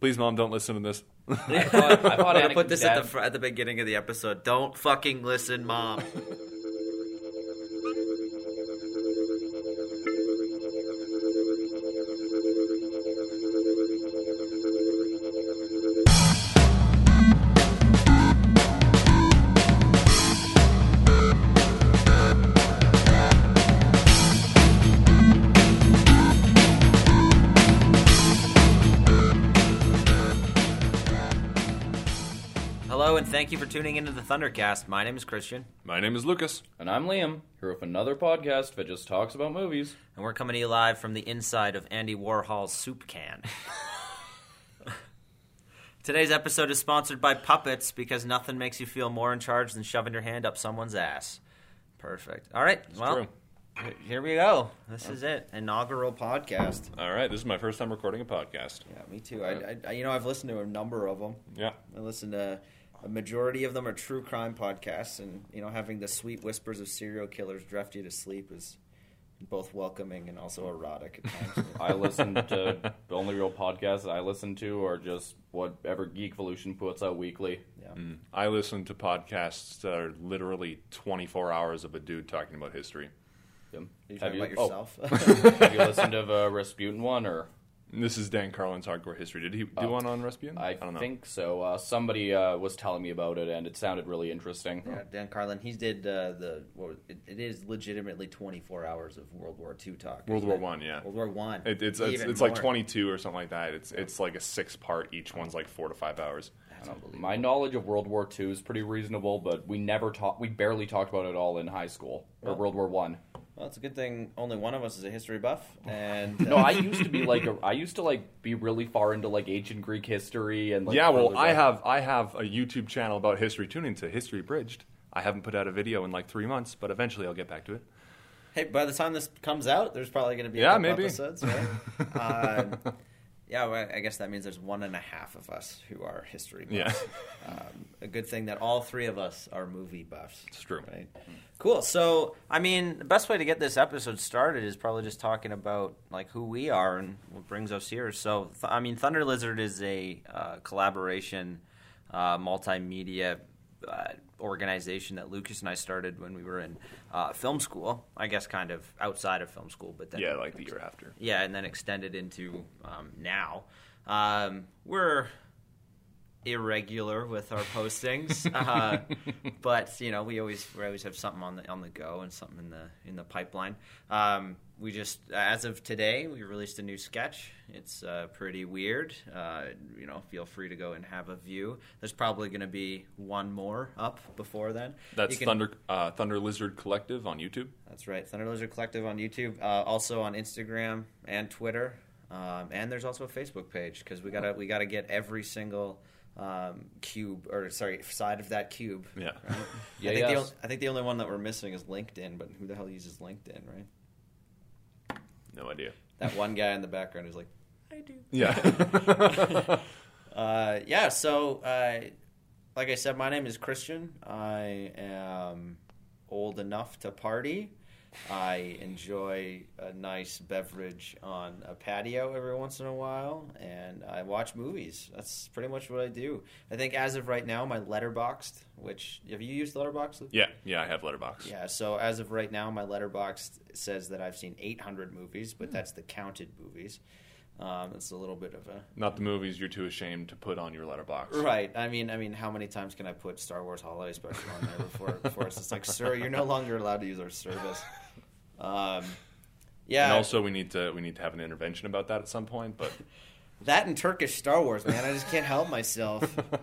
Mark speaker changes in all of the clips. Speaker 1: Please, mom, don't listen to this.
Speaker 2: I thought, I thought Anakin
Speaker 3: I'm gonna put this
Speaker 2: dad,
Speaker 3: at the fr- at the beginning of the episode. Don't fucking listen, mom. Hello, and thank you for tuning into the Thundercast. My name is Christian,
Speaker 1: My name is Lucas.
Speaker 2: and I'm Liam, here with another podcast that just talks about movies.
Speaker 3: and we're coming to you live from the inside of Andy Warhol's soup can. Today's episode is sponsored by puppets because nothing makes you feel more in charge than shoving your hand up someone's ass. Perfect. All right. well,
Speaker 1: true.
Speaker 3: he- here we go. This is it. Inaugural podcast. Uh,
Speaker 1: All right, this is my first time recording a podcast.
Speaker 3: Yeah, me too. I, I, you know, I've listened to a number of them.
Speaker 1: Yeah,
Speaker 3: I listen to a majority of them are true crime podcasts, and you know, having the sweet whispers of serial killers drift you to sleep is both welcoming and also erotic at times.
Speaker 2: I listen to the only real podcasts that I listen to are just whatever Geekvolution puts out weekly.
Speaker 3: yeah.
Speaker 1: I listen to podcasts that are literally 24 hours of a dude talking about history.
Speaker 2: Them.
Speaker 3: Are you
Speaker 2: Have
Speaker 3: talking about
Speaker 2: oh,
Speaker 3: yourself?
Speaker 2: have you listened to the Rasputin one or?
Speaker 1: And this is Dan Carlin's Hardcore History. Did he do
Speaker 3: Oh,
Speaker 2: Uh,
Speaker 1: one on Rasputin?
Speaker 2: I,
Speaker 1: don't know.
Speaker 2: think so. Uh, somebody uh, was telling me about it, and it sounded really interesting.
Speaker 3: yeah, Dan Carlin. He did uh, the. What was, it, it is legitimately twenty four hours of World War II talk.
Speaker 1: World
Speaker 3: isn't
Speaker 1: War
Speaker 3: it?
Speaker 1: One. Yeah,
Speaker 3: World War One.
Speaker 1: it, it's it's,
Speaker 3: Even
Speaker 1: it's like
Speaker 3: more.
Speaker 1: 22 or something like that. It's it's like a six part. Each one's like four to five hours.
Speaker 3: That's
Speaker 2: I don't-
Speaker 3: unbelievable.
Speaker 2: Um, My knowledge of World War II is pretty reasonable, but we never talked. We barely talked about it all in high school
Speaker 3: Oh.
Speaker 2: or World War One.
Speaker 3: Well, it's a good thing only one of us is a history buff, and
Speaker 2: No, I used to be like a, I used to like be really far into like ancient Greek history and like
Speaker 1: yeah,
Speaker 2: further
Speaker 1: well, I
Speaker 2: back.
Speaker 1: have I have a YouTube channel about history. Tune into History Bridged. I haven't put out a video in like three months, but eventually I'll get back to it.
Speaker 3: Hey, by the time this comes out, there's probably going to be a
Speaker 1: Yeah,
Speaker 3: couple
Speaker 1: maybe.
Speaker 3: episodes, right? um, yeah, well, I guess that means there's one and a half of us who are history buffs.
Speaker 1: Yeah,
Speaker 3: Um, a good thing that all three of us are movie buffs.
Speaker 1: it's true.
Speaker 3: Right. Cool. So, I mean, the best way to get this episode started is probably just talking about like who we are and what brings us here. So, th- I mean, Thunder Lizard is a uh, collaboration, uh, multimedia uh, organization that Lucas and I started when we were in uh, film school. I guess kind of outside of film school, but then
Speaker 1: Yeah, like the year after.
Speaker 3: yeah, and then extended into um, now. Um, we're irregular with our postings, uh, but you know we always we always have something on the on the go and something in the in the pipeline. Um, we just as of today we released a new sketch. It's uh, pretty weird. Uh, you know, feel free to go and have a view. There's probably going to be one more up before then.
Speaker 1: That's
Speaker 3: You can-
Speaker 1: Thunder uh, Thunder Lizard Collective on YouTube.
Speaker 3: that's right. Thunder Lizard Collective on YouTube, uh, also on Instagram and Twitter, um, and there's also a Facebook page because we gotta we gotta get every single um, cube or sorry side of that cube.
Speaker 1: Yeah.
Speaker 2: Yeah,
Speaker 3: I think, the
Speaker 2: yes.
Speaker 3: on- I think the only one that we're missing is LinkedIn, but who the hell uses LinkedIn, right?
Speaker 1: No idea.
Speaker 3: That one guy in the background who's like, I do.
Speaker 1: Yeah.
Speaker 3: Uh, yeah, so uh, like I said, my name is Christian. I am old enough to party. I enjoy a nice beverage on a patio every once in a while, and I watch movies. That's pretty much what I do. I think as of right now, my letterboxed, which have you used letterboxed?
Speaker 1: yeah. Yeah. I have Letterbox.
Speaker 3: Yeah, so as of right now, my letterbox says that I've seen 800 movies, but that's the counted movies. Um, it's a little bit of a
Speaker 1: Not the movies you're too ashamed to put on your Letterbox.
Speaker 3: Right. I mean, I mean, how many times can I put Star Wars Holiday Special on there before before it's just like, sir, you're no longer allowed to use our service. Um, yeah.
Speaker 1: And also, we need to we need to have an intervention about that at some point. But
Speaker 3: that and Turkish Star Wars, man, I just can't help myself.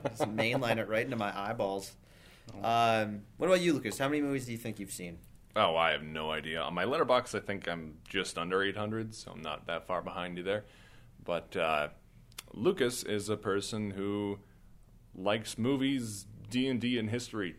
Speaker 3: Just mainline it right into my eyeballs. Um, what about you, Lucas? How many movies do you think you've seen?
Speaker 1: oh, I have no idea. On my Letterbox, I think I'm just under 800, so I'm not that far behind you there. But uh, Lucas is a person who likes movies, D and D, and history.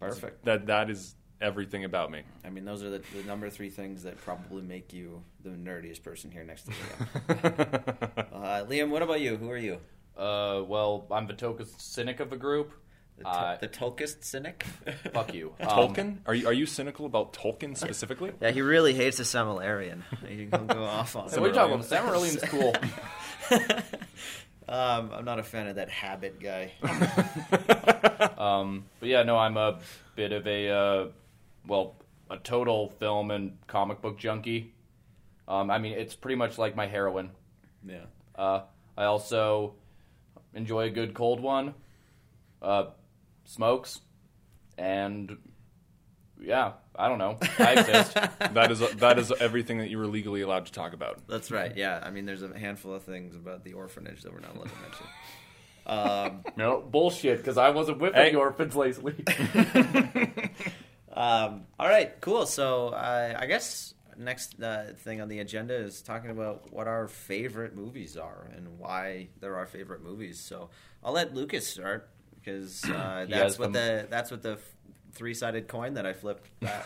Speaker 3: Perfect.
Speaker 1: That that is everything about me.
Speaker 3: I mean, those are the, the number three things that probably make you the nerdiest person here next to Liam. uh, Liam, what about you? Who are you?
Speaker 2: Uh, well, I'm the Tokus cynic of the group.
Speaker 3: The, to-
Speaker 2: Uh,
Speaker 3: the Tolkist cynic?
Speaker 2: fuck you, Um,
Speaker 1: Tolkien? Are you are you cynical about Tolkien specifically?
Speaker 3: Yeah, he really hates the Semelarian. He'll go off on
Speaker 2: So what are you
Speaker 3: it.
Speaker 2: talking about? Sam Aurelian's cool.
Speaker 3: um, I'm not a fan of that habit guy.
Speaker 2: Um, but yeah, no, I'm a bit of a uh, well, a total film and comic book junkie. Um, I mean, it's pretty much like my heroin.
Speaker 3: yeah.
Speaker 2: Uh, I also enjoy a good cold one, uh, smokes, and yeah, I don't know. I exist.
Speaker 1: That is that is everything that you were legally allowed to talk about.
Speaker 3: That's right. Yeah. I mean, there's a handful of things about the orphanage that we're not allowed to mention. Um,
Speaker 2: no bullshit, because I wasn't with
Speaker 1: Hey.
Speaker 2: any orphans lately.
Speaker 3: Um, all right, cool. So uh, I guess next uh, thing on the agenda is talking about what our favorite movies are and why they're our favorite movies. So I'll let Lucas start because uh,
Speaker 2: He
Speaker 3: that's
Speaker 2: has
Speaker 3: what
Speaker 2: them.
Speaker 3: the that's what the three sided coin that I flipped ba-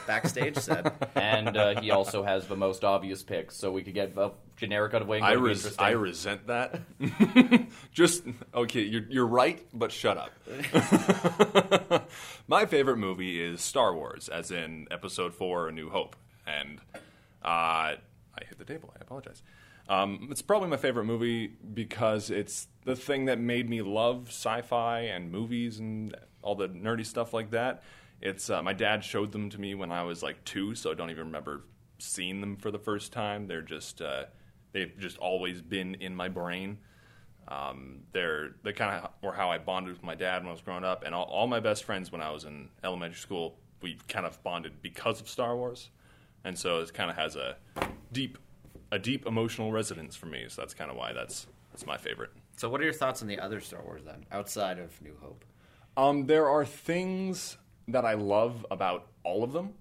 Speaker 3: backstage said.
Speaker 2: and uh, he also has the most obvious picks, so we could get a generic out of the way. and
Speaker 1: I
Speaker 2: go to the
Speaker 1: res-
Speaker 2: interesting.
Speaker 1: I resent that. Just okay, you're you're right, but shut up. My favorite movie is Star Wars, as in Episode Four: A New Hope, and uh, I hit the table. I apologize. Um, it's probably my favorite movie because it's the thing that made me love sci-fi and movies and all the nerdy stuff like that. It's uh, my dad showed them to me when I was like two, so I don't even remember seeing them for the first time. They're just uh, they've just always been in my brain. Um, they're they kind of were how I bonded with my dad when I was growing up, and all, all my best friends when I was in elementary school, we kind of bonded because of Star Wars, and so it kind of has a deep a deep emotional resonance for me. So that's kind of why that's that's my favorite.
Speaker 3: so what are your thoughts on the other Star Wars then, outside of New Hope?
Speaker 1: Um, there are things that I love about all of them.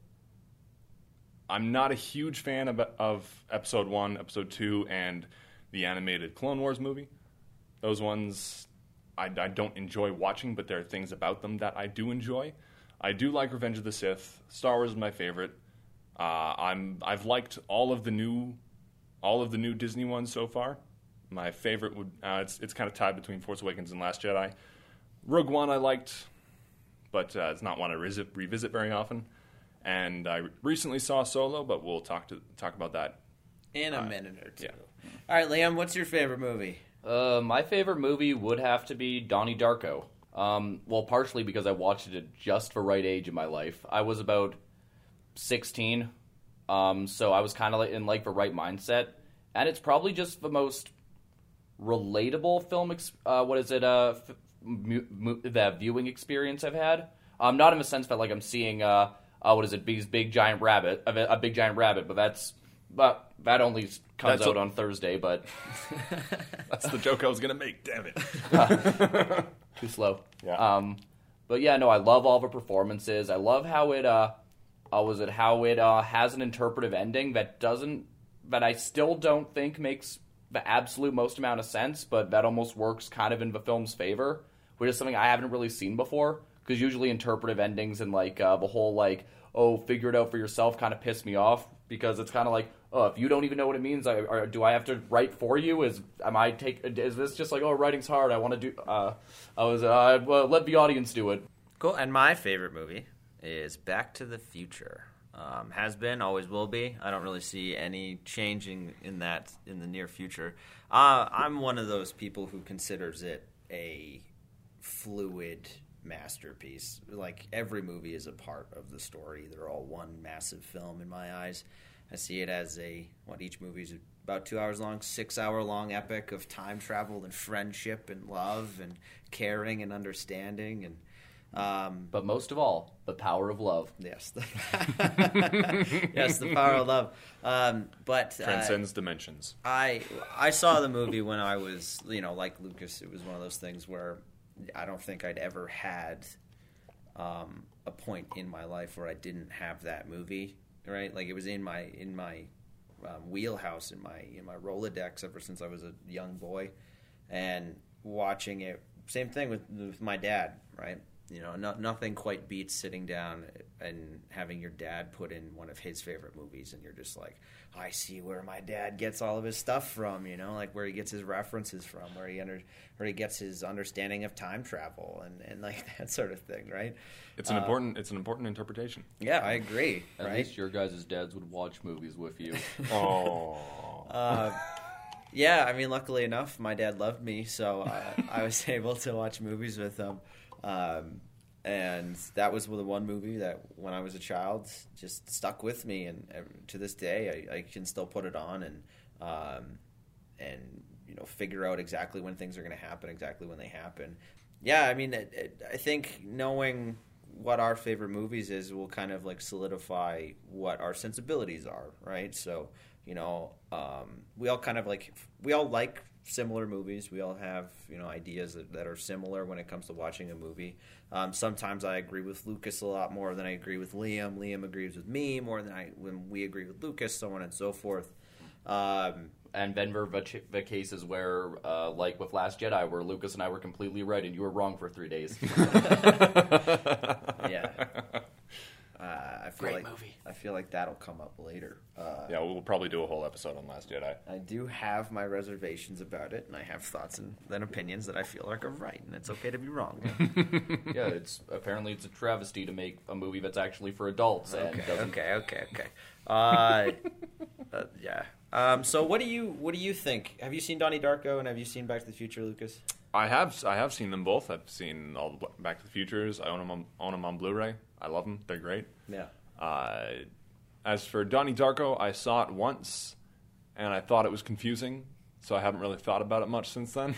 Speaker 1: I'm not a huge fan of, of Episode One, Episode Two, and the animated Clone Wars movie. Those ones I, I don't enjoy watching, but there are things about them that I do enjoy. I do like Revenge of the Sith. Star Wars is my favorite. Uh, I'm I've liked all of the new all of the new Disney ones so far. My favorite would uh, it's it's kind of tied between Force Awakens and Last Jedi. Rogue One I liked, but uh, it's not one I resi- revisit very often. And I re- recently saw Solo, but we'll talk to talk about that.
Speaker 3: In a minute or two.
Speaker 1: yeah.
Speaker 3: All right, Liam, what's your favorite movie?
Speaker 2: Uh, my favorite movie would have to be Donnie Darko. Um, well, partially because I watched it at just the right age in my life. I was about sixteen, um, so I was kind of in like the right mindset, and it's probably just the most relatable film. Ex- uh, what is it? Uh, f- mu- mu- the viewing experience I've had. Um, not in the sense that like I'm seeing uh, uh what is it? These big giant rabbit, a, a big giant rabbit, but that's but that only s- comes
Speaker 1: That's a-
Speaker 2: out on Thursday, but.
Speaker 1: That's the joke I was gonna make. Damn it!
Speaker 2: too slow.
Speaker 1: Yeah.
Speaker 2: Um, but yeah, no, I love all the performances. I love how it uh, uh was it how it uh has an interpretive ending that doesn't that I still don't think makes the absolute most amount of sense, but that almost works kind of in the film's favor, which is something I haven't really seen before. Because usually interpretive endings and like uh, the whole like oh figure it out for yourself kind of piss me off because it's kind of like oh if you don't even know what it means I, or do I have to write for you is am I take is this just like oh writing's hard I want to do uh, I was uh, well, let the audience do it
Speaker 3: Cool. And my favorite movie is Back to the Future. Um, has been, always will be. I don't really see any changing in that in the near future. Uh, I'm one of those people who considers it a fluid masterpiece. Like every movie is a part of the story. They're all one massive film in my eyes. I see it as a what each movie is about two hours long, six hour long epic of time travel and friendship and love and caring and understanding and um,
Speaker 2: but most of all the power of love
Speaker 3: yes, the yes, the power of love. Um, but uh,
Speaker 1: Transcends dimensions.
Speaker 3: I I saw the movie when I was you know like Lucas. It was one of those things where I don't think I'd ever had um, a point in my life where I didn't have that movie. Right, like it was in my in my um, wheelhouse in my in my Rolodex ever since I was a young boy, and watching it. Same thing with with my dad. Right, you know, no, nothing quite beats sitting down and having your dad put in one of his favorite movies, and you're just like, I see where my dad gets all of his stuff from. You know, like where he gets his references from, where he under where he gets his understanding of time travel and and like that sort of thing. Right.
Speaker 1: It's an important it's an important interpretation.
Speaker 3: Yeah, I agree.
Speaker 2: at
Speaker 3: right.
Speaker 2: least your guys' dads would watch movies with you
Speaker 1: Oh,
Speaker 3: yeah, I mean, luckily enough, my dad loved me, so uh, I was able to watch movies with him. Um, and that was the one movie that, when I was a child, just stuck with me. And, and to this day, I, I can still put it on and um, and you know figure out exactly when things are going to happen, exactly when they happen. Yeah, I mean, it, it, I think knowing what our favorite movies is will kind of like solidify what our sensibilities are, right? So, you know, um, we all kind of like we all like similar movies. We all have you know ideas that, that are similar when it comes to watching a movie. Um, sometimes I agree with Lucas a lot more than I agree with Liam. Liam agrees with me more than I when we agree with Lucas, so on and so forth. Um,
Speaker 2: and then were the, ch- the cases where, uh, like with Last Jedi, where Lucas and I were completely right and you were wrong for three days.
Speaker 3: yeah, uh, I feel
Speaker 2: Great
Speaker 3: like
Speaker 2: movie.
Speaker 3: I feel like that'll come up later. Uh,
Speaker 1: Yeah, we'll probably do a whole episode on Last Jedi.
Speaker 3: I do have my reservations about it, and I have thoughts and, and opinions that I feel like are right, and it's okay to be wrong.
Speaker 2: yeah, it's apparently it's a travesty to make a movie that's actually for adults and
Speaker 3: okay,
Speaker 2: doesn't.
Speaker 3: okay, okay, okay. Uh, uh, yeah. Um, so what do you what do you think? Have you seen Donnie Darko and have you seen Back to the Future, Lucas?
Speaker 1: I have I have seen them both. I've seen all the Bla- Back to the Futures. I own them on, own 'em on Blu-ray. I love them. They're great.
Speaker 3: Yeah.
Speaker 1: Uh, as for Donnie Darko, I saw it once, and I thought it was confusing, so I haven't really thought about it much since then.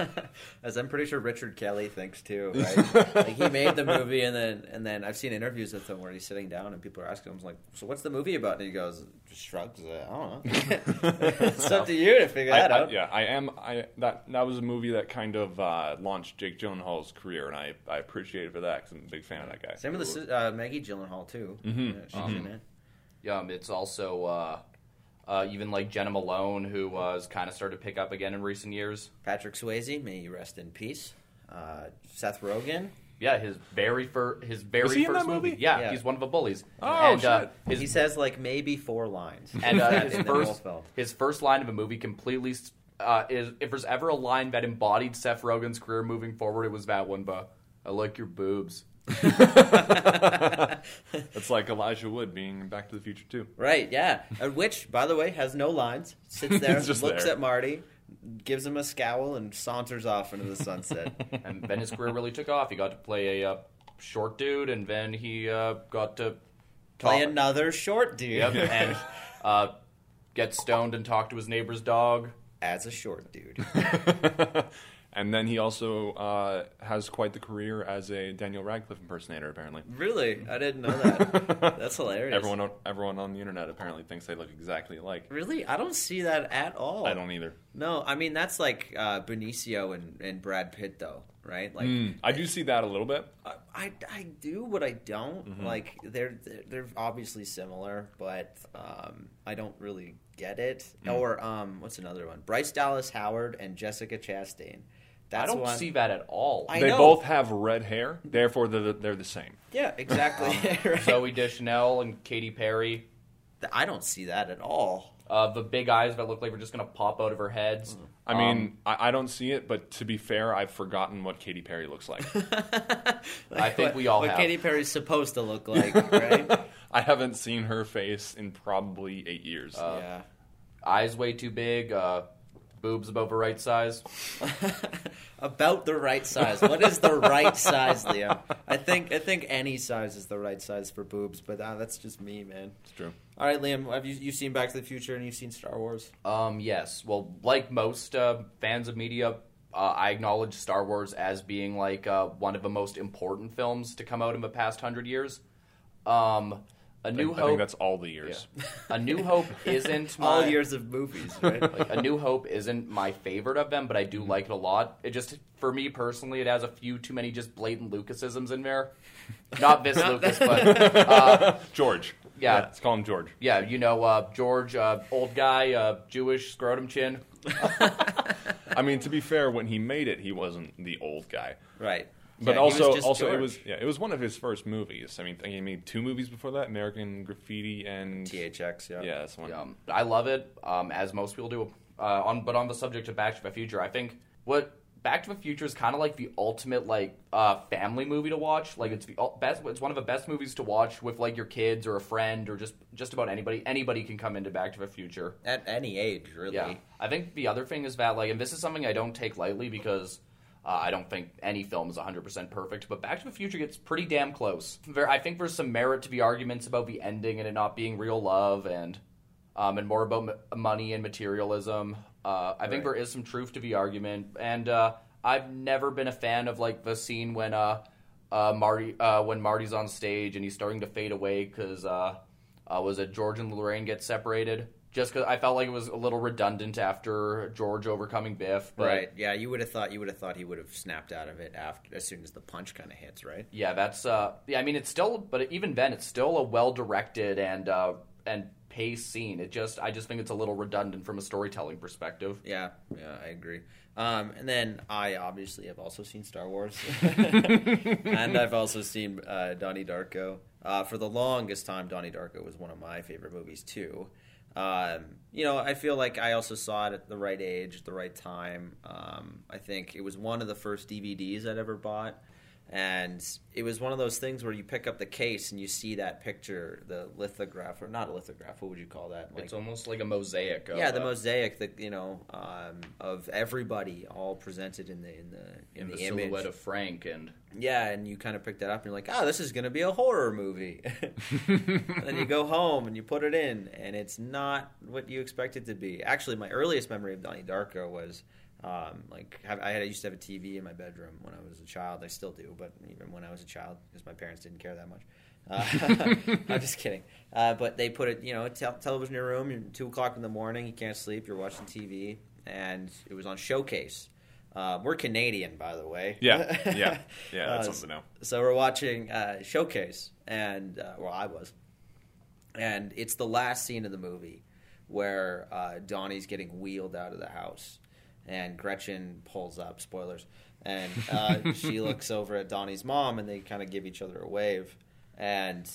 Speaker 3: As I'm pretty sure Richard Kelly thinks too, right? like he made the movie, and then and then I've seen interviews with him where he's sitting down and people are asking him like, "So what's the movie about?" And he goes, just shrugs, "Uh, "I don't know." it's up to you to figure
Speaker 1: I-
Speaker 3: that
Speaker 1: I-
Speaker 3: out.
Speaker 1: yeah, I am. I that that was a movie that kind of uh, launched Jake Gyllenhaal's career, and I I appreciate it for that because I'm a big fan of that guy.
Speaker 3: Same with the, si- uh, Maggie Gyllenhaal too.
Speaker 1: Mm-hmm.
Speaker 3: Yeah, she's in it.
Speaker 2: Um, it's also uh, uh, even like Jenna Malone, who uh, has kind of started to pick up again in recent years.
Speaker 3: Patrick Swayze, may you rest in peace. Uh, Seth Rogen,
Speaker 2: Yeah, his very first his very
Speaker 1: he in
Speaker 2: first
Speaker 1: that movie?
Speaker 2: Yeah,
Speaker 3: Yeah.
Speaker 2: he's one of the bullies.
Speaker 1: Oh,
Speaker 2: and, Uh,
Speaker 1: shit.
Speaker 2: his
Speaker 3: he says like maybe four lines,
Speaker 2: and uh,
Speaker 3: in
Speaker 2: his
Speaker 3: the whole
Speaker 2: first
Speaker 3: film.
Speaker 2: his first line of a movie completely s- uh, is if there's ever a line that embodied Seth Rogen's career moving forward, it was that one. But I like your boobs.
Speaker 1: It's like Elijah Wood being in Back to the Future too.
Speaker 3: Right, yeah. A witch, by the way, has no lines. Sits there,
Speaker 1: It's just
Speaker 3: looks
Speaker 1: there.
Speaker 3: at Marty, gives him a scowl, and saunters off into the sunset.
Speaker 2: And then his career really took off. He got to play a uh, short dude, and then he uh, got to
Speaker 3: Play
Speaker 2: talk-
Speaker 3: another short dude
Speaker 2: Yep, and uh, get stoned and talk to his neighbor's dog.
Speaker 3: as a short dude.
Speaker 1: and then he also uh, has quite the career as a Daniel Radcliffe impersonator. Apparently,
Speaker 3: Really, I didn't know that. That's hilarious.
Speaker 1: everyone on, everyone on the internet apparently thinks they look exactly alike.
Speaker 3: Really, I don't see that at all.
Speaker 1: I don't either.
Speaker 3: No, I mean that's like uh, Benicio and, and Brad Pitt, though, right? Like
Speaker 2: Hmm.
Speaker 1: I do see that a little bit.
Speaker 3: I, I, I do, but I don't.
Speaker 2: Mm-hmm.
Speaker 3: Like they're they're obviously similar, but um, I don't really get it.
Speaker 2: Hmm.
Speaker 3: Or um, what's another one? Bryce Dallas Howard and Jessica Chastain. That's
Speaker 2: I don't
Speaker 3: one.
Speaker 2: see that at all.
Speaker 3: I
Speaker 1: they
Speaker 3: know.
Speaker 1: both have red hair, therefore they're the, they're the same.
Speaker 3: Yeah, exactly. Right.
Speaker 2: Zoe Deschanel and Katy Perry.
Speaker 3: I don't see that at all.
Speaker 2: Uh, the big eyes that look like were just gonna pop out of her heads.
Speaker 3: Mm.
Speaker 2: Um,
Speaker 1: I mean, I, I don't see it, but to be fair, I've forgotten what Katy Perry looks like.
Speaker 2: I think
Speaker 3: What-
Speaker 2: we all
Speaker 3: what
Speaker 2: have. Uh,
Speaker 3: Katy Perry's supposed to look like, right?
Speaker 1: I haven't seen her face in probably eight years.
Speaker 3: yeah.
Speaker 2: eyes way too big, uh, boobs about the right size.
Speaker 3: About the right size. What is the right size, Leo? I think I think any size is the right size for boobs, but uh, that's just me, man.
Speaker 1: it's true.
Speaker 3: All right, Liam, have you you seen Back to the Future and you've seen Star Wars?
Speaker 2: Um, yes. Well, like most uh, fans of media, uh, I acknowledge Star Wars as being like uh, one of the most important films to come out in the past hundred years. Um, A
Speaker 1: I,
Speaker 2: New
Speaker 1: I think
Speaker 2: Hope.
Speaker 1: that's all the years.
Speaker 2: A New Hope isn't my,
Speaker 3: All years of movies, right?
Speaker 2: Like, A New Hope isn't my favorite of them, but I do like it a lot. It just for me personally, it has a few too many just blatant Lucasisms in there. Not this Lucas, but
Speaker 3: uh,
Speaker 1: George.
Speaker 2: Yeah.
Speaker 1: Let's call him George.
Speaker 2: yeah, you know, uh, George, uh, old guy, uh, Jewish scrotum chin.
Speaker 1: I mean, to be fair, when he made it, he wasn't the old guy.
Speaker 3: right.
Speaker 1: But
Speaker 3: Yeah, he was
Speaker 1: also,
Speaker 3: just
Speaker 1: also it
Speaker 3: George.
Speaker 1: was yeah, it was one of his first movies. I mean, I think he made two movies before that: American Graffiti and
Speaker 3: THX, yeah.
Speaker 1: Yeah, that's one.
Speaker 2: Um, I love it, um, as most people do. Uh, on but on the subject of Back to the Future, I think what Back to the Future is kind of like the ultimate like uh, family movie to watch. Like it's the ul- best. It's one of the best movies to watch with like your kids or a friend or just just about anybody. Anybody can come into Back to the Future.
Speaker 3: At any age, really.
Speaker 2: Yeah, I think the other thing is that like, and this is something I don't take lightly because uh, I don't think any film is 100 percent perfect, but Back to the Future gets pretty damn close. There, I think there's some merit to the arguments about the ending and it not being real love and um, and more about m- money and materialism. Uh, I think
Speaker 3: Right.
Speaker 2: there is some truth to the argument, and uh, I've never been a fan of like the scene when uh, uh, Marty uh, when Marty's on stage and he's starting to fade away because uh, uh, was it George and Lorraine get separated? Just because I felt like it was a little redundant after George overcoming Biff, but
Speaker 3: Right. Yeah, you would have thought you would have thought he would have snapped out of it after as soon as the punch kind of hits, right?
Speaker 2: yeah, that's uh, yeah. I mean, it's still, but even then, it's still a well directed and uh, and paced scene. It just, I just think it's a little redundant from a storytelling perspective.
Speaker 3: Yeah, yeah, I agree. Um, and then I obviously have also seen Star Wars, and I've also seen uh, Donnie Darko. Uh, for the longest time, Donnie Darko was one of my favorite movies too. Um, you know, I feel like I also saw it at the right age, at the right time. Um, I think it was one of the first DVDs I'd ever bought. And it was one of those things where you pick up the case and you see that picture, the lithograph, or not a lithograph, what would you call that? Like-
Speaker 2: It's almost like a mosaic. Of,
Speaker 3: yeah, the
Speaker 2: uh,
Speaker 3: mosaic, the you know, um, of everybody all presented in the in the in,
Speaker 2: in the,
Speaker 3: the, image.
Speaker 2: silhouette of Frank and
Speaker 3: Yeah, and you kind of pick that up and you're like, oh, this is gonna be a horror movie. and then you go home and you put it in, and it's not what you expect it to be. Actually, my earliest memory of Donnie Darko was. Um, like have, I had, I used to have a TV in my bedroom when I was a child. I still do, but even when I was a child, because my parents didn't care that much. Uh, I'm just kidding. Uh, but they put it, you know, tel television in your room. You're two o'clock in the morning. You can't sleep. You're watching TV, and it was on Showcase. Um, we're Canadian, by the way.
Speaker 1: Yeah, yeah, yeah.
Speaker 3: Uh,
Speaker 1: That's something now.
Speaker 3: so we're watching uh, Showcase, and uh, well, I was, and it's the last scene of the movie where uh, Donnie's getting wheeled out of the house, and Gretchen pulls up. Spoilers, and uh, she looks over at Donnie's mom, and they kind of give each other a wave, and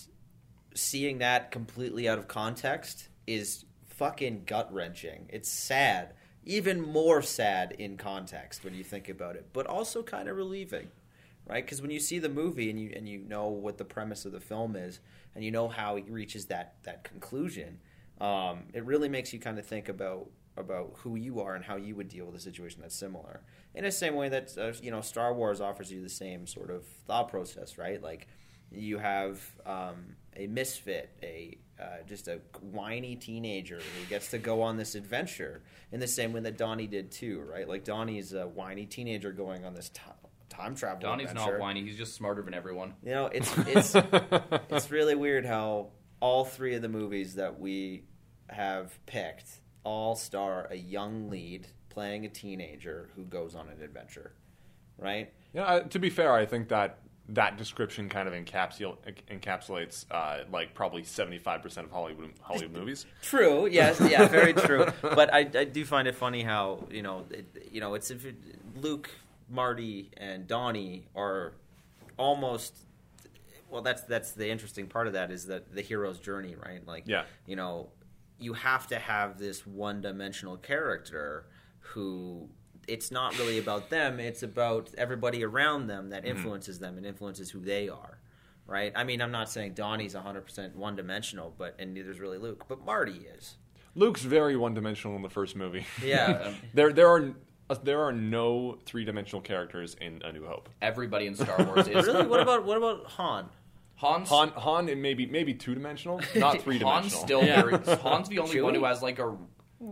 Speaker 3: seeing that completely out of context is fucking gut wrenching. It's sad. Even more sad in context when you think about it, but also kind of relieving, right? Because when you see the movie and you and you know what the premise of the film is, and you know how he reaches that that conclusion, um, it really makes you kind of think about about who you are and how you would deal with a situation that's similar. In the same way that uh, you know Star Wars offers you the same sort of thought process, right? Like you have um, a misfit, a uh, just a whiny teenager who gets to go on this adventure in the same way that Donnie did too, right? Like Donnie's a whiny teenager going on this ti time travel.
Speaker 2: Donnie's
Speaker 3: adventure.
Speaker 2: not whiny. He's just smarter than everyone.
Speaker 3: You know, it's it's it's really weird how all three of the movies that we have picked all star a young lead playing a teenager who goes on an adventure, right?
Speaker 1: Yeah, I, to be fair, I think that that description kind of encapsul- encapsulates uh, like probably seventy five percent of Hollywood Hollywood movies.
Speaker 3: True. Yes. Yeah. Very true. But I, I do find it funny how you know it, you know it's if it, Luke, Marty, and Donnie are almost. Well, that's that's the interesting part of that is that the hero's journey, right? Like,
Speaker 1: Yeah.
Speaker 3: you know, you have to have this one-dimensional character who it's not really about them; it's about everybody around them that
Speaker 1: Mm-hmm.
Speaker 3: influences them and influences who they are right? I mean, I'm not saying Donnie's 100% one dimensional, but and neither's really Luke, but Marty is.
Speaker 1: Luke's very one dimensional in the first movie.
Speaker 3: Yeah.
Speaker 1: there there are uh, there are no three dimensional characters in A New Hope.
Speaker 2: Everybody in Star Wars is
Speaker 3: um, really? What about what about Han?
Speaker 2: Han's
Speaker 1: Han Han and maybe maybe two dimensional, not three
Speaker 2: Han's
Speaker 1: dimensional.
Speaker 2: still
Speaker 3: Yeah.
Speaker 2: very. Han's the only one who
Speaker 3: Chewie?
Speaker 2: has like a. A,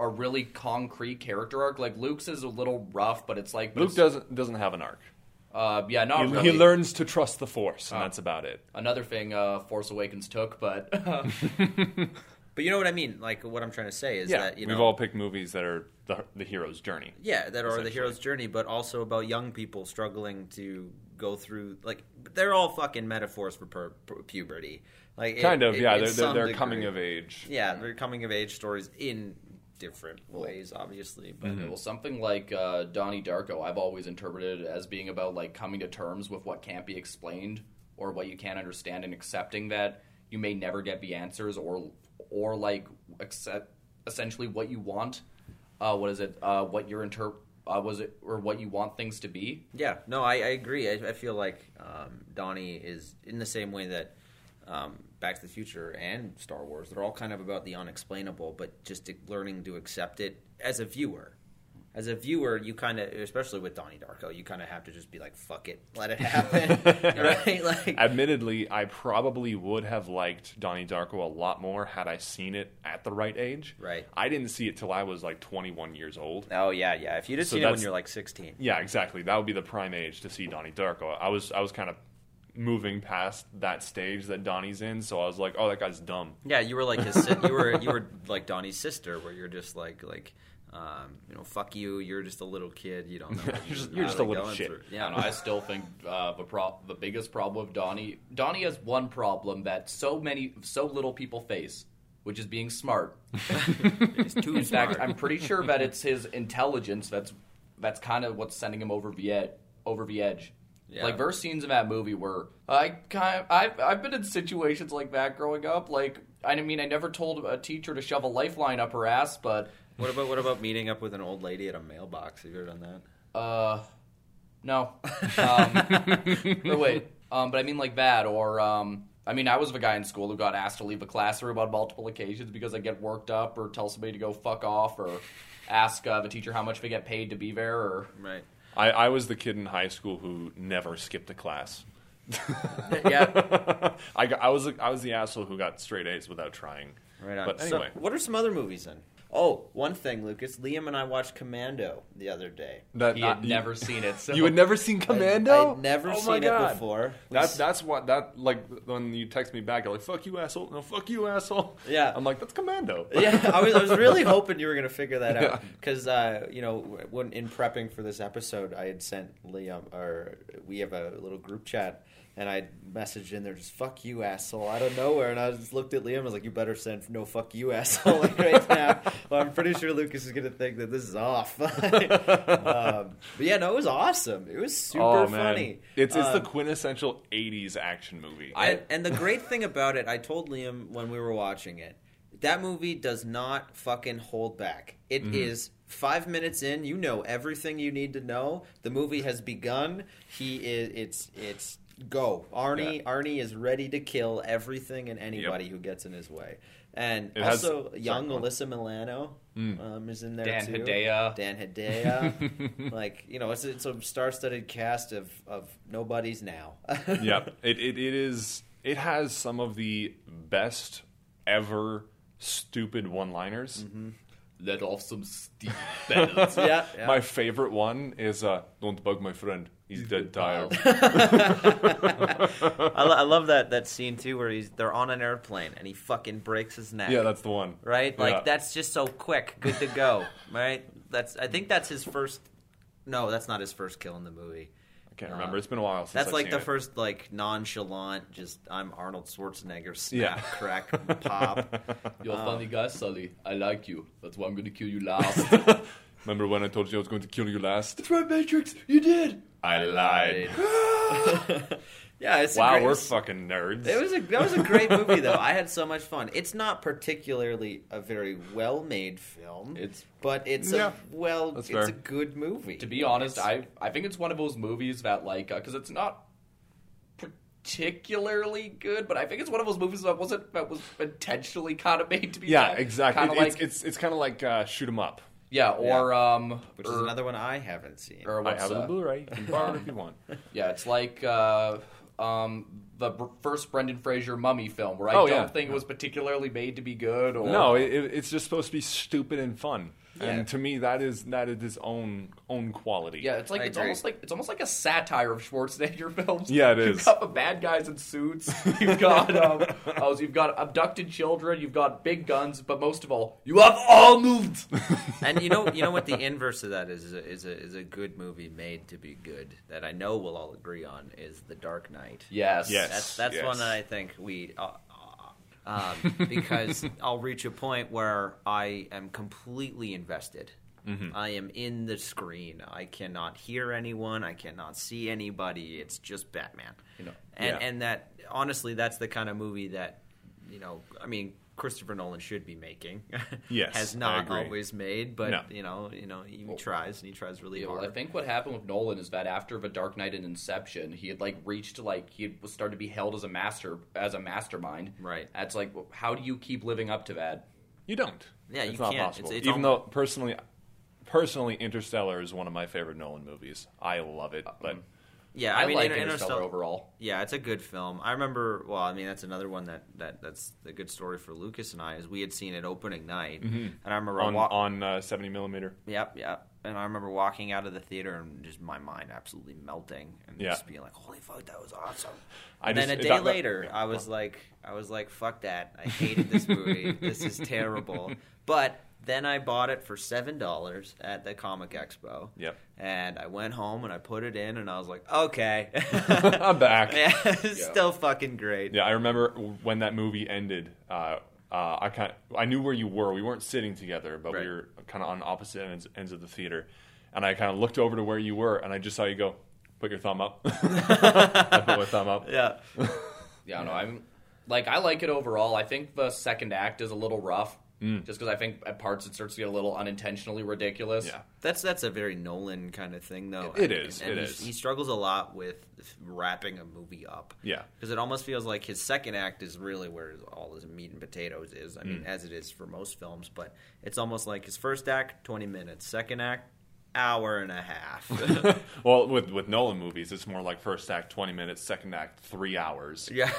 Speaker 2: a really concrete character arc, like Luke's, is a little rough, but it's like but
Speaker 1: Luke
Speaker 2: it's-
Speaker 1: doesn't doesn't have an arc.
Speaker 2: Uh, yeah,
Speaker 1: He,
Speaker 2: not
Speaker 1: he
Speaker 2: really.
Speaker 1: learns to trust the Force,
Speaker 3: Ah.
Speaker 1: and that's about it.
Speaker 2: Another thing, uh, Force Awakens took, but uh,
Speaker 3: But you know what I mean? Like what I'm trying to say is
Speaker 1: Yeah,
Speaker 3: that you
Speaker 1: we've
Speaker 3: know
Speaker 1: all picked movies that are the, the hero's journey.
Speaker 3: yeah, that are the
Speaker 1: Essentially.
Speaker 3: hero's journey, but also about young people struggling to go through like they're all fucking metaphors for per, per- puberty. Like it-
Speaker 1: kind of,
Speaker 3: it-
Speaker 1: yeah.
Speaker 3: in
Speaker 1: They're, they're,
Speaker 3: some
Speaker 1: they're
Speaker 3: degree.
Speaker 1: coming of age.
Speaker 3: Yeah, they're coming of age stories in different ways, obviously. But
Speaker 2: well, something like uh, Donnie Darko, I've always interpreted it as being about like coming to terms with what can't be explained or what you can't understand, and accepting that you may never get the answers or or like accept essentially what you want. Uh, what is it? Uh, what your inter uh, was it or what you want things to be.
Speaker 3: Yeah, no, I, I agree. I, I feel like um, Donnie is in the same way that um, Back to the Future and Star Wars. They're all kind of about the unexplainable, but just learning to accept it as a viewer. As a viewer, you kind of, especially with Donnie Darko, you kind of have to just be like, "Fuck it, let it happen," right? Like,
Speaker 1: Admittedly, I probably would have liked Donnie Darko a lot more had I seen it at the right age.
Speaker 3: Right.
Speaker 1: I didn't see it till I was like 21 years old.
Speaker 3: oh yeah, yeah. If you just
Speaker 1: So
Speaker 3: seen it when
Speaker 1: that's-
Speaker 3: you're like 16,
Speaker 1: Yeah, exactly. That would be the prime age to see Donnie Darko. I was I was kind of moving past that stage that Donnie's in, so I was like, oh, that guy's dumb.
Speaker 3: Yeah, you were like his. si- you were you were like Donnie's sister, where you're just like like. Um, you know, fuck you. You're just a little kid. You don't know. what
Speaker 1: You're just- you're just a
Speaker 3: really
Speaker 1: little
Speaker 3: going
Speaker 1: shit.
Speaker 3: through.
Speaker 2: Yeah, and I still think uh, the pro- the biggest problem of Donnie Donnie has one problem that so many so little people face, which is being smart.
Speaker 3: He's too
Speaker 2: In
Speaker 3: smart.
Speaker 2: fact, I'm pretty sure that it's his intelligence that's that's kind of what's sending him over the edge. Over the edge.
Speaker 3: Yeah.
Speaker 2: Like there's scenes in that movie where I kind of, I've I've been in situations like that growing up. Like I mean, I never told a teacher to shove a lifeline up her ass, but
Speaker 3: what about what about meeting up with an old lady at a mailbox? Have you ever done that?
Speaker 2: uh, no. Um, or wait, um, but I mean like that, or um, I mean I was the guy in school who got asked to leave a classroom on multiple occasions because I get worked up, or tell somebody to go fuck off, or ask uh, the teacher how much they get paid to be there, or
Speaker 3: Right.
Speaker 1: I, I was the kid in high school who never skipped a class.
Speaker 2: yeah.
Speaker 1: I, got, I was I was the asshole who got straight A's without trying.
Speaker 3: Right on.
Speaker 1: But
Speaker 3: So,
Speaker 1: anyway,
Speaker 3: what are some other movies then? Oh, one thing, Lucas. Liam and I watched Commando the other day.
Speaker 1: that
Speaker 2: He had
Speaker 1: you-
Speaker 2: never seen it. So
Speaker 1: You had never seen
Speaker 3: I,
Speaker 1: Commando?
Speaker 3: would never
Speaker 1: Oh my
Speaker 3: seen it
Speaker 1: God.
Speaker 3: before. We
Speaker 1: That,
Speaker 3: s-
Speaker 1: that's what that like when you text me back, you're like, "Fuck you, asshole!" No, fuck you, asshole.
Speaker 3: Yeah.
Speaker 1: I'm like, that's Commando.
Speaker 3: yeah, I was, I was really hoping you were going to figure that out
Speaker 1: Yeah.
Speaker 3: because uh, you know when in prepping for this episode, I had sent Liam or we have a little group chat, and I messaged in there just "fuck you asshole" out of nowhere, and I just looked at Liam. I was like, "You better send no fuck you asshole right now." well, I'm pretty sure Lucas is going to think that this is off. um, but yeah, no, it was awesome. It was super
Speaker 1: Oh, man.
Speaker 3: funny.
Speaker 1: It's it's the
Speaker 3: Um,
Speaker 1: quintessential '80s action movie.
Speaker 3: and, and the great thing about it, I told Liam when we were watching it, that movie does not fucking hold back. It
Speaker 1: Mm-hmm.
Speaker 3: is five minutes in, you know everything you need to know. The movie has begun. He is. It's it's go. Arnie
Speaker 1: Yeah.
Speaker 3: Arnie is ready to kill everything and anybody who gets in his way. And
Speaker 1: It has-
Speaker 3: also,
Speaker 1: sorry,
Speaker 3: young
Speaker 1: go on. Mm.
Speaker 3: Alyssa Milano um, is in there
Speaker 2: Dan
Speaker 3: too.
Speaker 2: Hedaya.
Speaker 3: Dan Hedaya. like you know, it's, it's a star-studded cast of of nobodies now.
Speaker 1: yep. It, it it is. It has some of the best ever stupid one-liners.
Speaker 2: let off some steam bells.
Speaker 3: yeah, yeah.
Speaker 1: My favorite one is, uh, "Don't bug my friend. He's, dead tired."
Speaker 3: I, lo- I love that that scene too, where he's they're on an airplane and he fucking breaks his neck.
Speaker 1: yeah, that's the one.
Speaker 3: right. Like
Speaker 1: Yeah.
Speaker 3: that's just so quick, good to go. right. That's I think that's his first. No, that's not his first kill in the movie.
Speaker 1: I can't remember. It's been a while since
Speaker 3: That's
Speaker 1: I've
Speaker 3: like
Speaker 1: seen it.
Speaker 3: the first like nonchalant, just I'm Arnold Schwarzenegger snap
Speaker 1: Yeah.
Speaker 3: crack pop.
Speaker 2: You're
Speaker 1: Oh.
Speaker 2: a funny guy, Sully. I like you. That's why I'm gonna kill you last.
Speaker 1: Remember when I told you I was going to kill you last?
Speaker 2: right, Matrix. You did.
Speaker 1: I lied.
Speaker 3: yeah, it's a
Speaker 1: Wow,
Speaker 3: great-
Speaker 1: we're fucking nerds.
Speaker 3: It was a that was a great movie though. I had so much fun. It's not particularly a very well made film.
Speaker 2: It's-
Speaker 3: but it's
Speaker 1: Yeah.
Speaker 3: a well
Speaker 1: That's
Speaker 3: it's
Speaker 1: fair.
Speaker 3: a good movie.
Speaker 2: To be honest, I I think it's one of those movies that like because it's not particularly good, but I think it's one of those movies that wasn't that was intentionally kind of made to be.
Speaker 1: yeah,
Speaker 2: that.
Speaker 1: exactly.
Speaker 2: Kind
Speaker 1: It-
Speaker 2: of
Speaker 1: it's,
Speaker 2: like
Speaker 1: it's it's kind of like uh, shoot 'em up.
Speaker 2: yeah, or um,
Speaker 3: which
Speaker 2: or,
Speaker 1: er
Speaker 3: is another one I haven't seen.
Speaker 2: or
Speaker 1: I
Speaker 2: what's
Speaker 1: have it
Speaker 2: uh,
Speaker 1: on Blu-ray. You can borrow it if you want.
Speaker 2: yeah, it's like uh, um the br- first Brendan Fraser mummy film where I
Speaker 1: Oh,
Speaker 2: don't
Speaker 1: yeah.
Speaker 2: think it was particularly made to be good. Or
Speaker 1: No, it, it- it's just supposed to be stupid and fun.
Speaker 3: Oh. Yeah.
Speaker 1: And to me, that is that is its own own quality.
Speaker 2: Yeah, it's like
Speaker 3: I
Speaker 2: it's
Speaker 3: agree.
Speaker 2: almost like it's almost like a satire of Schwarzenegger films.
Speaker 1: Yeah, it
Speaker 2: You've
Speaker 1: is.
Speaker 2: got the bad guys in suits. You've got um, oh, you've got abducted children. You've got big guns, but most of all, you have all moved.
Speaker 3: and you know you know what the inverse of that is is a, is a is a good movie made to be good that I know we'll all agree on is The Dark Knight.
Speaker 2: Yes.
Speaker 1: Yes.
Speaker 3: That's that's one that I think we uh, uh, um, because I'll reach a point where I am completely invested.
Speaker 2: Mm-hmm.
Speaker 3: I am in the screen. I cannot hear anyone. I cannot see anybody. It's just Batman.
Speaker 2: You know,
Speaker 3: and
Speaker 1: yeah.
Speaker 3: and that honestly, that's the kind of movie that you know. I mean, Christopher Nolan should be making.
Speaker 1: Yes,
Speaker 3: has
Speaker 1: I
Speaker 3: not
Speaker 1: agree.
Speaker 3: always made, but
Speaker 1: No.
Speaker 3: you know, you know, he tries and he tries really
Speaker 2: Yeah, well,
Speaker 3: hard.
Speaker 2: I think what happened with Nolan is that after The Dark Knight and Inception, he had like reached like he had started to be held as a master as a mastermind.
Speaker 3: Right.
Speaker 2: That's like, well, how do you keep living up to that?
Speaker 1: You don't.
Speaker 3: Yeah,
Speaker 1: it's
Speaker 3: you
Speaker 1: not
Speaker 3: can't. It's-
Speaker 1: possible.
Speaker 3: it's
Speaker 1: Even
Speaker 3: almo-
Speaker 1: though personally, personally, Interstellar is one of my favorite Nolan movies. I love
Speaker 3: Uh,
Speaker 1: it, but
Speaker 3: yeah,
Speaker 2: I,
Speaker 3: I mean,
Speaker 2: like
Speaker 3: Inter-
Speaker 2: Interstellar
Speaker 3: Interstellar-
Speaker 2: overall.
Speaker 3: Yeah, it's a good film. I remember. Well, I mean, that's another one that, that that's a good story for Lucas and I is we had seen it opening night, and I remember
Speaker 1: Mm-hmm. on
Speaker 3: wa-
Speaker 1: on uh, seventy millimeter.
Speaker 3: Yep, yep. And I remember walking out of the theater and just my mind absolutely melting and
Speaker 1: Yeah.
Speaker 3: just being like, "Holy fuck, that was awesome!"
Speaker 1: I
Speaker 3: and then
Speaker 1: just-
Speaker 3: a day
Speaker 1: that- that-
Speaker 3: later,
Speaker 1: yeah,
Speaker 3: I was like, "I was like, fuck that! I hated this movie. this is terrible." But then I bought it for seven dollars at the Comic Expo.
Speaker 1: Yep.
Speaker 3: And I went home and I put it in and I was like, "Okay,
Speaker 1: I'm back.
Speaker 3: Yeah, it's still fucking great.
Speaker 1: Yeah, I remember when that movie ended. Uh, uh, I kind I knew where you were. We weren't sitting together, but
Speaker 3: Right.
Speaker 1: we were kind of on opposite ends, ends of the theater. And I kind of looked over to where you were, and I just saw you go. Put your thumb up. I put my thumb up.
Speaker 3: Yeah,
Speaker 2: Yeah, no, I'm like I like it overall. I think the second act is a little rough, just because I think at parts it starts to get a little unintentionally ridiculous.
Speaker 1: Yeah.
Speaker 3: That's that's a very Nolan kind of thing, though.
Speaker 1: It- it is,
Speaker 3: And
Speaker 1: it
Speaker 3: he,
Speaker 1: is.
Speaker 3: He struggles a lot with wrapping a movie up.
Speaker 1: Yeah.
Speaker 3: because it almost feels like his second act is really where his- all his meat and potatoes is. I
Speaker 1: Mm.
Speaker 3: mean, as it is for most films, but it's almost like his first act, twenty minutes. Second act, hour and a half.
Speaker 1: Well, with with Nolan movies, it's more like first act twenty minutes, second act three hours.
Speaker 3: yeah,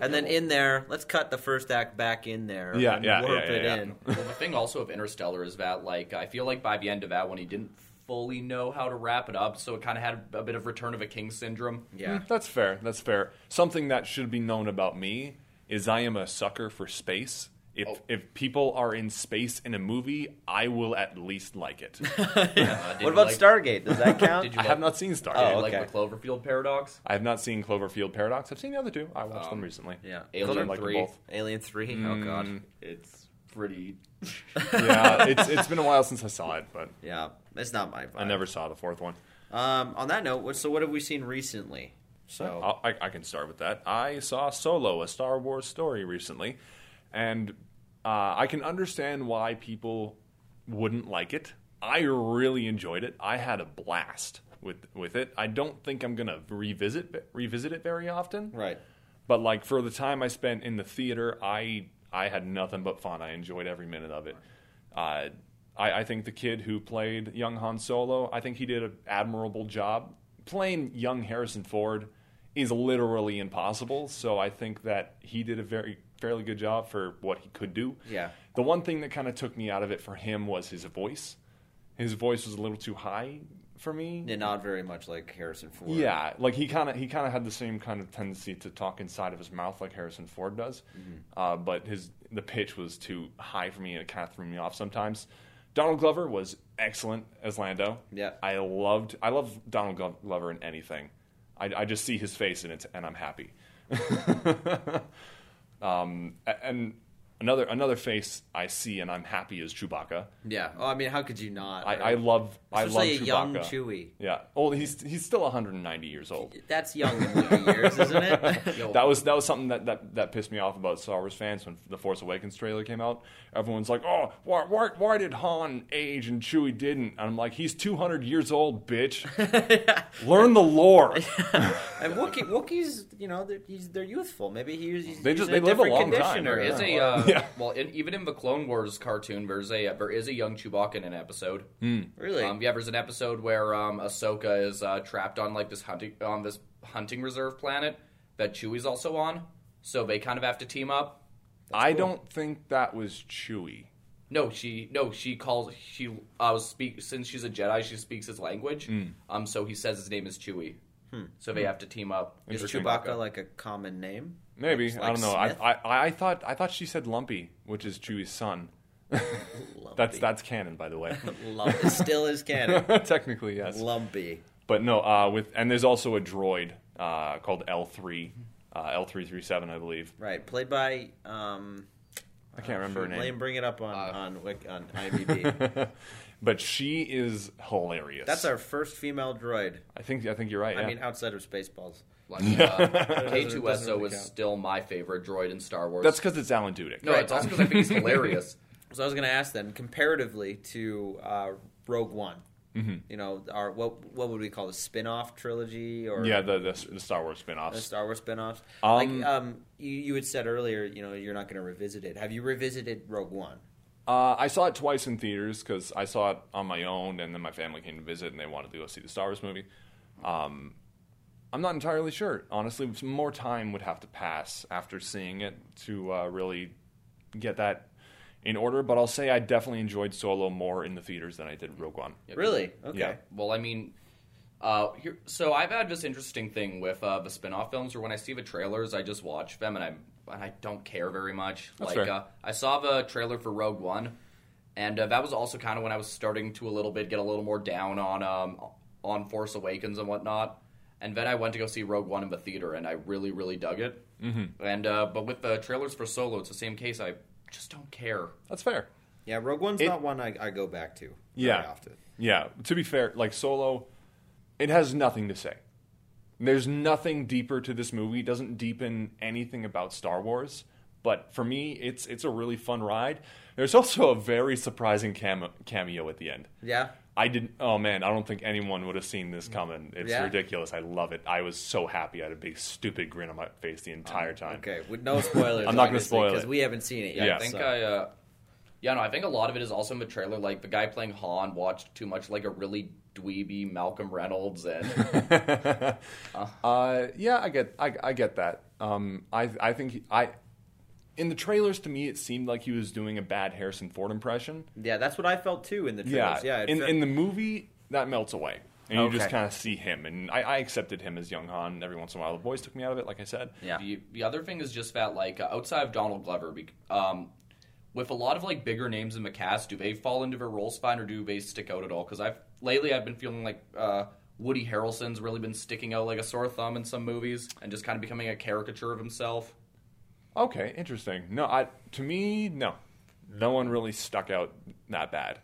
Speaker 3: and then in there, let's cut the first act back in there.
Speaker 1: Yeah,
Speaker 3: and
Speaker 1: yeah,
Speaker 3: warp
Speaker 1: yeah, yeah,
Speaker 3: it
Speaker 1: yeah.
Speaker 3: in.
Speaker 2: well, the thing also of Interstellar is that like I feel like by the end of that one he didn't fully know how to wrap it up, so it kind of had a bit of Return of a King syndrome.
Speaker 3: Yeah.
Speaker 1: Mm, that's fair. That's fair. Something that should be known about me is I am a sucker for space. If
Speaker 3: Oh.
Speaker 1: if people are in space in a movie, I will at least like it.
Speaker 2: Uh, did
Speaker 3: What
Speaker 2: you
Speaker 3: about
Speaker 2: like-
Speaker 3: Stargate? Does that count?
Speaker 2: Did you
Speaker 1: I have not seen Stargate.
Speaker 3: Oh,
Speaker 2: like
Speaker 3: okay.
Speaker 2: the Cloverfield paradox?
Speaker 1: I have not seen Cloverfield Paradox. I've seen the other two. I watched them recently.
Speaker 3: Um, yeah,
Speaker 1: I
Speaker 2: Alien
Speaker 1: like them
Speaker 2: Three.
Speaker 1: both.
Speaker 3: Alien Three. Oh God.
Speaker 2: It's pretty.
Speaker 1: yeah, it's it's been a while since I saw it, but
Speaker 3: Yeah, it's not my. Vibe.
Speaker 1: I never saw the fourth one.
Speaker 3: Um, on that note, what, so what have we seen recently? So
Speaker 1: I'll, I, I can start with that. I saw Solo, a Star Wars story, recently, and uh, I can understand why people wouldn't like it. I really enjoyed it. I had a blast with with it. I don't think I'm gonna revisit revisit it very often.
Speaker 3: right,
Speaker 1: But like for the time I spent in the theater, I I had nothing but fun. I enjoyed every minute of it. Uh, I, I think the kid who played young Han Solo, I think he did an admirable job. Playing young Harrison Ford is literally impossible, so I think that he did a very fairly good job for what he could do.
Speaker 3: Yeah.
Speaker 1: The one thing that kind of took me out of it for him was his voice. His voice was a little too high for me.
Speaker 3: yeah, not very much like Harrison Ford.
Speaker 1: Yeah, like he kind of he kind of had the same kind of tendency to talk inside of his mouth like Harrison Ford does,
Speaker 3: Mm-hmm.
Speaker 1: uh, but his the pitch was too high for me and it kind of threw me off sometimes. Donald Glover was excellent as Lando.
Speaker 3: Yeah.
Speaker 1: I loved I love Donald Glo- Glover in anything. I, I just see his face and it's and I'm happy. um, a- and another another face I see and I'm happy is Chewbacca.
Speaker 3: yeah. Oh, I mean, how could you not?
Speaker 1: I,
Speaker 3: right?
Speaker 1: I love I love
Speaker 3: Especially
Speaker 1: Chewbacca.
Speaker 3: a young Chewie.
Speaker 1: yeah, well, he's he's still 190 years old.
Speaker 3: That's young in movie years, isn't it?
Speaker 2: Yo,
Speaker 1: That was that was something that, that, that pissed me off about Star Wars fans when the Force Awakens trailer came out. Everyone's like, "Oh, why why, why did Han age and Chewie didn't?" And I'm like, "He's 200 years old, bitch. Learn the lore."
Speaker 3: and Wookie, Wookiees, you know, they're, he's, they're youthful. Maybe he's, he's
Speaker 1: They just-
Speaker 3: in a
Speaker 1: they live a long
Speaker 3: different
Speaker 1: time,
Speaker 3: condition or
Speaker 2: There is a
Speaker 3: something.
Speaker 2: uh,
Speaker 1: Yeah.
Speaker 2: well, in, even in the Clone Wars cartoon, there's a there is a young Chewbacca in an episode.
Speaker 3: really.
Speaker 2: Um, yeah, there's an episode where um, Ahsoka is uh, trapped on like this hunting on this hunting reserve planet that Chewie's also on, so they kind of have to team up.
Speaker 1: I don't think that was Chewie.
Speaker 2: No, she no she calls she uh, speak since she's a Jedi she speaks his language.
Speaker 4: Hmm.
Speaker 2: Um, so he says his name is Chewie. So they have to team up.
Speaker 3: is
Speaker 1: Interesting.
Speaker 3: Chewbacca like a common name?
Speaker 1: Maybe
Speaker 3: Like-
Speaker 1: I don't know. I,
Speaker 3: Smith?
Speaker 1: I I thought I thought she said Lumpy, which is Chewie's son. That's that's canon, by the way.
Speaker 3: Lump- it still is canon.
Speaker 1: Technically, yes.
Speaker 3: Lumpy.
Speaker 1: But no, uh, with and there's also a droid uh, called L3, uh, L337, I believe.
Speaker 3: Right, played by. Um,
Speaker 1: I can't remember her name. Uh,
Speaker 3: Lane, bring it up on on Wik on IMDb.
Speaker 1: but she is hilarious.
Speaker 3: That's our first female droid.
Speaker 1: I think I think you're right.
Speaker 3: I
Speaker 1: yeah.
Speaker 3: mean, outside of Spaceballs.
Speaker 2: Like uh,
Speaker 4: doesn't- it doesn't
Speaker 2: K2SO
Speaker 4: really
Speaker 2: is
Speaker 4: count.
Speaker 2: still my favorite droid in Star Wars.
Speaker 1: That's because it's Alan Tudyk.
Speaker 2: no,
Speaker 3: Right.
Speaker 2: it's also because I think he's hilarious.
Speaker 3: So I was going to ask then, comparatively to uh, Rogue One,
Speaker 1: Mm-hmm.
Speaker 3: you know, our what what would we call the spin-off trilogy or
Speaker 1: Yeah, the, the, the Star Wars spin-offs.
Speaker 3: the Star Wars spin-offs?
Speaker 1: Um,
Speaker 3: like um, you you had said earlier, you know, you're not going to revisit it. Have you revisited Rogue One?
Speaker 1: Uh, I saw it twice in theaters because I saw it on my own, and then my family came to visit, and they wanted to go see the Star Wars movie. Um, I'm not entirely sure, honestly. Some more time would have to pass after seeing it to uh, really get that in order. But I'll say I definitely enjoyed Solo more in the theaters than I did Rogue One.
Speaker 3: Really? Okay.
Speaker 1: Yeah.
Speaker 2: Well, I mean, uh, here, so I've had this interesting thing with uh, the spin-off films, where when I see the trailers, I just watch them and I and I don't care very much.
Speaker 1: That's
Speaker 2: like
Speaker 1: fair.
Speaker 2: Uh, I saw the trailer for Rogue One, and uh, that was also kind of when I was starting to a little bit get a little more down on um, on Force Awakens and whatnot. And then I went to go see Rogue One in the theater, and I really, really dug it. Mm-hmm. And uh, but with the trailers for Solo, it's the same case. I just don't care.
Speaker 1: That's fair.
Speaker 3: Yeah, Rogue One's
Speaker 1: It-
Speaker 3: not one I, I go back to. very
Speaker 1: Yeah.
Speaker 3: often.
Speaker 1: Yeah. To be fair, like Solo, it has nothing to say. There's nothing deeper to this movie. It doesn't deepen anything about Star Wars. But for me, it's it's a really fun ride. There's also a very surprising cam- cameo at the end.
Speaker 3: Yeah.
Speaker 1: I didn't. Oh man, I don't think anyone would have seen this coming. It's
Speaker 3: Yeah.
Speaker 1: ridiculous. I love it. I was so happy. I had a big stupid grin on my face the entire time.
Speaker 3: Okay. With no spoilers.
Speaker 1: I'm not gonna
Speaker 3: obviously,
Speaker 1: spoil it.
Speaker 3: because we haven't seen it yet.
Speaker 1: Yeah.
Speaker 2: I think
Speaker 3: so-
Speaker 2: I, uh, yeah, no, I think a lot of it is also in the trailer. Like the guy playing Han watched too much, like a really dweeby Malcolm Reynolds, and
Speaker 1: Uh, yeah, I get, I, I get that. Um, I, I think he, I, in the trailers to me, it seemed like he was doing a bad Harrison Ford impression.
Speaker 3: Yeah, that's what I felt too in the trailers. Yeah. it
Speaker 1: in
Speaker 3: felt-
Speaker 1: in the movie, that melts away, and you just
Speaker 3: Okay.
Speaker 1: kind of see him. And I, I accepted him as young Han every once in a while. The boys took me out of it, like I said.
Speaker 3: yeah.
Speaker 2: the the other thing is just that, like uh, outside of Donald Glover, bec- um, with a lot of like bigger names in the cast, do they fall into their role spine or do they stick out at all? Because I've lately I've been feeling like uh, Woody Harrelson's really been sticking out like a sore thumb in some movies and just kind of becoming a caricature of himself.
Speaker 1: Okay, interesting. No, I to me, no, no one really stuck out that bad.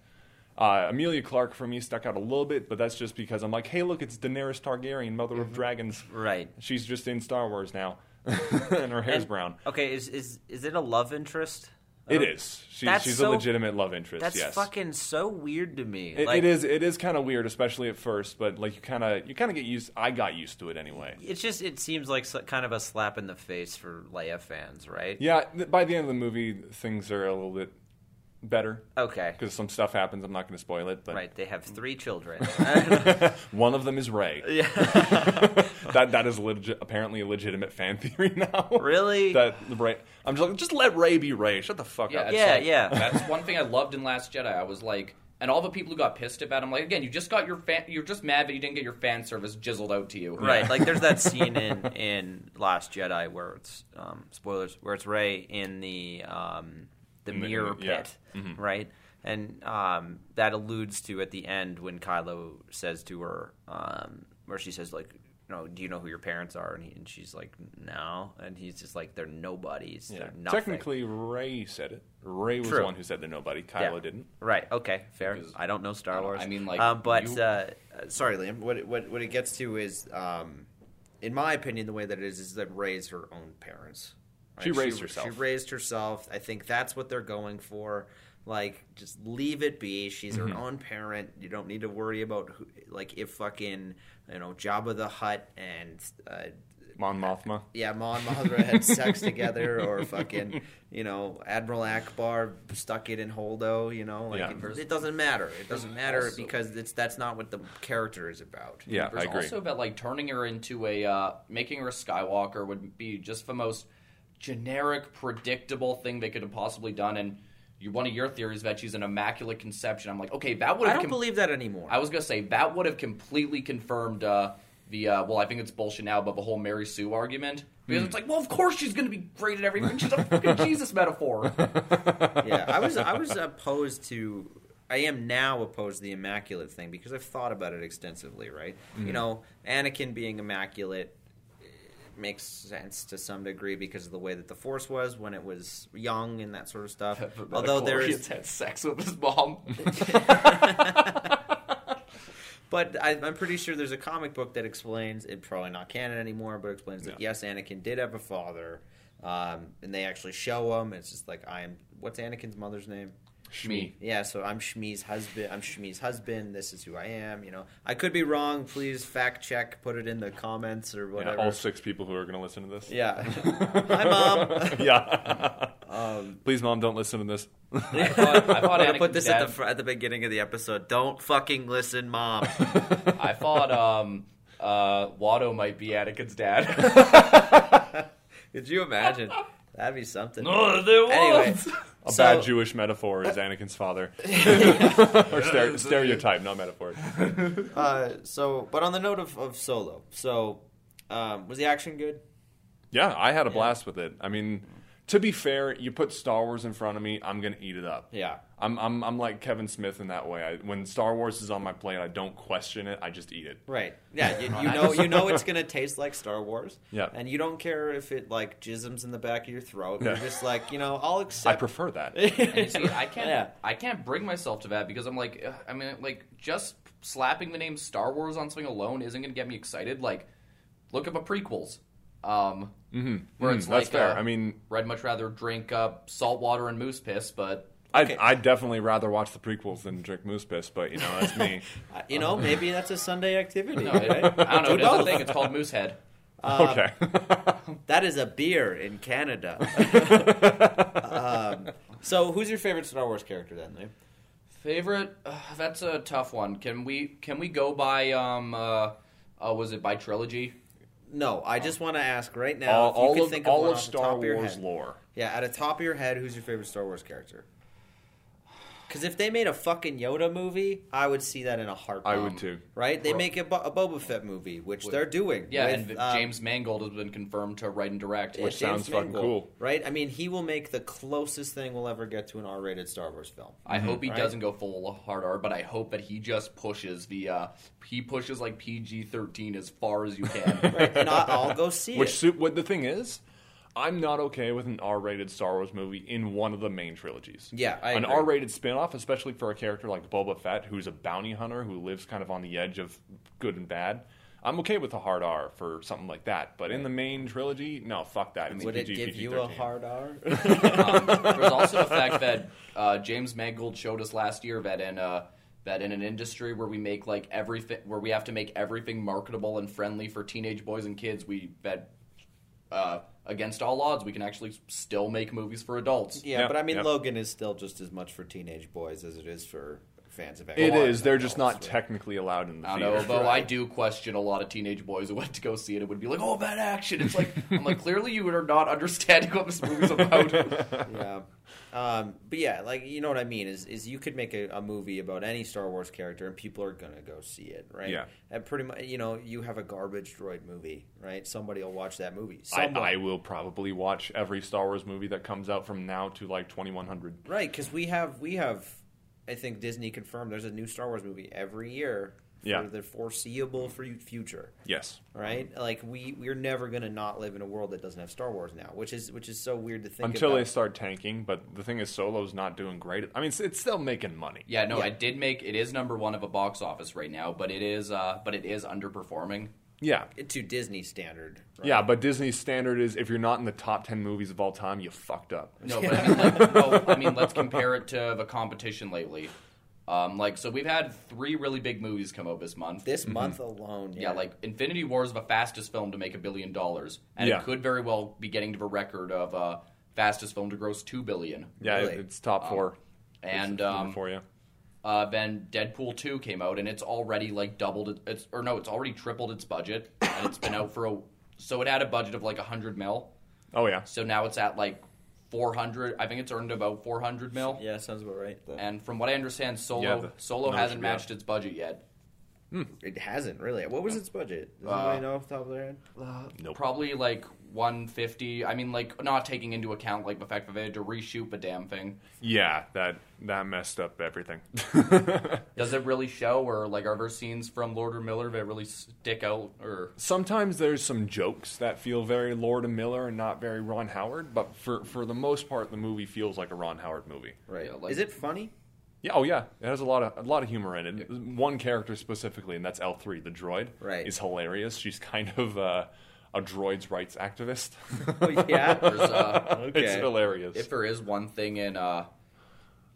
Speaker 1: Uh, Amelia Clark for me stuck out a little bit, but that's just because I'm like, hey, look, it's Daenerys Targaryen, mother of dragons.
Speaker 3: Mm-hmm. Right.
Speaker 1: She's just in Star Wars now, and her hair's
Speaker 3: And- uh,
Speaker 1: brown.
Speaker 3: Okay, is is is it a love interest?
Speaker 1: It
Speaker 3: Uh,
Speaker 1: is. She's,
Speaker 3: That's
Speaker 1: she's a
Speaker 3: so-
Speaker 1: legitimate love interest.
Speaker 3: That's
Speaker 1: yes.
Speaker 3: fucking so weird to me.
Speaker 1: It,
Speaker 3: like,
Speaker 1: it is. It is kind of weird, especially at first. But like you kind of you kind of get used. I got used to it anyway.
Speaker 3: It's just it seems like so- kind of a slap in the face for Leia fans, right?
Speaker 1: Yeah. th- By the end of the movie, things are a little bit better
Speaker 3: Okay.
Speaker 1: because some stuff happens. I'm not going to spoil it, but
Speaker 3: Right. They have three children.
Speaker 1: one of them is Ray. Yeah. that that is legit, apparently a legitimate fan theory now.
Speaker 3: Really?
Speaker 1: That Ray. I'm just like, just let Ray be Ray. Shut the fuck
Speaker 2: Yeah,
Speaker 1: up.
Speaker 2: it's
Speaker 3: Yeah,
Speaker 2: like-
Speaker 3: yeah.
Speaker 2: That's one thing I loved in Last Jedi. I was like, and all the people who got pissed about him, like, again, you just got your fan, you're just mad that you didn't get your fan service jizzled out to you.
Speaker 3: right. Like there's that scene in in Last Jedi where it's um, spoilers where it's Ray in the um, the
Speaker 1: In the-
Speaker 3: mirror
Speaker 1: yeah. Mm-hmm.
Speaker 3: pit, right? And um, that alludes to at the end when Kylo says to her, um, where she says like. You know, do you know who your parents are? And, he, and she's like, no. And he's just like, they're nobodies.
Speaker 1: Yeah.
Speaker 3: They're nothing.
Speaker 1: Technically, Ray said it. Ray was
Speaker 3: True.
Speaker 1: the one who said that nobody. Kylo
Speaker 3: Yeah.
Speaker 1: didn't.
Speaker 3: Right. Okay. Fair.
Speaker 2: Because-
Speaker 3: I don't know Star Wars.
Speaker 2: I mean, like,
Speaker 3: um, but
Speaker 2: you-
Speaker 3: uh, uh, sorry, Liam. What it- what what it gets to is, um, in my opinion, the way that it is is that raised her own parents.
Speaker 1: She raised herself.
Speaker 3: She raised herself. I think that's what they're going for. Like, just leave it be. She's her
Speaker 1: Mm-hmm.
Speaker 3: own parent. You don't need to worry about who, like if fucking you know Jabba the Hutt and. Uh,
Speaker 1: Mon Mothma.
Speaker 3: yeah, Ma and Mahadra had sex together, or fucking, you know, Admiral Akbar stuck it in Holdo. You know, like
Speaker 1: Yeah.
Speaker 3: it, it doesn't matter. It doesn't matter
Speaker 2: Also-
Speaker 3: because it's that's not what the character is about.
Speaker 1: Yeah, I
Speaker 2: There's
Speaker 1: agree.
Speaker 2: also about like turning her into a uh, making her a Skywalker would be just the most generic, predictable thing they could have possibly done. And you, one of your theories that she's an immaculate conception. I'm like, okay, that would
Speaker 3: I
Speaker 2: have
Speaker 3: don't
Speaker 2: com-
Speaker 3: believe that anymore.
Speaker 2: I was gonna say that would have completely confirmed uh, the uh, well, I think it's bullshit now, but the whole Mary Sue argument because it's like, well, of course she's gonna be great at everything. She's a fucking Jesus metaphor.
Speaker 3: yeah, I was I was opposed to. I am now opposed to the immaculate thing because I've thought about it extensively. Right, you know, Anakin being immaculate eh, makes sense to some degree because of the way that the Force was when it was young and that sort of stuff. Although there is
Speaker 2: had sex with his mom.
Speaker 3: But I, I'm pretty sure there's a comic book that explains it. Probably not canon anymore, but explains that
Speaker 1: Yeah.
Speaker 3: yes, Anakin did have a father, um, and they actually show him. It's just like I am. What's Anakin's mother's name?
Speaker 2: Shmi.
Speaker 3: Yeah, so I'm Shmi's husband. I'm Shmi's husband. This is who I am. You know, I could be wrong. Please fact check. Put it in the comments or
Speaker 1: Yeah,
Speaker 3: whatever.
Speaker 1: all six people who are going to listen to this.
Speaker 3: Yeah. Hi, Mom.
Speaker 1: yeah.
Speaker 3: Um,
Speaker 1: Please, mom, don't listen to this.
Speaker 2: I thought, I thought
Speaker 3: I'm gonna put
Speaker 2: Anakin's
Speaker 3: this
Speaker 2: dad,
Speaker 3: at the fr- at the beginning of the episode. Don't fucking listen, Mom.
Speaker 2: I thought um, uh, Watto might be Anakin's dad.
Speaker 3: Could you imagine? That'd be something.
Speaker 2: there
Speaker 3: Anyway,
Speaker 1: A
Speaker 3: so- uh,
Speaker 1: bad Jewish metaphor is Anakin's father, or stere- stereotype, not metaphor.
Speaker 3: Uh, so, but on the note of, of Solo, so um, was the action good?
Speaker 1: Yeah, I had a blast with it. I mean, to be fair, you put Star Wars in front of me, I'm gonna eat it up.
Speaker 3: Yeah.
Speaker 1: I'm I'm I'm like Kevin Smith in that way. I, when Star Wars is on my plate, I don't question it. I just eat it.
Speaker 3: Right. Yeah. You, you know, you know, it's gonna taste like Star Wars.
Speaker 1: Yeah.
Speaker 3: And you don't care if it like jisms in the back of your throat. You're
Speaker 1: Yeah.
Speaker 3: just like, you know, I'll
Speaker 1: I
Speaker 3: accept.
Speaker 1: prefer that.
Speaker 2: And you see, I can't,
Speaker 3: Yeah.
Speaker 2: I can't bring myself to that because I'm like, ugh, I mean, like just slapping the name Star Wars on something alone isn't going to get me excited. Like, look at my prequels, um, where it's
Speaker 1: Mm,
Speaker 2: like,
Speaker 1: that's fair.
Speaker 2: uh,
Speaker 1: I mean,
Speaker 2: I'd much rather drink uh, salt water and moose piss, but
Speaker 1: I'd, I'd definitely rather watch the prequels than drink moose piss, but you know that's me.
Speaker 3: Uh, You know, maybe that's a Sunday activity.
Speaker 2: no, it,
Speaker 3: right?
Speaker 2: I don't know.
Speaker 3: Do
Speaker 2: It's a
Speaker 3: both.
Speaker 2: thing. It's called Moosehead.
Speaker 3: Uh,
Speaker 1: okay.
Speaker 3: That is a beer in Canada. um, so, who's your favorite Star Wars character then? Liam?
Speaker 2: Favorite? Uh, that's a tough one. Can we can we go by um uh, uh was it by trilogy?
Speaker 3: No, I just want to ask right now.
Speaker 1: all
Speaker 3: if you
Speaker 1: all
Speaker 3: could
Speaker 1: of
Speaker 3: think of,
Speaker 1: all
Speaker 3: one
Speaker 1: of
Speaker 3: off the
Speaker 1: Star
Speaker 3: top of your
Speaker 1: Wars
Speaker 3: head.
Speaker 1: lore.
Speaker 3: Yeah, at the top of your head, who's your favorite Star Wars character? Because if they made a fucking Yoda movie, I would see that in a heartbeat.
Speaker 1: I would too.
Speaker 3: Right? They
Speaker 2: Bro.
Speaker 3: make a, Bo- a Boba Fett movie, which they're doing.
Speaker 2: Yeah,
Speaker 3: with,
Speaker 2: and
Speaker 3: um,
Speaker 2: James Mangold has been confirmed to write and direct.
Speaker 3: yeah,
Speaker 1: which
Speaker 3: James
Speaker 1: sounds fucking cool.
Speaker 3: Right? I mean, he will make the closest thing we'll ever get to an R-rated Star Wars film.
Speaker 2: I hope he
Speaker 3: Right.
Speaker 2: doesn't go full hard R, but I hope that he just pushes the uh, he pushes like PG thirteen as far as you can.
Speaker 3: Right? And I, I'll go see
Speaker 1: Which
Speaker 3: it.
Speaker 1: su- what the thing is, I'm not okay with an R-rated Star Wars movie in one of the main trilogies.
Speaker 3: Yeah, I
Speaker 1: an
Speaker 3: agree.
Speaker 1: R-rated spin-off, especially for a character like Boba Fett, who's a bounty hunter who lives kind of on the edge of good and bad. I'm okay with a hard R for something like that, but in the main trilogy, no, fuck that. It's
Speaker 3: Would it
Speaker 1: PG,
Speaker 3: give you a
Speaker 1: PG-13.
Speaker 3: hard R?
Speaker 2: um, there's also the fact that uh, James Mangold showed us last year that in uh, that in an industry where we make like everything where we have to make everything marketable and friendly for teenage boys and kids, we that uh, against all odds we can actually still make movies for adults.
Speaker 3: yeah,
Speaker 1: Yeah,
Speaker 3: but I mean,
Speaker 1: yeah.
Speaker 3: Logan is still just as much for teenage boys as it is for fans of
Speaker 1: It
Speaker 3: X-Men.
Speaker 1: is. They're just not
Speaker 3: Right.
Speaker 1: technically allowed in the
Speaker 2: I
Speaker 1: theater.
Speaker 2: don't know, though I do question a lot of teenage boys who went to go see it and would be like, "Oh, that action!" It's like I'm like, clearly you are not understanding what this movie's about.
Speaker 3: yeah. Um, but yeah, like you know what I mean is is you could make a, a movie about any Star Wars character and people are gonna go see it, right?
Speaker 1: Yeah.
Speaker 3: And pretty much, you know, you have a garbage droid movie, right? Somebody will watch that movie.
Speaker 1: I,
Speaker 3: Someone,
Speaker 1: I will probably watch every Star Wars movie that comes out from now to like 2100.
Speaker 3: right? Because we have we have, I think Disney confirmed there's a new Star Wars movie every year for
Speaker 1: Yeah.
Speaker 3: the foreseeable for future,
Speaker 1: Yes.
Speaker 3: right? Like we we're never gonna not live in a world that doesn't have Star Wars now, which is which is so weird to think
Speaker 1: Until
Speaker 3: about.
Speaker 1: they start tanking, but the thing is, Solo's not doing great. I mean, it's, it's still making money.
Speaker 2: Yeah, no,
Speaker 3: Yeah.
Speaker 2: I did make it is number one of a box office right now, but it is uh, but it is underperforming.
Speaker 1: Yeah.
Speaker 3: to Disney standard, right?
Speaker 1: Yeah, but Disney's standard is if you're not in the top 10 movies of all time, you fucked up.
Speaker 2: No, but I mean, like, no, I mean, let's compare it to the competition lately. Um, like, so we've had three really big movies come out this month.
Speaker 3: This
Speaker 1: Mm-hmm.
Speaker 3: month alone,
Speaker 2: yeah, like Infinity War is the fastest film to make a billion dollars, and
Speaker 1: Yeah.
Speaker 2: it could very well be getting to the record of uh, fastest film to gross two billion.
Speaker 1: Yeah, it-
Speaker 3: Really?
Speaker 1: it's top four.
Speaker 2: Oh. And
Speaker 1: Number
Speaker 2: um,
Speaker 1: for you.
Speaker 2: uh, then Deadpool two came out, and it's already like doubled it- its or no, it's already tripled its budget, and it's been out for a so it had a budget of like hundred mil,
Speaker 1: Oh, yeah.
Speaker 2: so now it's at like four hundred. I think it's earned about four hundred mil.
Speaker 3: Yeah, sounds about right.
Speaker 2: And from what I understand, Solo
Speaker 1: Yeah, the
Speaker 2: Solo
Speaker 1: numbers
Speaker 2: hasn't
Speaker 1: should be up.
Speaker 2: matched its budget yet.
Speaker 3: It hasn't really. What was its budget? Does
Speaker 2: Uh,
Speaker 3: anybody know off the top of their head?
Speaker 1: Nope.
Speaker 2: Probably like 150. I mean, like not taking into account like the fact that they had to reshoot the damn thing.
Speaker 1: yeah, that that messed up everything.
Speaker 2: Does it really show, or like are there scenes from Lord or Miller that really stick out? Or
Speaker 1: Sometimes there's some jokes that feel very Lord and Miller and not very Ron Howard, but for, for the most part, the movie feels like a Ron Howard movie.
Speaker 3: Right.
Speaker 2: Yeah, like-
Speaker 3: Is it funny?
Speaker 1: Yeah, oh yeah, it has a lot of a lot of humor in it. One character specifically, and that's L three, the droid,
Speaker 3: Right.
Speaker 1: is hilarious. She's kind of uh, a droid's rights activist.
Speaker 3: Oh, yeah.
Speaker 2: There's, uh,
Speaker 1: it's
Speaker 3: Okay.
Speaker 1: hilarious.
Speaker 2: if there is one thing in uh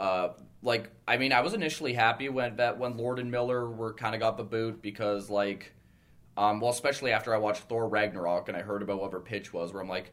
Speaker 2: uh like I mean I was initially happy when that when Lord and Miller were kind of got the boot because like um well especially after I watched Thor Ragnarok and I heard about what her pitch was where I'm like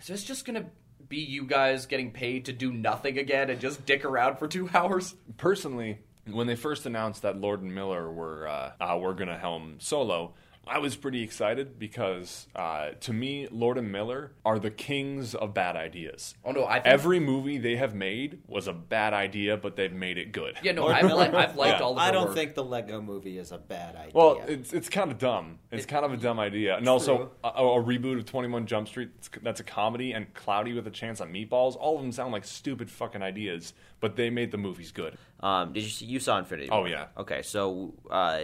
Speaker 2: is this just going to be you guys getting paid to do nothing again and just dick around for 2 hours?
Speaker 1: personally, when they first announced that Lord and Miller were uh, uh, were gonna helm Solo, I was pretty excited because uh, to me, Lord and Miller are the kings of bad ideas.
Speaker 2: Oh no, I think
Speaker 1: Every movie they have made was a bad idea, but they've made it good.
Speaker 2: Yeah, no,
Speaker 3: Lord
Speaker 2: I've,
Speaker 3: Miller?
Speaker 2: li- I've liked
Speaker 1: Yeah.
Speaker 2: all of
Speaker 3: I
Speaker 2: her
Speaker 3: don't
Speaker 2: work.
Speaker 3: think the Lego movie is a bad idea.
Speaker 1: Well, it's it's kind of dumb. It's kind of a dumb idea, and also
Speaker 3: true.
Speaker 1: a, a reboot of Twenty One Jump Street. it's- That's a comedy, and Cloudy with a Chance on Meatballs. All of them sound like stupid fucking ideas, but they made the movies good.
Speaker 3: Um, did you see, you saw Infinity?
Speaker 1: Oh,
Speaker 3: War.
Speaker 1: yeah.
Speaker 3: Okay, so uh,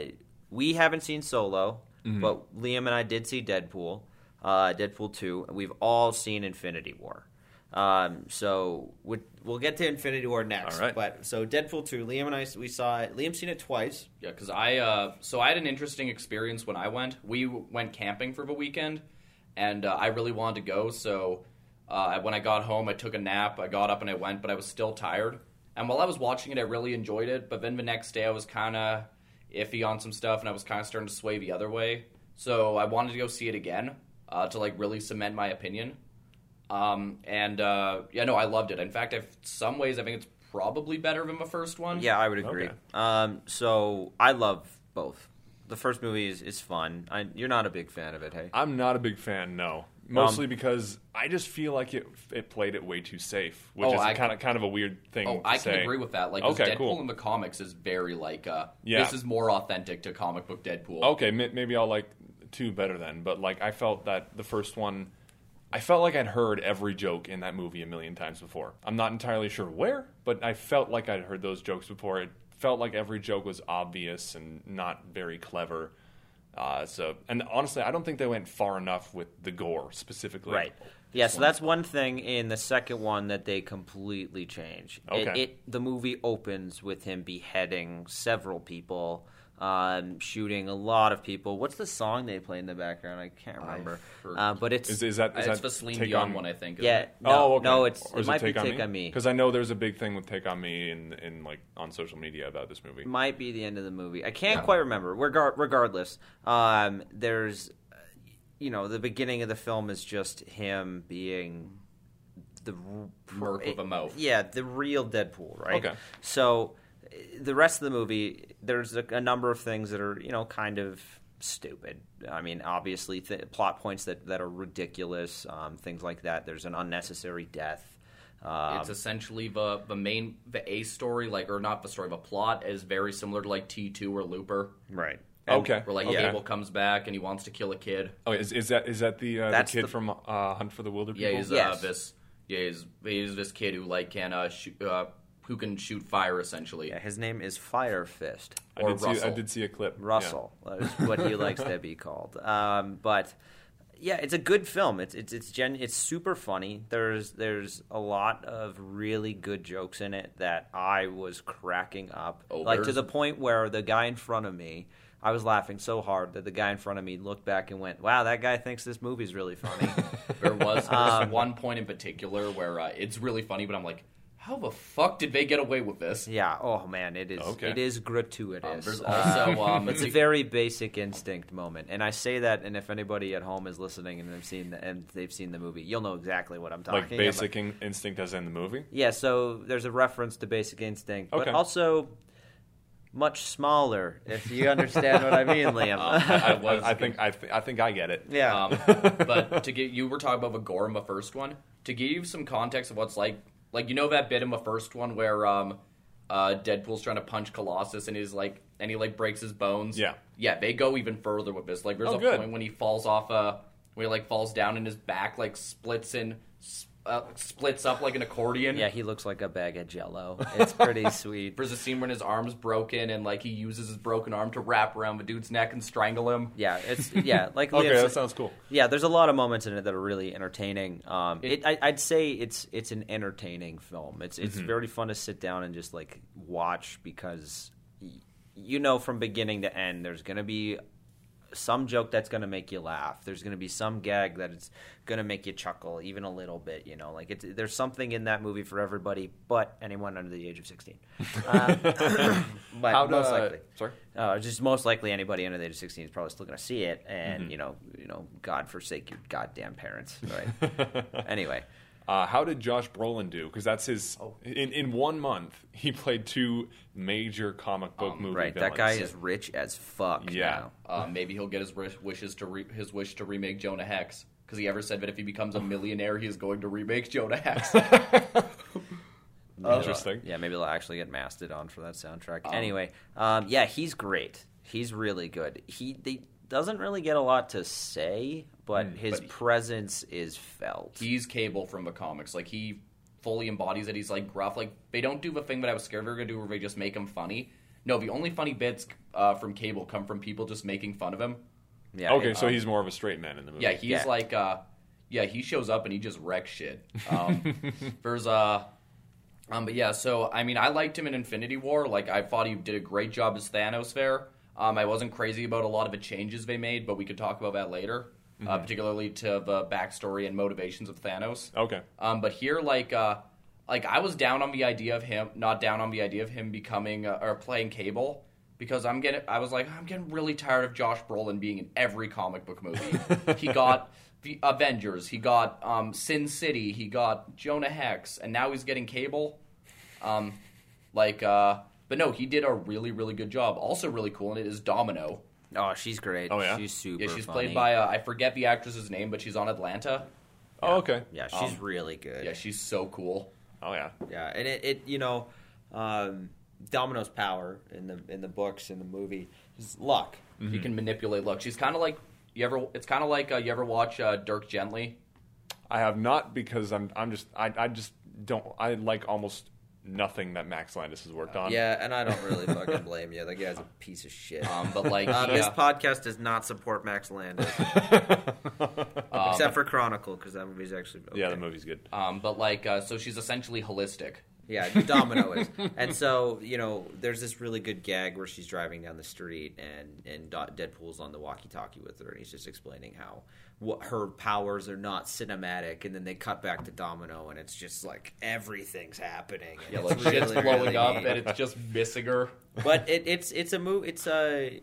Speaker 3: we haven't seen Solo, but Liam and I did see Deadpool, uh, Deadpool two. and We've all seen Infinity War. Um, so we, we'll get to Infinity War next.
Speaker 1: All right.
Speaker 3: But so Deadpool two, Liam and I we saw it. Liam's seen it twice.
Speaker 2: Yeah, because I uh, so I had an interesting experience when I went. We went camping for the weekend, and uh, I really wanted to go. So uh, when I got home, I took a nap. I got up and I went, but I was still tired. And while I was watching it, I really enjoyed it. But then the next day, I was kind of iffy on some stuff, and I was kind of starting to sway the other way. So I wanted to go see it again uh, to like really cement my opinion. Um, and uh, yeah, no, I loved it. In fact, I've, some ways, I think it's probably better than the first one.
Speaker 3: Yeah, I would agree.
Speaker 1: Okay.
Speaker 3: Um, so I love both. The first movie is, is fun. I, you're not a big fan of it, hey?
Speaker 1: I'm not a big fan, no.
Speaker 2: Um,
Speaker 1: Mostly because I just feel like it it played it way too safe, which
Speaker 2: Oh,
Speaker 1: is
Speaker 2: I-
Speaker 1: kind of kind of a weird thing.
Speaker 2: Oh,
Speaker 1: to
Speaker 2: I can
Speaker 1: say.
Speaker 2: agree with that. Like, 'cause
Speaker 1: okay,
Speaker 2: Deadpool
Speaker 1: cool.
Speaker 2: in the comics is very like, uh,
Speaker 1: Yeah. Oh,
Speaker 2: this is more authentic to comic book Deadpool. Uh,
Speaker 1: okay, may- maybe I'll like two better then. But like, I felt that the first one, I felt like I'd heard every joke in that movie a million times before. I'm not entirely sure where, but I felt like I'd heard those jokes before. It felt like every joke was obvious and not very clever. Uh, so, and honestly, I don't think they went far enough with the gore specifically.
Speaker 3: Right. Yeah, so that's one thing in the second one that they completely change. It,
Speaker 1: Okay.
Speaker 3: it the movie opens with him beheading several people, um, shooting a lot of people. What's the song they play in the background? I can't remember.
Speaker 2: forget.
Speaker 3: Uh, but it's
Speaker 1: Is, is that
Speaker 2: Uh,
Speaker 1: is
Speaker 2: it's
Speaker 1: that
Speaker 2: the Celine
Speaker 1: take
Speaker 2: Dion
Speaker 1: on
Speaker 2: one, I think. isn't
Speaker 3: yeah.
Speaker 2: it?
Speaker 3: No,
Speaker 1: oh, okay.
Speaker 3: no, it's
Speaker 1: Or
Speaker 3: it
Speaker 1: is
Speaker 3: might
Speaker 1: take
Speaker 3: be
Speaker 1: on
Speaker 3: Take on Me.
Speaker 1: Because I know there's a big thing with Take on Me in in like on social media about this movie.
Speaker 3: might be the end of the movie. I can't quite remember. Regar- regardless, um, there's, uh, you know, the beginning of the film is just him being the r-
Speaker 2: Merc with a mouth.
Speaker 3: Yeah, the real Deadpool, right?
Speaker 1: Okay.
Speaker 3: So uh, the rest of the movie, there's a, a number of things that are, you know, kind of stupid. I mean, obviously, th- plot points that, that are ridiculous, um, things like that. There's an unnecessary death. Um,
Speaker 2: It's essentially the, the main, the A story, like, or not the story, the plot is very similar to, like, T2 or Looper,
Speaker 3: right.
Speaker 1: okay.
Speaker 2: where, like,
Speaker 1: okay.
Speaker 2: Gable comes back and he wants to kill a kid.
Speaker 1: Oh, is, is that is that the, uh, the
Speaker 3: That's
Speaker 1: kid
Speaker 3: the-
Speaker 1: from uh, Hunt for the Wilder
Speaker 2: Yeah,
Speaker 1: People?
Speaker 2: he's uh,
Speaker 3: Yes.
Speaker 2: this, yeah, he's, he's this kid who, like, can, uh, shoot, uh, who can shoot fire, essentially.
Speaker 3: Yeah, his name is Fire Fist.
Speaker 1: I
Speaker 2: or
Speaker 1: did see I
Speaker 2: Russell.
Speaker 1: did see a clip. yeah.
Speaker 3: Russell is what he likes to be called. Um, but yeah, it's a good film. It's it's it's gen. It's super funny. There's there's a lot of really good jokes in it that I was cracking up,
Speaker 2: Oh,
Speaker 3: like to
Speaker 2: there's-
Speaker 3: the point where the guy in front of me. I was laughing so hard that the guy in front of me looked back and went, "Wow, that guy thinks this movie's really funny."
Speaker 2: There was there
Speaker 3: Um,
Speaker 2: was one point in particular where uh, it's really funny, but I'm like, how the fuck did they get away with this?
Speaker 3: yeah. Oh man, it is.
Speaker 1: Okay.
Speaker 3: It is gratuitous.
Speaker 2: Um, there's
Speaker 3: Uh,
Speaker 2: also um,
Speaker 3: It's a very basic instinct moment, and I say that. And if anybody at home is listening and they've seen the, and they've seen the movie, you'll know exactly what I'm talking
Speaker 1: Like
Speaker 3: about.
Speaker 1: Basic in- Instinct as in the movie.
Speaker 3: Yeah, so there's a reference to Basic Instinct, but
Speaker 1: Okay.
Speaker 3: also much smaller, if you understand what I mean, Liam.
Speaker 1: Oh, I, I-
Speaker 2: was
Speaker 1: I think I, th- I think I get it.
Speaker 3: yeah,
Speaker 2: Um, but to get you were talking about the gore in the first one. To give you some context of what's like, like you know that bit in the first one where um, uh, Deadpool's trying to punch Colossus and he's like, and he like breaks his bones.
Speaker 1: Yeah.
Speaker 2: yeah. They go even further with this. Like, there's
Speaker 1: Oh,
Speaker 2: a
Speaker 1: good.
Speaker 2: uh, point when he falls off a, where he like falls down and his back like splits and s- uh, splits up like an accordion.
Speaker 3: Yeah, he looks like a bag of jello. It's pretty sweet.
Speaker 2: There's a scene when his arm's broken and like he uses his broken arm to wrap around the dude's neck and strangle him.
Speaker 3: Yeah, it's yeah, like
Speaker 1: Okay,
Speaker 3: Leah
Speaker 1: that
Speaker 3: said-
Speaker 1: sounds cool.
Speaker 3: yeah. There's a lot of moments in it that are really entertaining. Um,
Speaker 2: It-
Speaker 3: it, I, I'd say it's it's an entertaining film. It's it's
Speaker 2: Mm-hmm.
Speaker 3: very fun to sit down and just like watch because y- you know from beginning to end there's gonna be some joke that's gonna make you laugh. There's gonna be some gag that it's gonna make you chuckle even a little bit. You know, like it's, there's something in that movie for everybody, but anyone under the age of sixteen. Um, but
Speaker 2: How uh,
Speaker 3: most
Speaker 2: does
Speaker 3: likely.
Speaker 2: sorry?
Speaker 3: Uh, just most likely anybody under the age of 16 is probably still going to see it, and
Speaker 2: Mm-hmm.
Speaker 3: you know, you know, God forsake your goddamn parents, right? anyway,
Speaker 1: Uh, how did Josh Brolin do? Because that's his.
Speaker 3: Oh.
Speaker 1: In, in one month, he played two major comic book movie
Speaker 3: Um, right?
Speaker 1: villains.
Speaker 3: That guy is rich as fuck.
Speaker 1: Yeah.
Speaker 3: now.
Speaker 2: Uh, maybe he'll get his wish, wishes to re- his wish to remake Jonah Hex because he ever said that if he becomes a millionaire, he is going to remake Jonah Hex.
Speaker 1: Interesting.
Speaker 3: Yeah, maybe they'll actually get Mastodon for that soundtrack.
Speaker 2: Oh.
Speaker 3: anyway, um, yeah, he's great. He's really good. He they, doesn't really get a lot to say, but his
Speaker 2: Mm, but-
Speaker 3: presence is felt.
Speaker 2: he's Cable from the comics. Like he fully embodies it. He's like gruff. Like they don't do the thing that I was scared they were gonna do, where they just make him funny. No, the only funny bits uh, from Cable come from people just making fun of him.
Speaker 3: yeah,
Speaker 1: Okay,
Speaker 3: it-
Speaker 1: so he's more of a straight man in the movie.
Speaker 2: Yeah, he's
Speaker 3: um, Yeah.
Speaker 2: like, uh, yeah, he shows up and he just wrecks shit. Um, there's uh, um, but yeah, so I mean, I liked him in Infinity War. Like, I thought he did a great job as Thanos there. Um, I wasn't crazy about a lot of the changes they made, but we could talk about that later, uh, particularly to the backstory and motivations of Thanos.
Speaker 1: Okay.
Speaker 2: Um, but here, like, uh, like I was down on the idea of him, not down on the idea of him becoming uh, or playing Cable, because I'm getting, I was like, I'm getting really tired of Josh Brolin being in every comic book movie. he got the Avengers, he got um, Sin City, he got Jonah Hex, and now he's getting Cable. Um, like, uh, but no, he did a really, really good job. Also, really cool in it is Domino.
Speaker 3: oh, she's great.
Speaker 1: Oh, yeah?
Speaker 3: she's super.
Speaker 2: Yeah, she's
Speaker 3: funny.
Speaker 2: played by uh, I forget the actress's name, but she's on Atlanta.
Speaker 1: Oh, okay.
Speaker 3: Yeah, she's really good.
Speaker 2: um, Yeah, she's so cool.
Speaker 1: Oh, yeah.
Speaker 3: Yeah, and it, it you know, um, Domino's power in the in the books in the movie is luck.
Speaker 2: You can manipulate look. She's kind of like you ever. It's kind of like uh, you ever watch uh, Dirk Gently.
Speaker 1: I have not because I'm. I'm just. I. I just don't. I like almost nothing that Max Landis has worked on.
Speaker 3: Uh, Yeah, and I don't really fucking blame you. That guy's a piece of shit.
Speaker 2: Um, but like
Speaker 3: Uh,
Speaker 2: he,
Speaker 3: This
Speaker 2: uh,
Speaker 3: podcast does not support Max Landis, except for Chronicle, because that movie's actually okay.
Speaker 1: Yeah, the movie's good.
Speaker 2: um, but like uh, so she's essentially holistic.
Speaker 3: Yeah, Domino is. And so, you know, there's this really good gag where she's driving down the street and and Do- Deadpool's on the walkie-talkie with her and he's just explaining how what her powers are not cinematic and then they cut back to Domino and it's just like everything's happening. And
Speaker 2: Yeah,
Speaker 3: it's
Speaker 2: like shit's
Speaker 3: really,
Speaker 2: blowing
Speaker 3: really
Speaker 2: up
Speaker 3: neat.
Speaker 2: and it's just missing her.
Speaker 3: But it, it's it's a move it's a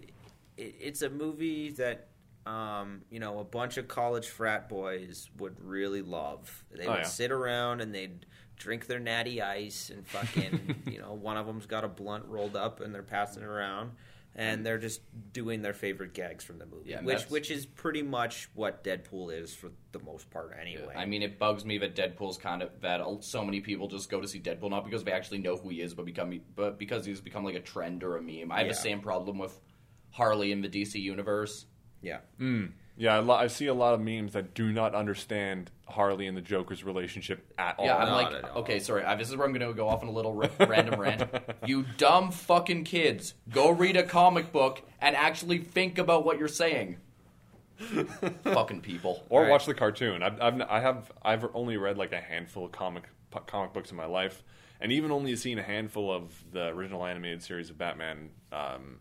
Speaker 3: it- it's a movie that um, you know, a bunch of college frat boys would really love. They
Speaker 1: Oh,
Speaker 3: would
Speaker 1: yeah.
Speaker 3: sit around and they'd drink their natty ice and fucking, you know, one of them's got a blunt rolled up and they're passing it around and they're just doing their favorite gags from the movie,
Speaker 2: Yeah, and
Speaker 3: which
Speaker 2: that's-
Speaker 3: which is pretty much what Deadpool is for the most part anyway.
Speaker 2: I mean, it bugs me that Deadpool's kind of that al- so many people just go to see Deadpool not because they actually know who he is, but become but because he's become like a trend or a meme. I have
Speaker 3: Yeah.
Speaker 2: the same problem with Harley in the DC universe.
Speaker 3: yeah.
Speaker 1: Yeah, a lot, I see a lot of memes that do not understand Harley and the Joker's relationship at all.
Speaker 2: Yeah, I'm
Speaker 3: Not
Speaker 2: like,
Speaker 3: at all.
Speaker 2: okay, sorry. I, this is where I'm going to go off on a little r- random rant. You dumb fucking kids, go read a comic book and actually think about what you're saying. fucking people.
Speaker 1: or
Speaker 3: Right.
Speaker 1: watch the cartoon. I've, I've I have I've only read like a handful of comic p- comic books in my life, and even only seen a handful of the original animated series of Batman. Um,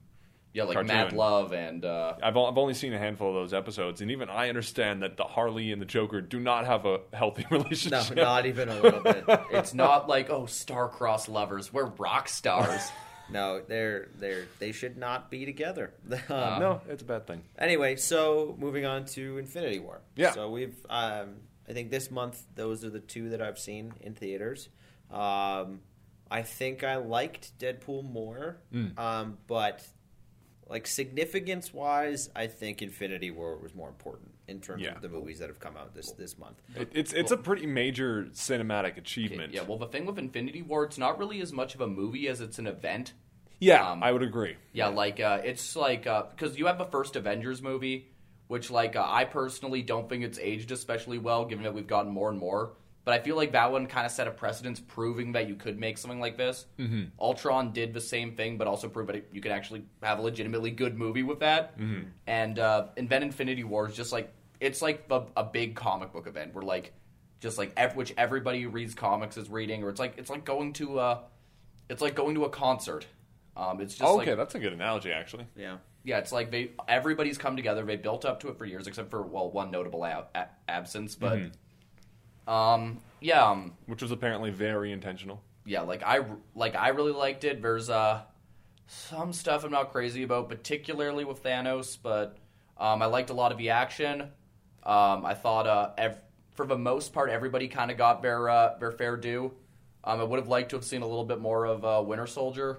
Speaker 2: Yeah, like
Speaker 1: Cartoon.
Speaker 2: Mad Love and uh,
Speaker 1: I've o- I've only seen a handful of those episodes, and even I understand that the Harley and the Joker do not have a healthy
Speaker 3: No,
Speaker 1: relationship.
Speaker 3: not even a little bit.
Speaker 2: it's not like oh, star-crossed lovers. We're rock stars.
Speaker 3: No, they're they're they should not be together. Um,
Speaker 1: No, it's a bad thing.
Speaker 3: Anyway, so moving on to Infinity War.
Speaker 1: Yeah.
Speaker 3: So we've, um, I think this month those are the two that I've seen in theaters. Um, I think I liked Deadpool more,
Speaker 1: Hmm.
Speaker 3: um, but like significance wise, I think Infinity War was more important in terms
Speaker 1: Yeah.
Speaker 3: of the movies that have come out this this month.
Speaker 1: It, it's it's a pretty major cinematic achievement.
Speaker 2: yeah, well, the thing with Infinity War, it's not really as much of a movie as it's an event.
Speaker 1: Yeah,
Speaker 2: um,
Speaker 1: I would agree.
Speaker 2: Yeah, like uh, it's like because you have the first Avengers movie, which like uh, I personally don't think it's aged especially well, given that we've gotten more and more But I feel like that one kind of set a precedence, proving that you could make something like this. Mm-hmm. Ultron did the same thing, but also proved that it- you could actually have a legitimately good movie with that. Mm-hmm. And uh, Invent Infinity War is just like it's like a, a big comic book event where like just like ev- which everybody who reads comics is reading, or it's like it's like going to a, it's like going to a concert. Um, it's just
Speaker 1: Oh, okay,
Speaker 2: like,
Speaker 1: that's a good analogy, actually.
Speaker 3: Yeah.
Speaker 2: yeah, it's like they everybody's come together. They built up to it for years, except for well, one notable a- a- absence. But um, yeah, um,
Speaker 1: Which was apparently very intentional.
Speaker 2: yeah, like I like I really liked it. There's uh some stuff I'm not crazy about, particularly with Thanos, but um, I liked a lot of the action. Um, I thought uh, ev- for the most part everybody kind of got their uh, their fair due. Um, I would have liked to have seen a little bit more of uh, Winter Soldier.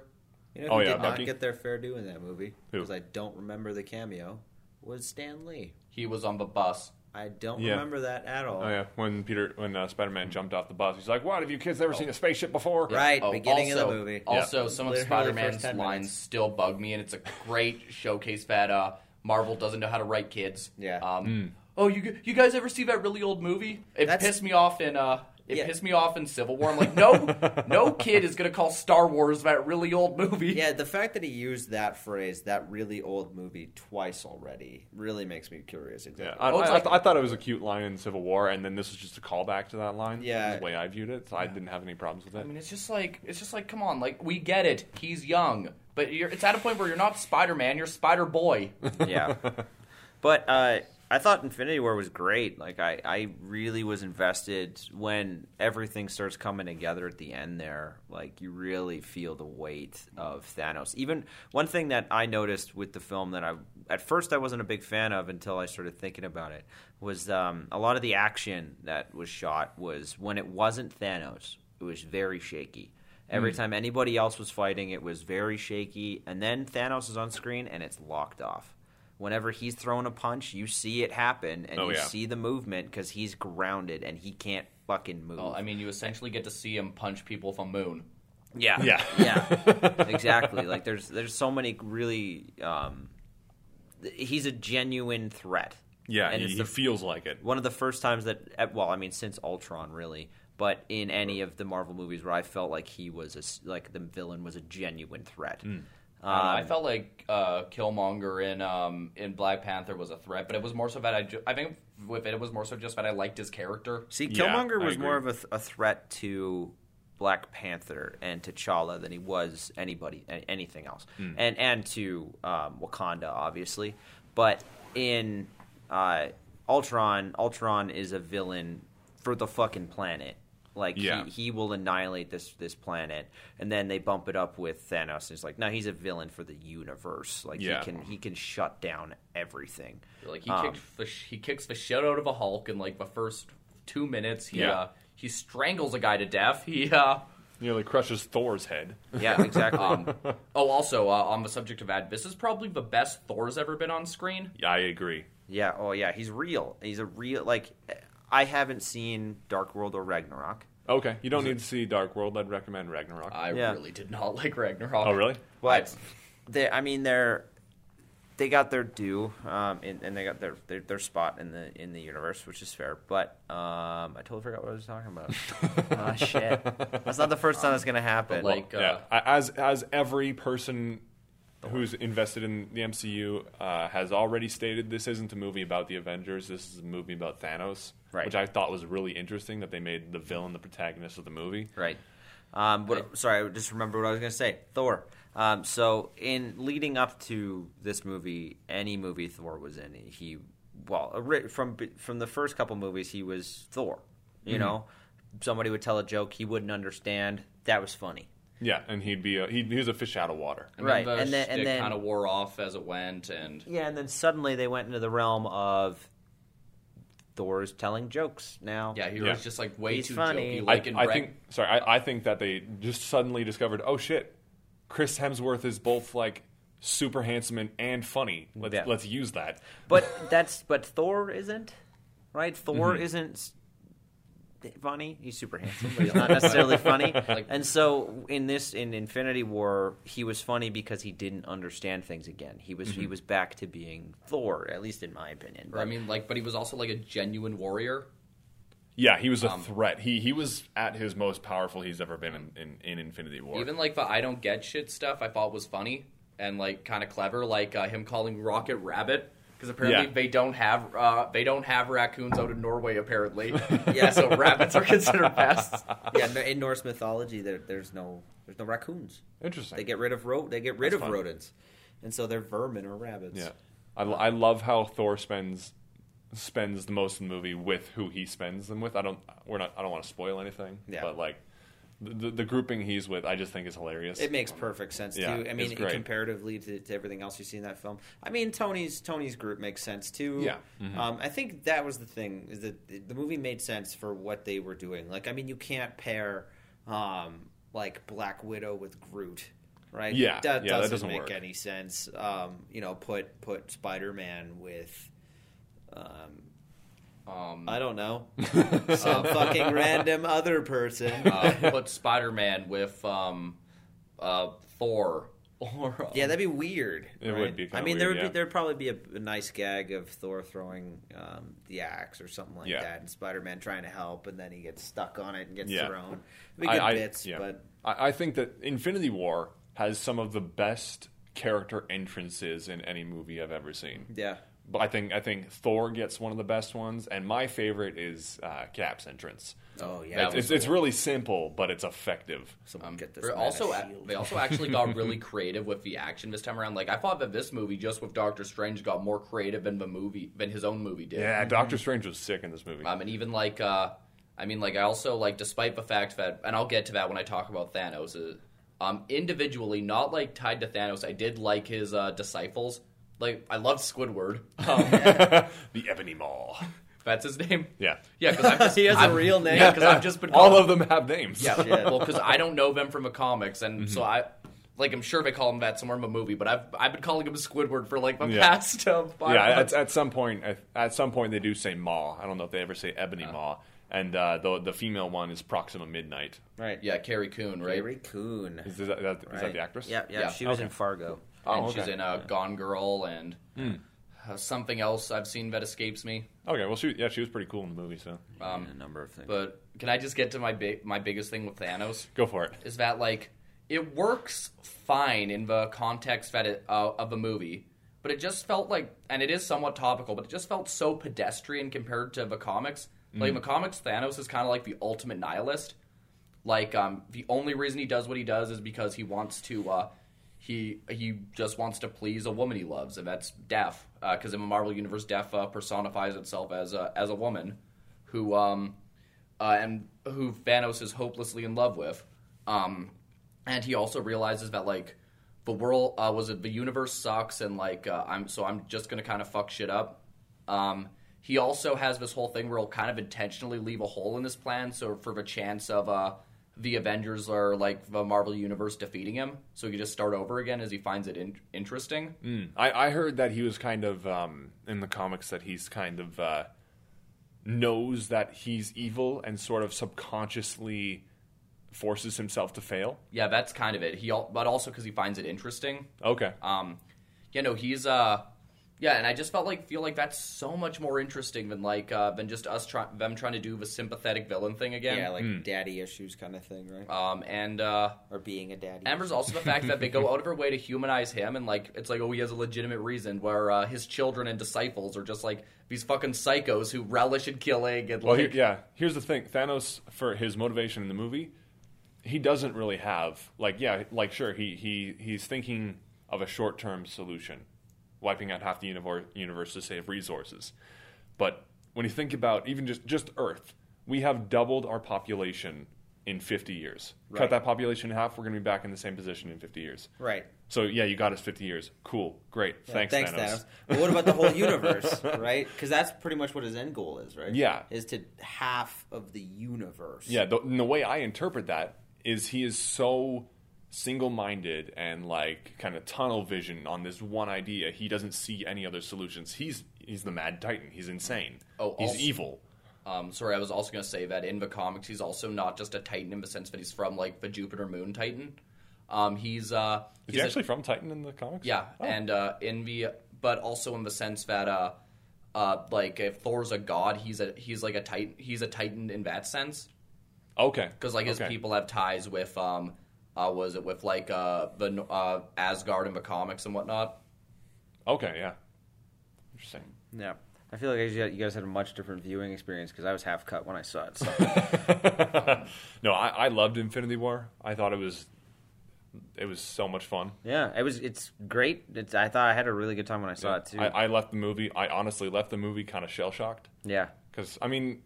Speaker 3: You know,
Speaker 1: Oh,
Speaker 3: who
Speaker 1: yeah,
Speaker 3: did not
Speaker 1: Bucky?
Speaker 3: get their fair due in that movie
Speaker 1: Who?
Speaker 3: because I don't remember the cameo was Stan Lee.
Speaker 2: He was on the bus.
Speaker 3: I don't
Speaker 1: Yeah.
Speaker 3: remember that at all.
Speaker 1: Oh yeah, when Peter, when uh, Spider-Man jumped off the bus, he's like, "What have you kids ever seen a spaceship before?"
Speaker 3: Right,
Speaker 2: Oh,
Speaker 3: beginning
Speaker 2: also,
Speaker 3: of the movie.
Speaker 2: Also, some of
Speaker 3: Literally
Speaker 2: Spider
Speaker 3: first
Speaker 2: Man's
Speaker 3: 10
Speaker 2: lines
Speaker 3: minutes.
Speaker 2: still bug me, and it's a great showcase that uh, Marvel doesn't know how to write kids.
Speaker 3: Yeah.
Speaker 2: Um, Oh, you gu- you guys ever see that really old movie? It
Speaker 3: That's-
Speaker 2: pissed me off in uh, it
Speaker 3: Yeah.
Speaker 2: pissed me off in Civil War. I'm like, no, no kid is gonna call Star Wars that really old movie.
Speaker 3: Yeah, the fact that he used that phrase, that really old movie, twice already, really makes me curious.
Speaker 1: Yeah,
Speaker 3: Exactly.
Speaker 1: I,
Speaker 2: Oh,
Speaker 1: I,
Speaker 2: it's
Speaker 1: I,
Speaker 2: like-
Speaker 1: th- I thought it was a cute line in Civil War, and then this was just a callback to that line.
Speaker 3: Yeah.
Speaker 1: is the way I viewed it, so I didn't have any problems with
Speaker 2: I
Speaker 1: it.
Speaker 2: mean, it's just like it's just like, come on, like we get it. He's young, but you're, it's at a point where you're not Spider Man, you're Spider Boy.
Speaker 3: yeah. But uh, I thought Infinity War was great. Like I, I really was invested when everything starts coming together at the end there. Like you really feel the weight of Thanos. Even one thing that I noticed with the film that I at first I wasn't a big fan of until I started thinking about it was um, a lot of the action that was shot was when it wasn't Thanos, it was very shaky. Every time anybody else was fighting, it was very shaky. And then Thanos is on screen and it's locked off. Whenever he's throwing a punch, you see it happen and
Speaker 1: Oh,
Speaker 3: you
Speaker 1: yeah.
Speaker 3: see the movement because he's grounded and he can't fucking move.
Speaker 2: Well, Oh, I mean, you essentially get to see him punch people from moon.
Speaker 3: yeah,
Speaker 1: Yeah.
Speaker 3: yeah, exactly. Like there's there's so many really. Um, th- he's a genuine threat.
Speaker 1: Yeah,
Speaker 3: and
Speaker 1: he,
Speaker 3: it's
Speaker 1: he
Speaker 3: the
Speaker 1: feels like it.
Speaker 3: one of the first times that eh, well i mean since ultron really but in any of the marvel movies where i felt like he was a s like the villain was a genuine threat
Speaker 1: Hmm.
Speaker 2: I don't know,
Speaker 3: um,
Speaker 2: I felt like uh, Killmonger in um, in Black Panther was a threat, but it was more so that I ju- I think with it it was more so just that I liked his character.
Speaker 3: see
Speaker 1: Yeah,
Speaker 3: killmonger
Speaker 1: I
Speaker 3: was more of
Speaker 1: agree.
Speaker 3: a, th- a threat to black panther and t'challa than he was anybody a- anything else
Speaker 1: Hmm.
Speaker 3: and and to um, wakanda obviously but in uh, ultron ultron is a villain for the fucking planet like
Speaker 1: Yeah.
Speaker 3: he, he will annihilate this this planet and then they bump it up with Thanos and it's like no he's a villain for the universe like
Speaker 1: Yeah.
Speaker 3: he can he can shut down everything
Speaker 2: Like he
Speaker 3: Um,
Speaker 2: kicked the sh- he kicks the shit out of a Hulk in like the first two minutes. He
Speaker 1: Yeah.
Speaker 2: uh, he strangles a guy to death. He uh,
Speaker 1: Nearly crushes Thor's head.
Speaker 3: yeah exactly
Speaker 2: um, oh also uh, on the subject of that, this is probably the best Thor's ever been on screen.
Speaker 1: I agree.
Speaker 3: Yeah. Oh, yeah. He's real. He's a real. Like, I haven't seen Dark World or Ragnarok.
Speaker 1: Okay, you don't need to see Dark World. I'd recommend Ragnarok.
Speaker 2: I
Speaker 3: Yeah.
Speaker 2: really did not like Ragnarok.
Speaker 1: oh, really?
Speaker 3: But they, I mean, they're they got their due, um, and, and they got their, their their spot in the in the universe, which is fair. But um, I totally forgot what I was talking about. Ah, shit. That's not the first time that's gonna happen.
Speaker 2: But, like uh,
Speaker 1: yeah. I- As as every person who's invested in the MCU uh, has already stated, this isn't a movie about the Avengers. This is a movie about Thanos,
Speaker 3: Right.
Speaker 1: which I thought was really interesting that they made the villain the protagonist of the movie.
Speaker 3: Right. Um, but sorry, I just remember what I was going to say. Thor. Um, so in leading up to this movie, any movie Thor was in, he well ori- from from the first couple movies, he was Thor. You know, somebody would tell a joke he wouldn't understand. That was funny.
Speaker 1: Yeah, and he'd be a, he'd, he was a fish out of water.
Speaker 2: and then
Speaker 3: right,
Speaker 2: the
Speaker 3: and then- and
Speaker 2: shtick
Speaker 3: then-
Speaker 2: kind of wore off as it went, and
Speaker 3: Yeah, and then suddenly they went into the realm of Thor's telling jokes now.
Speaker 2: yeah, he
Speaker 1: Yeah.
Speaker 2: was just like way
Speaker 3: He's
Speaker 2: too
Speaker 3: funny.
Speaker 2: jokey.
Speaker 1: I,
Speaker 2: Like in
Speaker 1: I
Speaker 2: Rag-
Speaker 1: think sorry, I, I think that they just suddenly discovered, oh shit, Chris Hemsworth is both like super handsome and, and funny. Let's
Speaker 3: Yeah.
Speaker 1: let's use that.
Speaker 3: But that's but Thor isn't, right? Thor isn't funny. He's super handsome, but he's not necessarily funny.
Speaker 2: Like-
Speaker 3: and so in this in Infinity War, he was funny because he didn't understand things again. He was he was back to being Thor, at least in my opinion.
Speaker 2: Or, I mean, like, but he was also like a genuine warrior.
Speaker 1: Yeah, he was a threat. He he was at his most powerful he's ever been in, in, in Infinity War.
Speaker 2: Even like the I don't get shit stuff, I thought was funny and like kind of clever, like uh, him calling Rocket Rabbit. Because apparently
Speaker 1: Yeah.
Speaker 2: they don't have uh, they don't have raccoons out in Norway apparently.
Speaker 3: Yeah.
Speaker 2: yeah, so rabbits are considered pests.
Speaker 3: yeah, no- in Norse mythology, there, there's no there's no raccoons.
Speaker 1: Interesting.
Speaker 3: They get rid of ro- they get rid
Speaker 1: That's
Speaker 3: of
Speaker 1: fun.
Speaker 3: rodents, and so they're vermin or rabbits.
Speaker 1: yeah, I, lo- I love how Thor spends spends the most in the movie with who he spends them with. I don't we're not I don't want to spoil anything.
Speaker 3: Yeah.
Speaker 1: but like the, the the grouping he's with, I just think is hilarious.
Speaker 3: It makes perfect sense
Speaker 1: Yeah,
Speaker 3: too. I
Speaker 1: it's
Speaker 3: mean,
Speaker 1: great.
Speaker 3: comparatively to, to everything else you see in that film. I mean, Tony's Tony's group makes sense too.
Speaker 1: Yeah. Mm-hmm.
Speaker 3: Um, I think that was the thing is that the the movie made sense for what they were doing. Like, I mean, you can't pair um, like Black Widow with Groot, right?
Speaker 1: Yeah,
Speaker 3: That
Speaker 1: yeah, that
Speaker 3: doesn't,
Speaker 1: doesn't
Speaker 3: make
Speaker 1: work.
Speaker 3: any sense. Um, you know, put put Spider Man with. Um,
Speaker 2: Um,
Speaker 3: I don't know. Some fucking random other person.
Speaker 2: uh, put Spider Man with um, uh, Thor or uh,
Speaker 3: Yeah, that'd be weird.
Speaker 1: It
Speaker 3: right?
Speaker 1: would be kinda
Speaker 3: I mean, there
Speaker 1: weird,
Speaker 3: would
Speaker 1: yeah.
Speaker 3: be there'd probably be a, a nice gag of Thor throwing um, the axe or something like
Speaker 1: Yeah.
Speaker 3: that, and Spider Man trying to help, and then he gets stuck on it and gets
Speaker 1: Yeah.
Speaker 3: thrown. It'd be good
Speaker 1: I, I-
Speaker 3: bits,
Speaker 1: yeah.
Speaker 3: but
Speaker 1: I, I think that Infinity War has some of the best character entrances in any movie I've ever seen.
Speaker 3: yeah,
Speaker 1: But I think I think Thor gets one of the best ones, and my favorite is uh, Cap's entrance.
Speaker 3: oh
Speaker 2: That
Speaker 3: yeah,
Speaker 1: It's,
Speaker 2: was
Speaker 1: it's, it's really simple, but it's effective.
Speaker 3: someone
Speaker 2: um,
Speaker 3: get this.
Speaker 2: they
Speaker 3: man a
Speaker 2: also
Speaker 3: shield.
Speaker 2: they also actually got really creative with the action this time around. Like I thought that this movie just with Doctor Strange got more creative than the movie than his own movie did.
Speaker 1: Yeah, Doctor Strange was sick in this movie.
Speaker 2: Um, and even like, Mm-hmm. uh, I mean, like, I also like, despite the fact that, and I'll get to that when I talk about Thanos. Uh, um, individually, not like tied to Thanos, I did like his uh, disciples. Like, I loved Squidward. Um,
Speaker 1: the Ebony Maw.
Speaker 2: that's his name.
Speaker 1: Yeah.
Speaker 2: yeah, because I've just
Speaker 3: He has a
Speaker 2: I've-
Speaker 3: real name.
Speaker 2: Yeah, because I've just been
Speaker 1: All
Speaker 2: called-
Speaker 1: of them have names.
Speaker 2: Yeah,
Speaker 3: Shit.
Speaker 2: well, because I don't know them from the comics, and so I. Like I'm sure they call him that somewhere in the movie, but I've I've been calling him Squidward for like the
Speaker 1: Yeah.
Speaker 2: past uh, five
Speaker 1: yeah. At,
Speaker 2: months.
Speaker 1: at some point, at, at some point they do say Maw. I don't know if they ever say Ebony Maw. And uh, the the female one is Proxima Midnight.
Speaker 3: right,
Speaker 2: yeah, Carrie Coon, right?
Speaker 3: Barry Coon,
Speaker 1: Is that, that, is that
Speaker 3: Right.
Speaker 1: the actress?
Speaker 3: Yeah, yeah,
Speaker 2: Yeah.
Speaker 3: she was in
Speaker 1: Okay.
Speaker 3: Fargo.
Speaker 2: and
Speaker 1: Oh,
Speaker 2: she's
Speaker 1: okay. Hmm.
Speaker 2: in uh, Gone Girl and uh, something else I've seen that escapes me.
Speaker 1: Okay. Well, she yeah she was pretty cool in the movie. So
Speaker 2: Um,
Speaker 3: a number of things.
Speaker 2: But can I just get to my big my biggest thing with Thanos
Speaker 1: go for it.
Speaker 2: is that like it works fine in the context that it, uh, of the movie, but it just felt like and it is somewhat topical, but it just felt so pedestrian compared to the comics. Like in the comics, Thanos is kind of like the ultimate nihilist. Like um, the only reason he does what he does is because he wants to. Uh, he he just wants to please a woman he loves, and that's Death. Because in the Marvel universe, Death uh, personifies itself as a as a woman who um uh, and who Thanos is hopelessly in love with. Um, and he also realizes that like the world uh, was it the universe sucks, and like uh, I'm so I'm just gonna kind of fuck shit up. Um, he also has this whole thing where he'll kind of intentionally leave a hole in his plan, so for the chance of uh, the Avengers or like the Marvel universe defeating him, so he can just start over again as he finds it in- interesting.
Speaker 1: I, I heard that he was kind of um, in the comics that he's kind of uh, knows that he's evil and sort of subconsciously forces himself to fail.
Speaker 2: Yeah, that's kind of it. He al- but also because he finds it interesting.
Speaker 1: Okay.
Speaker 2: Um, you know, he's uh, yeah, and I just felt like feel like that's so much more interesting than like uh, than just us try- them trying to do the sympathetic villain thing again.
Speaker 3: yeah, like
Speaker 1: hmm.
Speaker 3: daddy issues kind of thing, right?
Speaker 2: um, and uh,
Speaker 3: or being a daddy.
Speaker 2: Amber's also the fact that they go out of their way to humanize him, and like it's like oh he has a legitimate reason where uh, his children and disciples are just like these fucking psychos who relish in killing and
Speaker 1: well, here,
Speaker 2: like
Speaker 1: yeah. Here's the thing: Thanos, for his motivation in the movie, he doesn't really have like yeah, like sure he he he's thinking of a short-term solution, wiping out half the universe, universe to save resources. But when you think about even just just Earth, we have doubled our population in 50 years.
Speaker 3: Right.
Speaker 1: Cut that population in half, we're going to be back in the same position in 50 years.
Speaker 3: right.
Speaker 1: So yeah, you got us 50 years. Cool, great.
Speaker 3: Yeah,
Speaker 1: thanks, Thanos.
Speaker 3: But what about the whole universe, right? Because that's pretty much what his end goal is, right?
Speaker 1: Yeah.
Speaker 3: is to half of the universe.
Speaker 1: Yeah, the, and the way I interpret that is he is so single-minded and like kind of tunnel vision on this one idea. He doesn't see any other solutions. He's he's the Mad Titan. He's insane.
Speaker 2: Oh,
Speaker 1: he's
Speaker 2: also-
Speaker 1: evil.
Speaker 2: Um, sorry, I was also going to say that in the comics, he's also not just a Titan in the sense that he's from like the Jupiter Moon Titan. Um, he's uh,
Speaker 1: Is
Speaker 2: he's
Speaker 1: he
Speaker 2: a-
Speaker 1: actually from Titan in the comics?
Speaker 2: yeah,
Speaker 1: Oh.
Speaker 2: and uh, in the but also in the sense that uh, uh, like if Thor's a god, he's a he's like a titan. He's a titan in that sense
Speaker 1: Okay.
Speaker 2: because like his
Speaker 1: Okay.
Speaker 2: people have ties with um, uh, was it with like uh the uh Asgard and the comics and whatnot.
Speaker 1: Okay, yeah. Interesting.
Speaker 5: Yeah. I feel like you guys- you guys had a much different viewing experience because I was half cut when I saw it. So.
Speaker 1: No, I, I loved Infinity War. I thought it was it was so much fun.
Speaker 5: yeah, it was. It's great. It's, I thought I had a really good time when I saw it too.
Speaker 1: I, I left the movie. I honestly left the movie kind of shell shocked
Speaker 5: yeah,
Speaker 1: because I mean,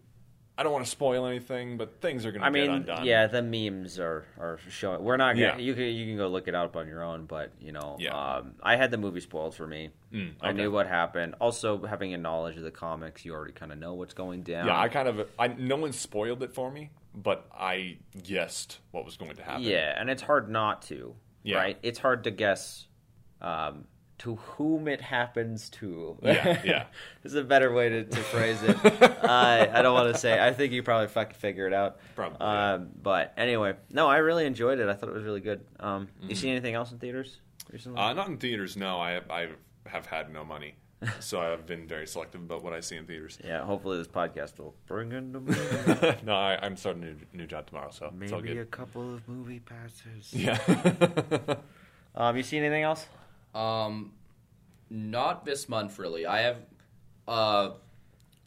Speaker 1: I don't want to spoil anything, but things are going to
Speaker 5: I
Speaker 1: get
Speaker 5: mean,
Speaker 1: undone.
Speaker 5: yeah, the memes are are showing. We're not gonna.
Speaker 1: Yeah.
Speaker 5: You can you can go look it up on your own, but you know,
Speaker 1: Yeah.
Speaker 5: um, I had the movie spoiled for me.
Speaker 1: Mm,
Speaker 5: I
Speaker 1: okay.
Speaker 5: knew what happened. Also, having a knowledge of the comics, you already kind of know what's going down.
Speaker 1: yeah. I kind of I no one spoiled it for me, but I guessed what was going to happen.
Speaker 5: yeah, and it's hard not to.
Speaker 1: Yeah.
Speaker 5: Right, it's hard to guess um, to whom it happens to.
Speaker 1: Yeah, yeah.
Speaker 5: is a better way to, to phrase it. I I don't want to say. I think you probably fucking figure it out.
Speaker 1: Probably, yeah.
Speaker 5: Um, But anyway, no, I really enjoyed it. I thought it was really good. Um, You see anything else in theaters recently?
Speaker 1: Mm. Uh, not in theaters. No, I I have had no money, so I've been very selective about what I see in theaters.
Speaker 5: yeah, hopefully this podcast will bring in the
Speaker 1: no, I, I'm starting a new, new job tomorrow, so it's all
Speaker 5: maybe a
Speaker 1: good.
Speaker 5: couple of movie passes.
Speaker 1: Yeah.
Speaker 5: Um, you see anything else?
Speaker 2: Um, not this month really. I have uh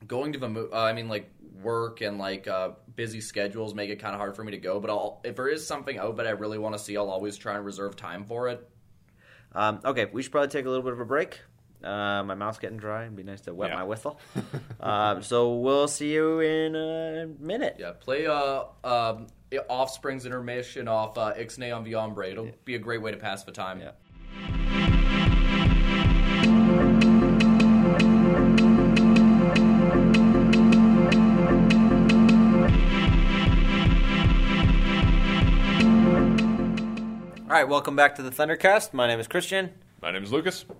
Speaker 2: going to the mo- uh, I mean like work and like uh busy schedules make it kind of hard for me to go. But I'll if there is something out that I really want to see, I'll always try and reserve time for it.
Speaker 5: Um, okay, we should probably take a little bit of a break. Uh, my mouth's getting dry, and be nice to wet
Speaker 1: Yeah.
Speaker 5: my whistle. um, so we'll see you in a minute.
Speaker 2: Yeah, play uh um Offspring's intermission off uh, Ixnay on the Ombre. It'll be a great way to pass the time.
Speaker 5: Yeah. All right, welcome back to the Thundercast. My name is Christian.
Speaker 1: My name is Lucas.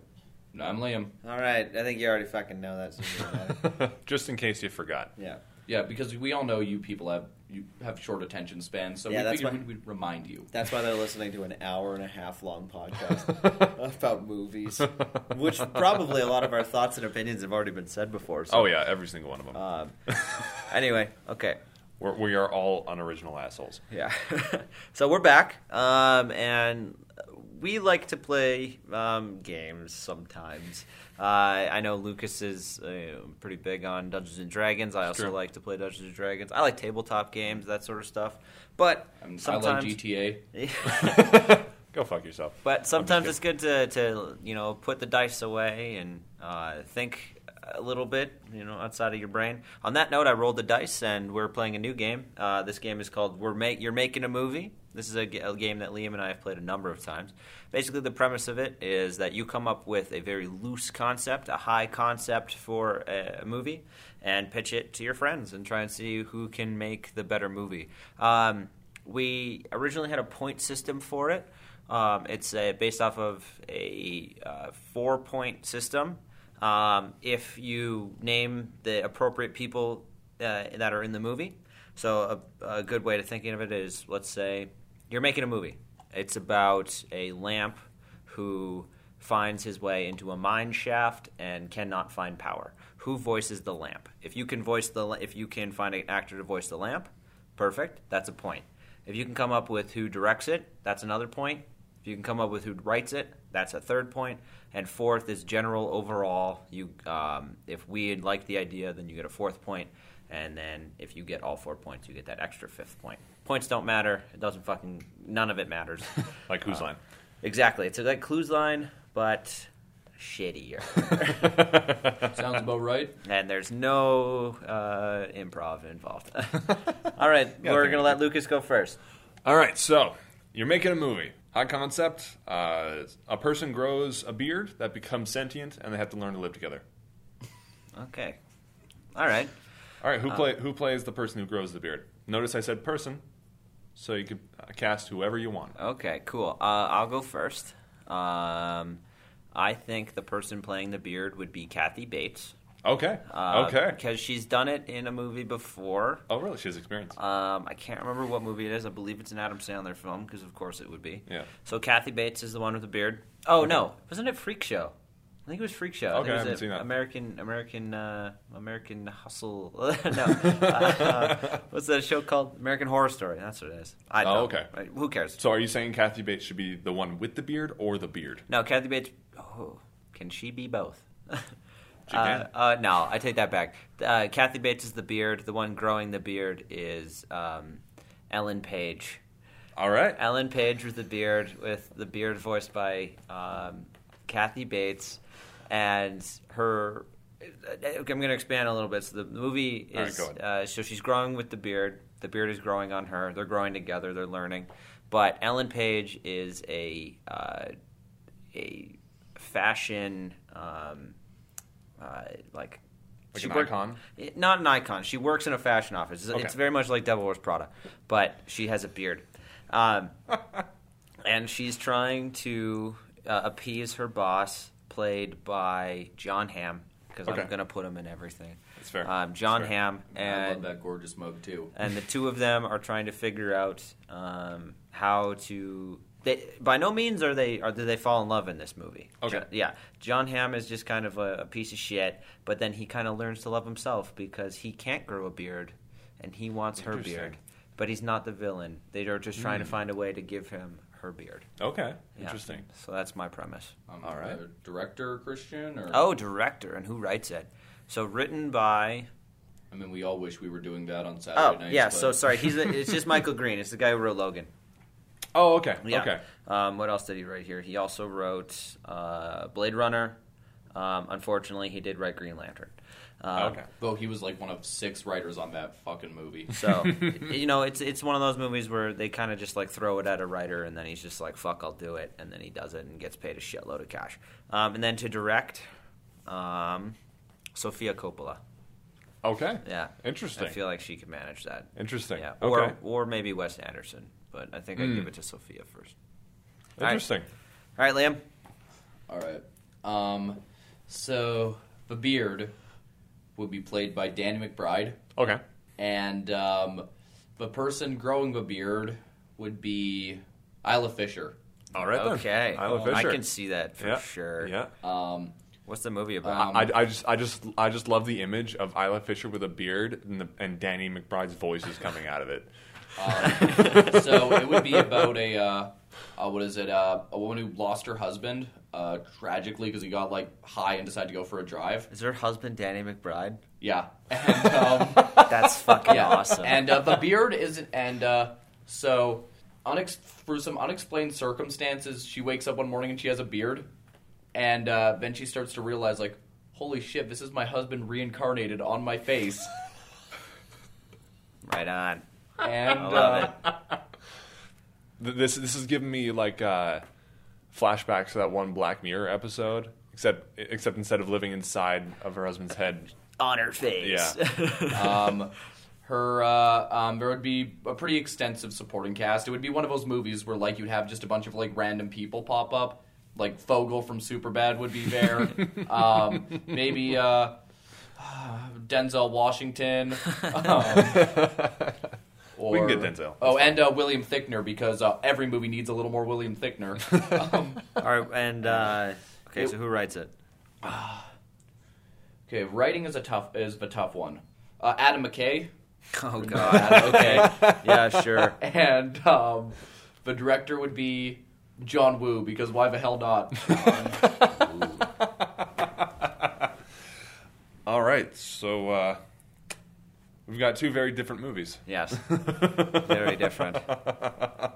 Speaker 2: And I'm Liam.
Speaker 5: All right, I think you already fucking know that. so it doesn't matter.
Speaker 1: Just in case you forgot.
Speaker 5: yeah.
Speaker 2: Yeah, because we all know you people have you have short attention spans, so
Speaker 3: Yeah,
Speaker 2: we
Speaker 3: that's
Speaker 2: figured
Speaker 3: why-
Speaker 2: we'd, we'd remind you.
Speaker 3: That's why they're listening to an hour and a half long podcast about movies,
Speaker 1: Which
Speaker 3: which probably a lot of our thoughts and opinions have already been said before. So.
Speaker 1: Oh yeah, every single one of them.
Speaker 5: Uh,
Speaker 3: Um, anyway,
Speaker 5: Okay.
Speaker 1: We're, we are all unoriginal assholes.
Speaker 5: Yeah.
Speaker 3: so we're back, um, and we like to play um, games sometimes. Uh, I know Lucas is uh, pretty big on Dungeons and Dragons. I also
Speaker 1: true.
Speaker 3: like to play Dungeons and Dragons. I like tabletop games, that sort of stuff. But
Speaker 2: And I like
Speaker 3: sometimes,
Speaker 2: GTA.
Speaker 1: Go fuck yourself.
Speaker 3: But sometimes
Speaker 1: kidding.
Speaker 3: it's good to, to you know put the dice away and uh, think a little bit you know outside of your brain. On that note, I rolled the dice and we're playing a new game. Uh, this game is called "We're Make You're Making a Movie." This is a, g- a game that Liam and I have played a number of times. Basically, the premise of it is that you come up with a very loose concept, a high concept for a, a movie, and pitch it to your friends and try and see who can make the better movie. Um, we originally had a point system for it. Um, it's uh, based off of a uh, four point system. Um, if you name the appropriate people uh, that are in the movie, so a, a good way to thinking of it is let's say you're making a movie. It's about a lamp who finds his way into a mine shaft and cannot find power. Who voices the lamp? If you can voice the la- if you can find an actor to voice the lamp, perfect. That's a point. If you can come up with who directs it, that's another point. If you can come up with who writes it, that's a third point. And fourth is general overall. You, um, if we like the idea, then you get a fourth point. And then if you get all four points, you get that extra fifth point. Points don't matter. It doesn't fucking. None of it matters.
Speaker 1: Like whose
Speaker 3: Uh.
Speaker 1: line?
Speaker 3: exactly. It's like Clues Line, but shittier.
Speaker 2: Sounds about right.
Speaker 3: and there's no uh, improv involved.
Speaker 5: All right,
Speaker 1: Yeah,
Speaker 5: we're going
Speaker 1: thank
Speaker 5: to
Speaker 1: you.
Speaker 5: let Lucas go first.
Speaker 1: All right, so you're making a movie. High concept. Uh, a person grows a beard that becomes sentient, and they have to learn to live together.
Speaker 3: okay. All right.
Speaker 1: All
Speaker 3: Uh.
Speaker 1: right, who play who plays the person who grows the beard? Notice I said person, so you could uh, cast whoever you want.
Speaker 3: Okay, cool. Uh, I'll go first. Um, I think the person playing the beard would be Kathy Bates.
Speaker 1: Okay.
Speaker 3: Uh,
Speaker 1: okay.
Speaker 3: Because she's done it in a movie before.
Speaker 1: Oh, really? She has experience.
Speaker 3: Um, I can't remember what movie it is. I believe it's an Adam Sandler film, because of course it would be.
Speaker 1: Yeah.
Speaker 3: So Kathy Bates is the one with the beard. Oh, no. Wasn't it Freak Show? I think it was Freak Show.
Speaker 1: Okay, I
Speaker 3: I think it
Speaker 1: haven't
Speaker 3: was a
Speaker 1: seen that.
Speaker 3: American American uh, American Hustle. no, Uh, what's that show called? American Horror Story. That's what it is. I
Speaker 1: Oh,
Speaker 3: don't-
Speaker 1: okay.
Speaker 3: I- who cares?
Speaker 1: So are you saying Kathy Bates should be the one with the beard or the beard?
Speaker 3: No, Kathy Bates. Oh, can she be both?
Speaker 1: She
Speaker 3: uh,
Speaker 1: can.
Speaker 3: uh, no, I take that back. Uh, Kathy Bates is the beard. The one growing the beard is um, Ellen Page.
Speaker 1: All right.
Speaker 3: Ellen Page with the beard, with the beard voiced by um, Kathy Bates, and her. uh, I'm going to expand a little bit. So the movie
Speaker 1: All right,
Speaker 3: is
Speaker 1: go ahead.
Speaker 3: uh, so she's growing with the beard. The beard is growing on her. They're growing together. They're learning, but Ellen Page is a uh, a fashion um, uh, like
Speaker 1: Like
Speaker 3: she
Speaker 1: an
Speaker 3: worked-
Speaker 1: icon?
Speaker 3: it- not an icon. She works in a fashion office. It's,
Speaker 1: Okay.
Speaker 3: it's very much like Devil Wears Prada, but she has a beard, um, and she's trying to uh, appease her boss, played by John Hamm, because
Speaker 1: Okay.
Speaker 3: I'm gonna put him in everything.
Speaker 1: That's fair.
Speaker 3: Um, John
Speaker 1: That's fair.
Speaker 3: Hamm
Speaker 2: I love
Speaker 3: and
Speaker 2: that gorgeous mug too.
Speaker 3: and the two of them are trying to figure out um, how to. They, by no means are they are do they fall in love in this movie.
Speaker 1: Okay.
Speaker 3: Jo- yeah, John Hamm is just kind of a, a piece of shit, but then he kind of learns to love himself because he can't grow a beard, and he wants her
Speaker 1: Interesting.
Speaker 3: beard, but he's not the villain. They are just trying to find a way to give him her beard.
Speaker 1: Okay.
Speaker 3: Yeah.
Speaker 1: Interesting.
Speaker 3: So that's my premise.
Speaker 2: Um,
Speaker 1: All right.
Speaker 2: uh, director Christian or
Speaker 3: Oh, director and who writes it? So written by
Speaker 2: I mean, we all wish we were doing that on Saturday
Speaker 3: oh
Speaker 2: nights.
Speaker 3: yeah.
Speaker 2: but
Speaker 3: So sorry, he's a, it's just Michael Green. It's the guy who wrote Logan.
Speaker 1: Oh, okay.
Speaker 3: Yeah.
Speaker 1: Okay.
Speaker 3: Um, what else did he write here? He also wrote uh, Blade Runner. Um, unfortunately, he did write Green Lantern. Um,
Speaker 1: okay.
Speaker 2: Though he was like one of six writers on that fucking movie.
Speaker 3: So you know, it's it's one of those movies where they kind of just like throw it at a writer, and then he's just like, "Fuck, I'll do it," and then he does it and gets paid a shitload of cash. Um, and then to direct, um, Sophia Coppola.
Speaker 1: Okay.
Speaker 3: Yeah,
Speaker 1: Interesting.
Speaker 3: I feel like she could manage that.
Speaker 1: Interesting.
Speaker 3: Yeah, or
Speaker 1: Okay. Hmm.
Speaker 3: or maybe Wes Anderson, but I think I give it to Sophia first.
Speaker 1: Interesting.
Speaker 3: All right, Liam.
Speaker 2: All right. Um, so the beard would be played by Danny McBride,
Speaker 1: Okay.
Speaker 2: and um, the person growing the beard would be Isla Fisher.
Speaker 1: All right then.
Speaker 3: Okay,
Speaker 1: Isla
Speaker 3: I
Speaker 1: Fisher.
Speaker 3: can see that for
Speaker 1: yeah.
Speaker 3: sure.
Speaker 1: Yeah.
Speaker 2: Um,
Speaker 3: What's the movie about?
Speaker 2: Um,
Speaker 1: I, I just I just I just love the image of Isla Fisher with a beard and, the, and Danny McBride's voice is coming out of it.
Speaker 2: um, so it would be about a uh, uh, what is it? Uh, a woman who lost her husband uh, tragically because he got like high and decided to go for a drive.
Speaker 3: Is her husband Danny McBride?
Speaker 2: Yeah, and um,
Speaker 3: That's fucking
Speaker 2: yeah,
Speaker 3: awesome.
Speaker 2: And uh, the beard isn't. And uh, so, unex- through some unexplained circumstances, she wakes up one morning and she has a beard, and uh, then she starts to realize, like, holy shit, this is my husband reincarnated on my face.
Speaker 3: right on.
Speaker 2: And
Speaker 3: I love
Speaker 2: uh,
Speaker 1: Th- This this is giving me like uh, flashbacks to that one Black Mirror episode, except except instead of living inside of her husband's head,
Speaker 3: On her face. Yeah. Uh,
Speaker 2: um, her, uh, um, there would be a pretty extensive supporting cast. It would be one of those movies where, like, you'd have just a bunch of like random people pop up. Like Fogel from Superbad would be there. um, maybe uh, Denzel Washington. Um, or,
Speaker 1: We can get Denzel.
Speaker 2: Oh, and uh, William Thickner because uh, every movie needs a little more William Thickner. um,
Speaker 3: All right, and uh, okay,
Speaker 2: It-
Speaker 3: so who writes it?
Speaker 2: okay, writing is a tough is the tough one. Uh, Adam McKay.
Speaker 3: Oh
Speaker 2: Adam,
Speaker 3: god.
Speaker 2: okay.
Speaker 3: yeah, sure.
Speaker 2: and um, the director would be John Woo because why the hell not?
Speaker 1: All right, so uh, we've got two very different movies.
Speaker 3: Yes. Very different.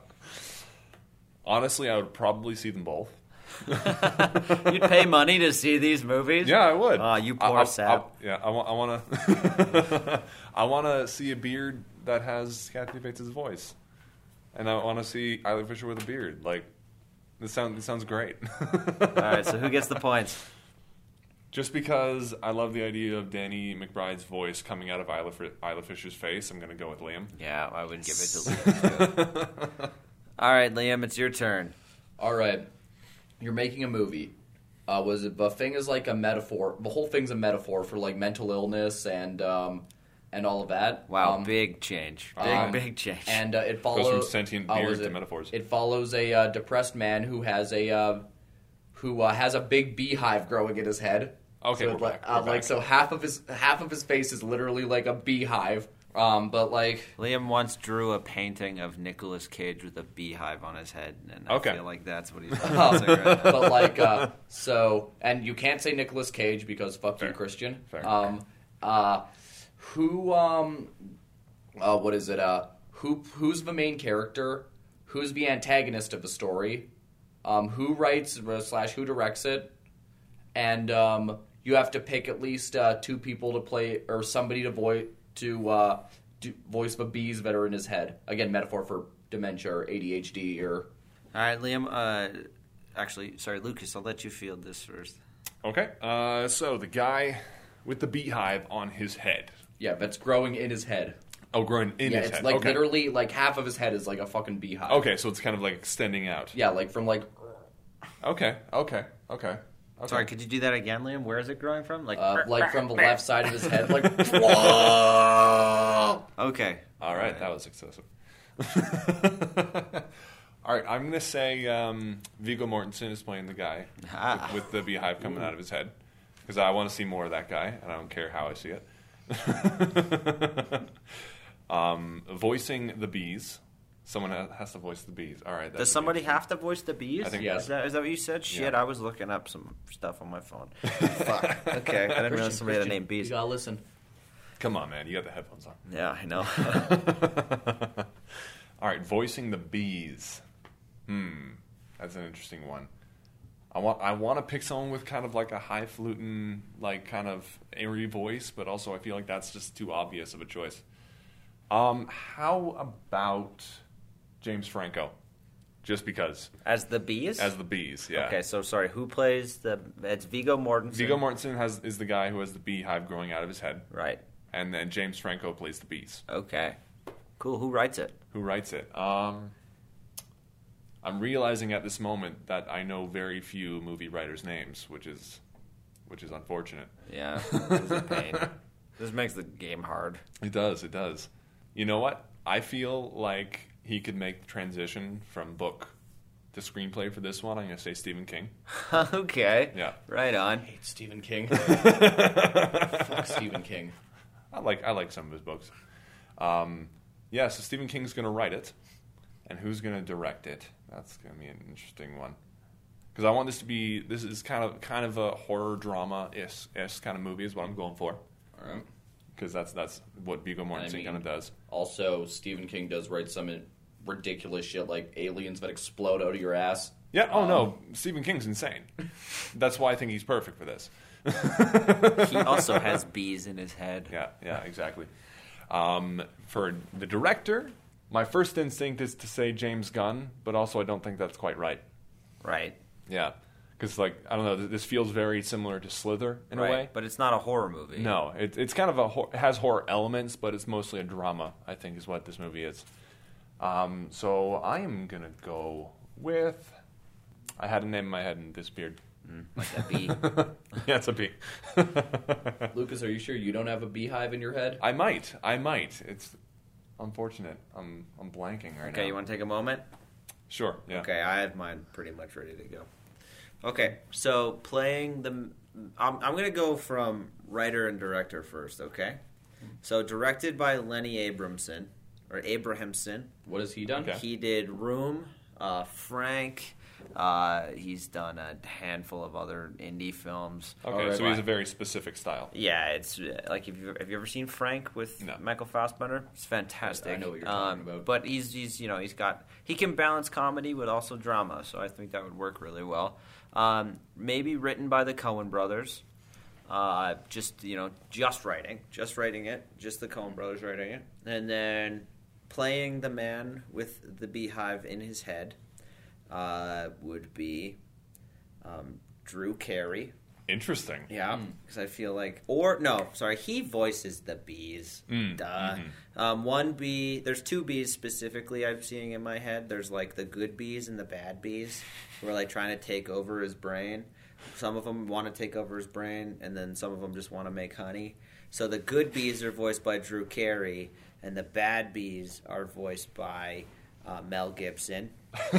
Speaker 1: Honestly, I would probably see them both.
Speaker 3: You'd pay money to see these movies?
Speaker 1: Yeah, I would.
Speaker 3: Aw, you
Speaker 1: I-
Speaker 3: poor
Speaker 1: I,
Speaker 3: sap.
Speaker 1: I- yeah, I, wa- I want to. I want to see a beard that has Kathy Bates' voice, and I want to see Isla Fisher with a beard. Like this sounds. This sounds great.
Speaker 3: All right, so who gets the points?
Speaker 1: Just because I love the idea of Danny McBride's voice coming out of Isla, Fri- Isla Fisher's face, I'm gonna go with Liam.
Speaker 3: Yeah, I would give it to Liam. Too. All right, Liam, it's your turn.
Speaker 2: All right, you're making a movie. Uh, was it the thing is like a metaphor? The whole thing's a metaphor for like mental illness and um, and all of that.
Speaker 3: Wow,
Speaker 2: Um,
Speaker 3: big change. Big,
Speaker 2: um,
Speaker 3: big change.
Speaker 2: And uh, it uh, follows
Speaker 1: from sentient beard to metaphors.
Speaker 2: It follows a uh, depressed man who has a uh, who uh, has a big beehive growing in his head.
Speaker 1: Okay,
Speaker 2: so
Speaker 1: we're
Speaker 2: it, like,
Speaker 1: back,
Speaker 2: uh,
Speaker 1: we're
Speaker 2: like
Speaker 1: back.
Speaker 2: so half of his half of his face is literally like a beehive. Um, but like
Speaker 3: Liam once drew a painting of Nicolas Cage with a beehive on his head, and I
Speaker 1: Okay.
Speaker 3: feel like that's what he's
Speaker 2: Oh,
Speaker 3: referencing right now.
Speaker 2: but like uh, so, and you can't say Nicolas Cage because fuck you, Christian.
Speaker 1: Fair.
Speaker 2: Um, uh, who um, uh, what is it? Uh, who who's the main character? Who's the antagonist of the story? Um, who writes slash who directs it? And um, you have to pick at least uh, two people to play or somebody to voice to uh, do, voice the bees that are in his head. Again, metaphor for dementia or ADHD or
Speaker 3: All right, Liam. Uh, actually, sorry, Lucas. I'll let you field this first.
Speaker 1: Okay. Uh, so the guy with the beehive on his head.
Speaker 2: yeah, that's growing in his head.
Speaker 1: Oh, growing in
Speaker 2: yeah,
Speaker 1: his
Speaker 2: it's
Speaker 1: head.
Speaker 2: like
Speaker 1: okay. Oh.
Speaker 2: literally like half of his head is like a fucking beehive.
Speaker 1: Okay, so it's kind of like extending out.
Speaker 2: Yeah, like from like
Speaker 1: Okay. Okay. Okay. Okay.
Speaker 3: Sorry, could you do that again, Liam? Where is it growing from? Like,
Speaker 2: uh, like from the left side of his head, like whoa.
Speaker 3: okay.
Speaker 1: All right, that was excessive. All right, I'm gonna say um, Viggo Mortensen is playing the guy
Speaker 3: Ah.
Speaker 1: with, with the beehive coming out of his head because I want to see more of that guy, and I don't care how I see it. um, voicing the bees, someone ha- has to voice the bees. All right,
Speaker 3: Does somebody have to voice the bees?
Speaker 1: I think-
Speaker 2: Yes.
Speaker 3: Is that, is that what you said? Shit,
Speaker 1: Yeah.
Speaker 3: I was looking up some stuff on my phone. Fuck. Okay, I didn't realize somebody had a name
Speaker 2: You
Speaker 3: bees.
Speaker 2: gotta listen.
Speaker 1: Come on, man, you got the headphones on.
Speaker 3: Yeah, I know.
Speaker 1: All right, voicing the bees. Hmm, that's an interesting one. I want I want to pick someone with kind of like a highfalutin, like kind of airy voice, but also I feel like that's just too obvious of a choice. Um, how about James Franco? Just because
Speaker 3: As the bees?
Speaker 1: as the bees, yeah.
Speaker 3: Okay, so sorry, who plays the? It's Vigo Mortensen.
Speaker 1: Viggo Mortensen has is the guy who has the beehive growing out of his head,
Speaker 3: Right.
Speaker 1: and then James Franco plays the bees.
Speaker 3: Okay. Cool. Who writes it?
Speaker 1: Who writes it? Um, I'm realizing at this moment that I know very few movie writers' names, which is which is unfortunate.
Speaker 3: Yeah. This is a pain. This makes the game hard.
Speaker 1: It does, it does. You know what? I feel like he could make the transition from book to screenplay for this one. I'm going to say Stephen King.
Speaker 3: okay.
Speaker 1: Yeah.
Speaker 3: Right on.
Speaker 2: Hate Stephen King. Fuck
Speaker 1: I
Speaker 2: Stephen King.
Speaker 1: like I like some of his books. Um, yeah, so Stephen King's going to write it, and who's going to direct it? That's going to be an interesting one. Because I want this to be this is kind of kind of a horror drama is kind of movie is what I'm going for.
Speaker 2: All right.
Speaker 1: Because that's that's what Viggo Mortensen
Speaker 2: mean-
Speaker 1: kind of does.
Speaker 2: Also, Stephen King does write some ridiculous shit like aliens that explode out of your ass.
Speaker 1: Yeah. Oh no, Stephen King's insane. That's why I think he's perfect for this.
Speaker 3: He also has bees in his head.
Speaker 1: Yeah. Yeah. Exactly. Um, for the director, my first instinct is to say James Gunn, but also I don't think that's quite right.
Speaker 3: Right.
Speaker 1: Yeah. Because like I don't know, th- this feels very similar to Slither in
Speaker 3: right.
Speaker 1: a way.
Speaker 3: But it's not a horror movie.
Speaker 1: No, it, it's kind of a hor- it has horror elements, but it's mostly a drama. I think is what this movie is. Um, so I am gonna go with. I had a name in my head and it disappeared.
Speaker 3: Mm. Like a bee.
Speaker 1: yeah, it's a B.
Speaker 2: Lucas, are you sure you don't have a beehive in your head?
Speaker 1: I might. I might. It's unfortunate. I'm I'm blanking right now.
Speaker 3: okay, you want to take a moment?
Speaker 1: Sure. Yeah.
Speaker 3: Okay, I have mine pretty much ready to go. Okay, so playing the. I'm, I'm going to go from writer and director first, okay? So, directed by Lenny Abramson, or Abrahamson.
Speaker 2: What has he done?
Speaker 1: Okay.
Speaker 3: He did Room, uh, Frank. Uh, he's done a handful of other indie films.
Speaker 1: Okay.
Speaker 2: Alright.
Speaker 1: so he's a very specific style.
Speaker 3: Yeah, it's uh, like if you have you ever seen Frank with
Speaker 1: No.
Speaker 3: Michael Fassbender? It's fantastic.
Speaker 2: I know what you're talking
Speaker 3: Um,
Speaker 2: about.
Speaker 3: But he's he's you know he's got he can balance comedy with also drama, so I think that would work really well. Um, maybe written by the Cohen brothers. Uh, just you know, just writing, just writing it, just the Cohen brothers writing it, and then playing the man with the beehive in his head uh, would be um, Drew Carey.
Speaker 1: Interesting.
Speaker 3: Yeah, because I feel like, or no, sorry, he voices the bees.
Speaker 1: Mm,
Speaker 3: Duh. Um, one bee. There's two bees specifically. I'm seeing in my head. There's like the good bees and the bad bees. Who are like trying to take over his brain. Some of them want to take over his brain, and then some of them just want to make honey. So the good bees are voiced by Drew Carey, and the bad bees are voiced by uh, Mel Gibson.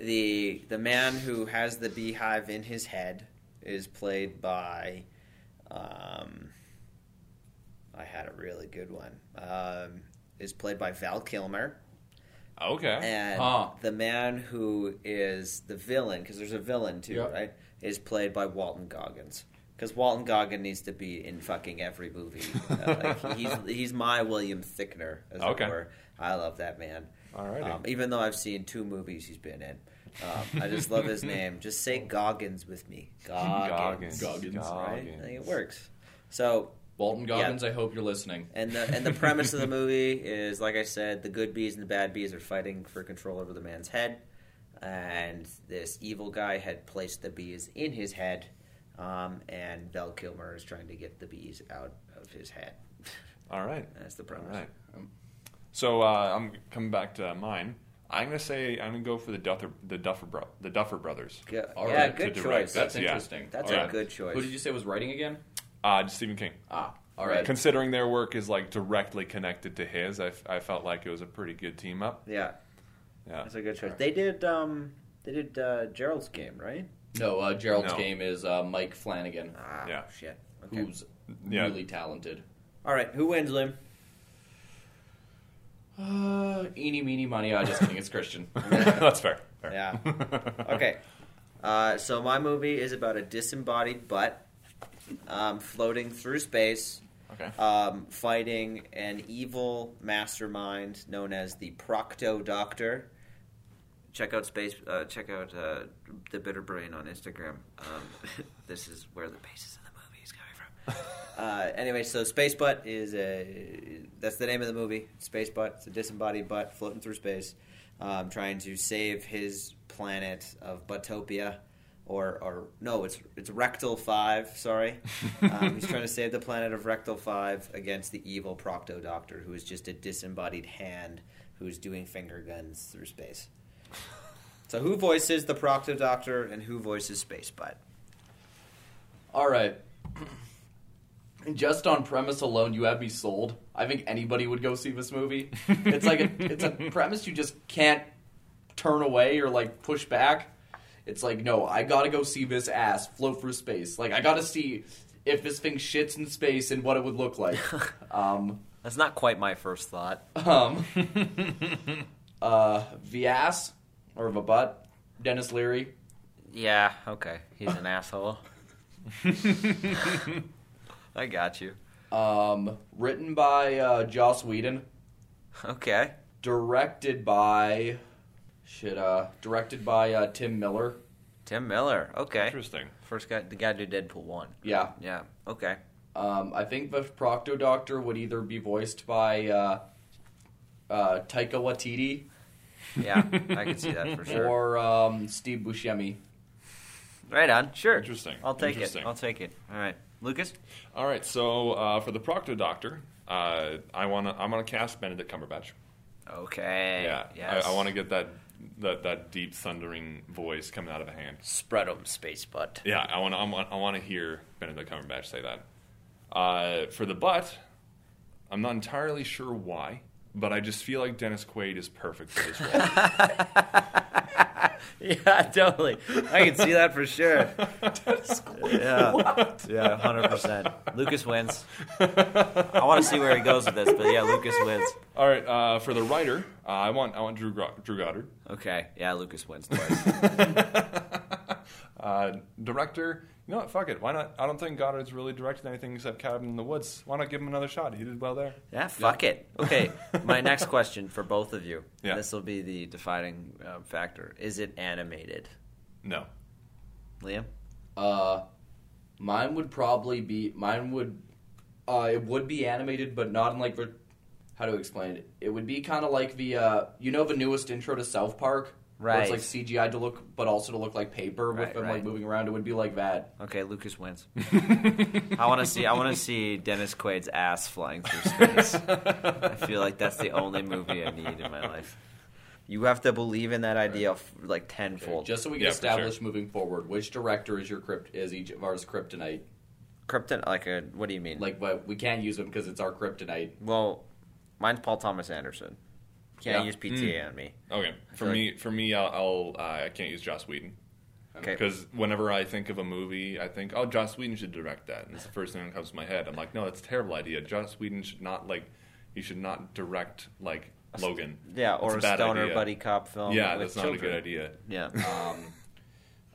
Speaker 3: the the man who has the beehive in his head is played by um I had a really good one. Um is played by Val Kilmer
Speaker 1: okay.
Speaker 3: and
Speaker 2: Huh.
Speaker 3: the man who is the villain because there's a villain too,
Speaker 2: Yep.
Speaker 3: right? Is played by Walton Goggins. Because Walton Goggins needs to be in fucking every movie. Uh, like, he's he's my William Thickner, as
Speaker 1: Okay.
Speaker 3: it were. I love that man.
Speaker 1: Alrighty.
Speaker 3: Um, even though I've seen two movies he's been in. Um, I just love his name. Just say Goggins with me. Goggins.
Speaker 1: Goggins. Goggins.
Speaker 3: Right? I think it
Speaker 1: Goggins.
Speaker 3: works. So,
Speaker 2: Walton Goggins, I hope you're listening.
Speaker 3: and the and the premise of the movie is, like I said, the good bees and the bad bees are fighting for control over the man's head, and this evil guy had placed the bees in his head, um, and Val Kilmer is trying to get the bees out of his head.
Speaker 1: All right.
Speaker 3: That's the premise.
Speaker 1: All right. So uh, I'm coming back to mine. I'm gonna say I'm gonna go for the Duffer the Duffer bro, the Duffer Brothers.
Speaker 3: Go-
Speaker 2: All
Speaker 3: yeah,
Speaker 2: right,
Speaker 3: good
Speaker 1: to direct.
Speaker 3: choice.
Speaker 2: That's
Speaker 3: That's,
Speaker 1: yeah.
Speaker 2: interesting.
Speaker 3: that's
Speaker 2: All
Speaker 3: a
Speaker 1: right.
Speaker 3: good choice.
Speaker 2: Who did you say was writing again?
Speaker 1: Uh, Stephen King.
Speaker 2: Ah, all right.
Speaker 1: Considering their work is like directly connected to his, I, f- I felt like it was a pretty good team up.
Speaker 3: Yeah,
Speaker 1: Yeah.
Speaker 3: that's a good choice. They did um, they did uh, Gerald's game, right?
Speaker 2: No, uh, Gerald's
Speaker 1: No.
Speaker 2: game is uh, Mike Flanagan,
Speaker 3: Ah,
Speaker 1: Yeah.
Speaker 3: shit. Okay.
Speaker 2: who's
Speaker 1: Yeah.
Speaker 2: really talented.
Speaker 3: All right, who wins, Lim?
Speaker 2: Uh, eeny, meeny, money. I just kidding. It's Christian.
Speaker 1: That's fair. fair.
Speaker 3: Yeah. Okay. Uh, so my movie is about a disembodied butt um, floating through space,
Speaker 1: okay.
Speaker 3: um, fighting an evil mastermind known as the Procto Doctor. Check out space. Uh, check out uh, the Bitter Brain on Instagram. Um, this is where the basis of the movie is coming from. Uh, anyway, so Space Butt is a that's the name of the movie. Space Butt. It's a disembodied butt floating through space, um, trying to save his planet of Buttopia, or or no, it's it's Rectal Five. Sorry, um, he's trying to save the planet of Rectal Five against the evil Procto Doctor, who is just a disembodied hand who's doing finger guns through space. So who voices the Procto Doctor and who voices Space Butt?
Speaker 2: All right. Just on premise alone, you have me sold. I think anybody would go see this movie. It's like a, it's a premise you just can't turn away or like push back. It's like no, I gotta go see this ass float through space. Like I gotta see if this thing shits in space and what it would look like. um,
Speaker 6: That's not quite my first thought.
Speaker 2: um, uh, the ass or the butt, Dennis Leary.
Speaker 6: Yeah, okay. He's an asshole. I got you.
Speaker 2: Um, written by uh, Joss Whedon.
Speaker 6: Okay.
Speaker 2: directed by shit uh directed by uh, Tim Miller.
Speaker 6: Tim Miller. Okay.
Speaker 1: Interesting.
Speaker 6: First guy, the guy who did Deadpool 1.
Speaker 2: Yeah.
Speaker 6: Yeah. Okay.
Speaker 2: Um I think the Procto Doctor would either be voiced by uh uh Taika Waititi
Speaker 6: Yeah, I can see that for sure.
Speaker 2: or um Steve Buscemi.
Speaker 6: Right on. Sure.
Speaker 1: Interesting.
Speaker 6: I'll take it.
Speaker 1: Interesting.
Speaker 6: I'll take it. All right. Lucas?
Speaker 1: All right. So uh, for the Proctor Doctor, uh, I wanna I'm gonna cast Benedict Cumberbatch.
Speaker 6: Okay.
Speaker 1: Yeah.
Speaker 6: Yes.
Speaker 1: I, I want to get that that that deep thundering voice coming out of a hand.
Speaker 6: spread 'em, space butt.
Speaker 1: Yeah, I want to. I want to hear Benedict Cumberbatch say that. Uh, for the butt, I'm not entirely sure why, but I just feel like Dennis Quaid is perfect for this role.
Speaker 6: Yeah, totally.
Speaker 3: I can see that for sure.
Speaker 6: Yeah. Yeah, 100%. Lucas wins. I want to see where he goes with this, but yeah, Lucas wins.
Speaker 1: All right, uh, for the writer, uh, I want I want Drew Gro- Drew Goddard.
Speaker 6: Okay. Yeah, Lucas wins twice.
Speaker 1: Uh, director, you know what? Fuck it. Why not? I don't think Goddard's really directed anything except Cabin in the Woods. Why not give him another shot? He did well there.
Speaker 6: Yeah, fuck it. Okay, my next question for both of you.
Speaker 1: Yeah.
Speaker 6: This will be the defining um, factor. Is it animated?
Speaker 1: No.
Speaker 6: Liam?
Speaker 2: Uh mine would probably be mine would uh it would be animated but not in like the how to explain it. It would be kind of like the uh you know the newest intro to South Park Where
Speaker 6: Right.
Speaker 2: it's like CGI to look but also to look like paper with
Speaker 6: Right,
Speaker 2: them like
Speaker 6: right.
Speaker 2: moving around. It would be like that.
Speaker 6: Okay, Lucas wins. I want to see. I want to see Dennis Quaid's ass flying through space. I feel like that's the only movie I need in my life.
Speaker 3: You have to believe in that idea f- like tenfold.
Speaker 2: Just so we can
Speaker 1: Yeah, for
Speaker 2: establish moving forward, which director is your crypt is each of ours kryptonite?
Speaker 3: Krypton, like
Speaker 6: uh,
Speaker 3: a what do you mean?
Speaker 2: Like, but we can't use them because it's our kryptonite.
Speaker 3: well, mine's Paul Thomas Anderson. Can't
Speaker 7: Yeah.
Speaker 3: use PTA on me.
Speaker 1: Okay, for
Speaker 3: feel
Speaker 1: me, for me, I'll, I'll uh, I can't use Joss Whedon.
Speaker 3: Okay.
Speaker 1: Because whenever I think of a movie, I think, oh, Joss Whedon should direct that, and it's the first thing that comes to my head. I'm like, no, that's a terrible idea. Joss Whedon should not like, he should not direct like Logan.
Speaker 3: Yeah,
Speaker 1: That's
Speaker 3: or a
Speaker 1: bad
Speaker 3: stoner
Speaker 1: idea.
Speaker 3: buddy cop film.
Speaker 1: Yeah,
Speaker 3: with
Speaker 1: that's not a
Speaker 3: children.
Speaker 1: good idea.
Speaker 3: Yeah,
Speaker 2: Um,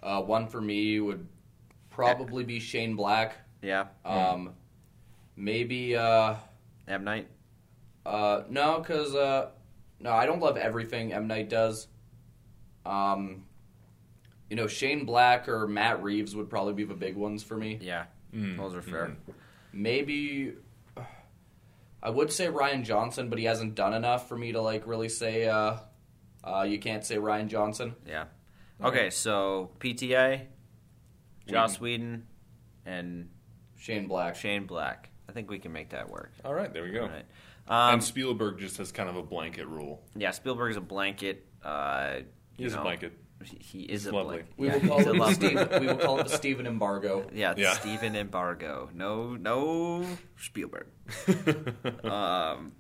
Speaker 2: uh, one for me would probably be Shane Black.
Speaker 3: yeah.
Speaker 2: Um, maybe uh,
Speaker 3: M Night.
Speaker 2: uh, no, because uh, no, I don't love everything M Night does. Um, you know, Shane Black or Matt Reeves would probably be the big ones for me.
Speaker 3: Yeah,
Speaker 1: Mm,
Speaker 2: Mm-hmm.
Speaker 3: those are fair.
Speaker 2: Maybe I would say Ryan Johnson, but he hasn't done enough for me to like really say. Uh, uh, you can't say Ryan Johnson.
Speaker 3: Yeah. Okay, so PTA, Joss Whedon, and
Speaker 2: Shane Black.
Speaker 3: Shane Black. I think we can make that work.
Speaker 1: All right, there we go.
Speaker 3: All right. Um,
Speaker 1: and Spielberg just has kind of a blanket rule.
Speaker 3: yeah, Spielberg's a blanket. Uh, you
Speaker 1: He's a
Speaker 3: know,
Speaker 1: blanket.
Speaker 3: He is a
Speaker 1: lovely.
Speaker 3: blanket.
Speaker 2: We
Speaker 3: Yeah,
Speaker 2: will call
Speaker 3: he's a
Speaker 2: it the
Speaker 3: lovely-
Speaker 2: Steve, we will call it the Steven embargo.
Speaker 3: Yeah,
Speaker 1: Yeah.
Speaker 3: Steven Embargo. No, no Spielberg. um,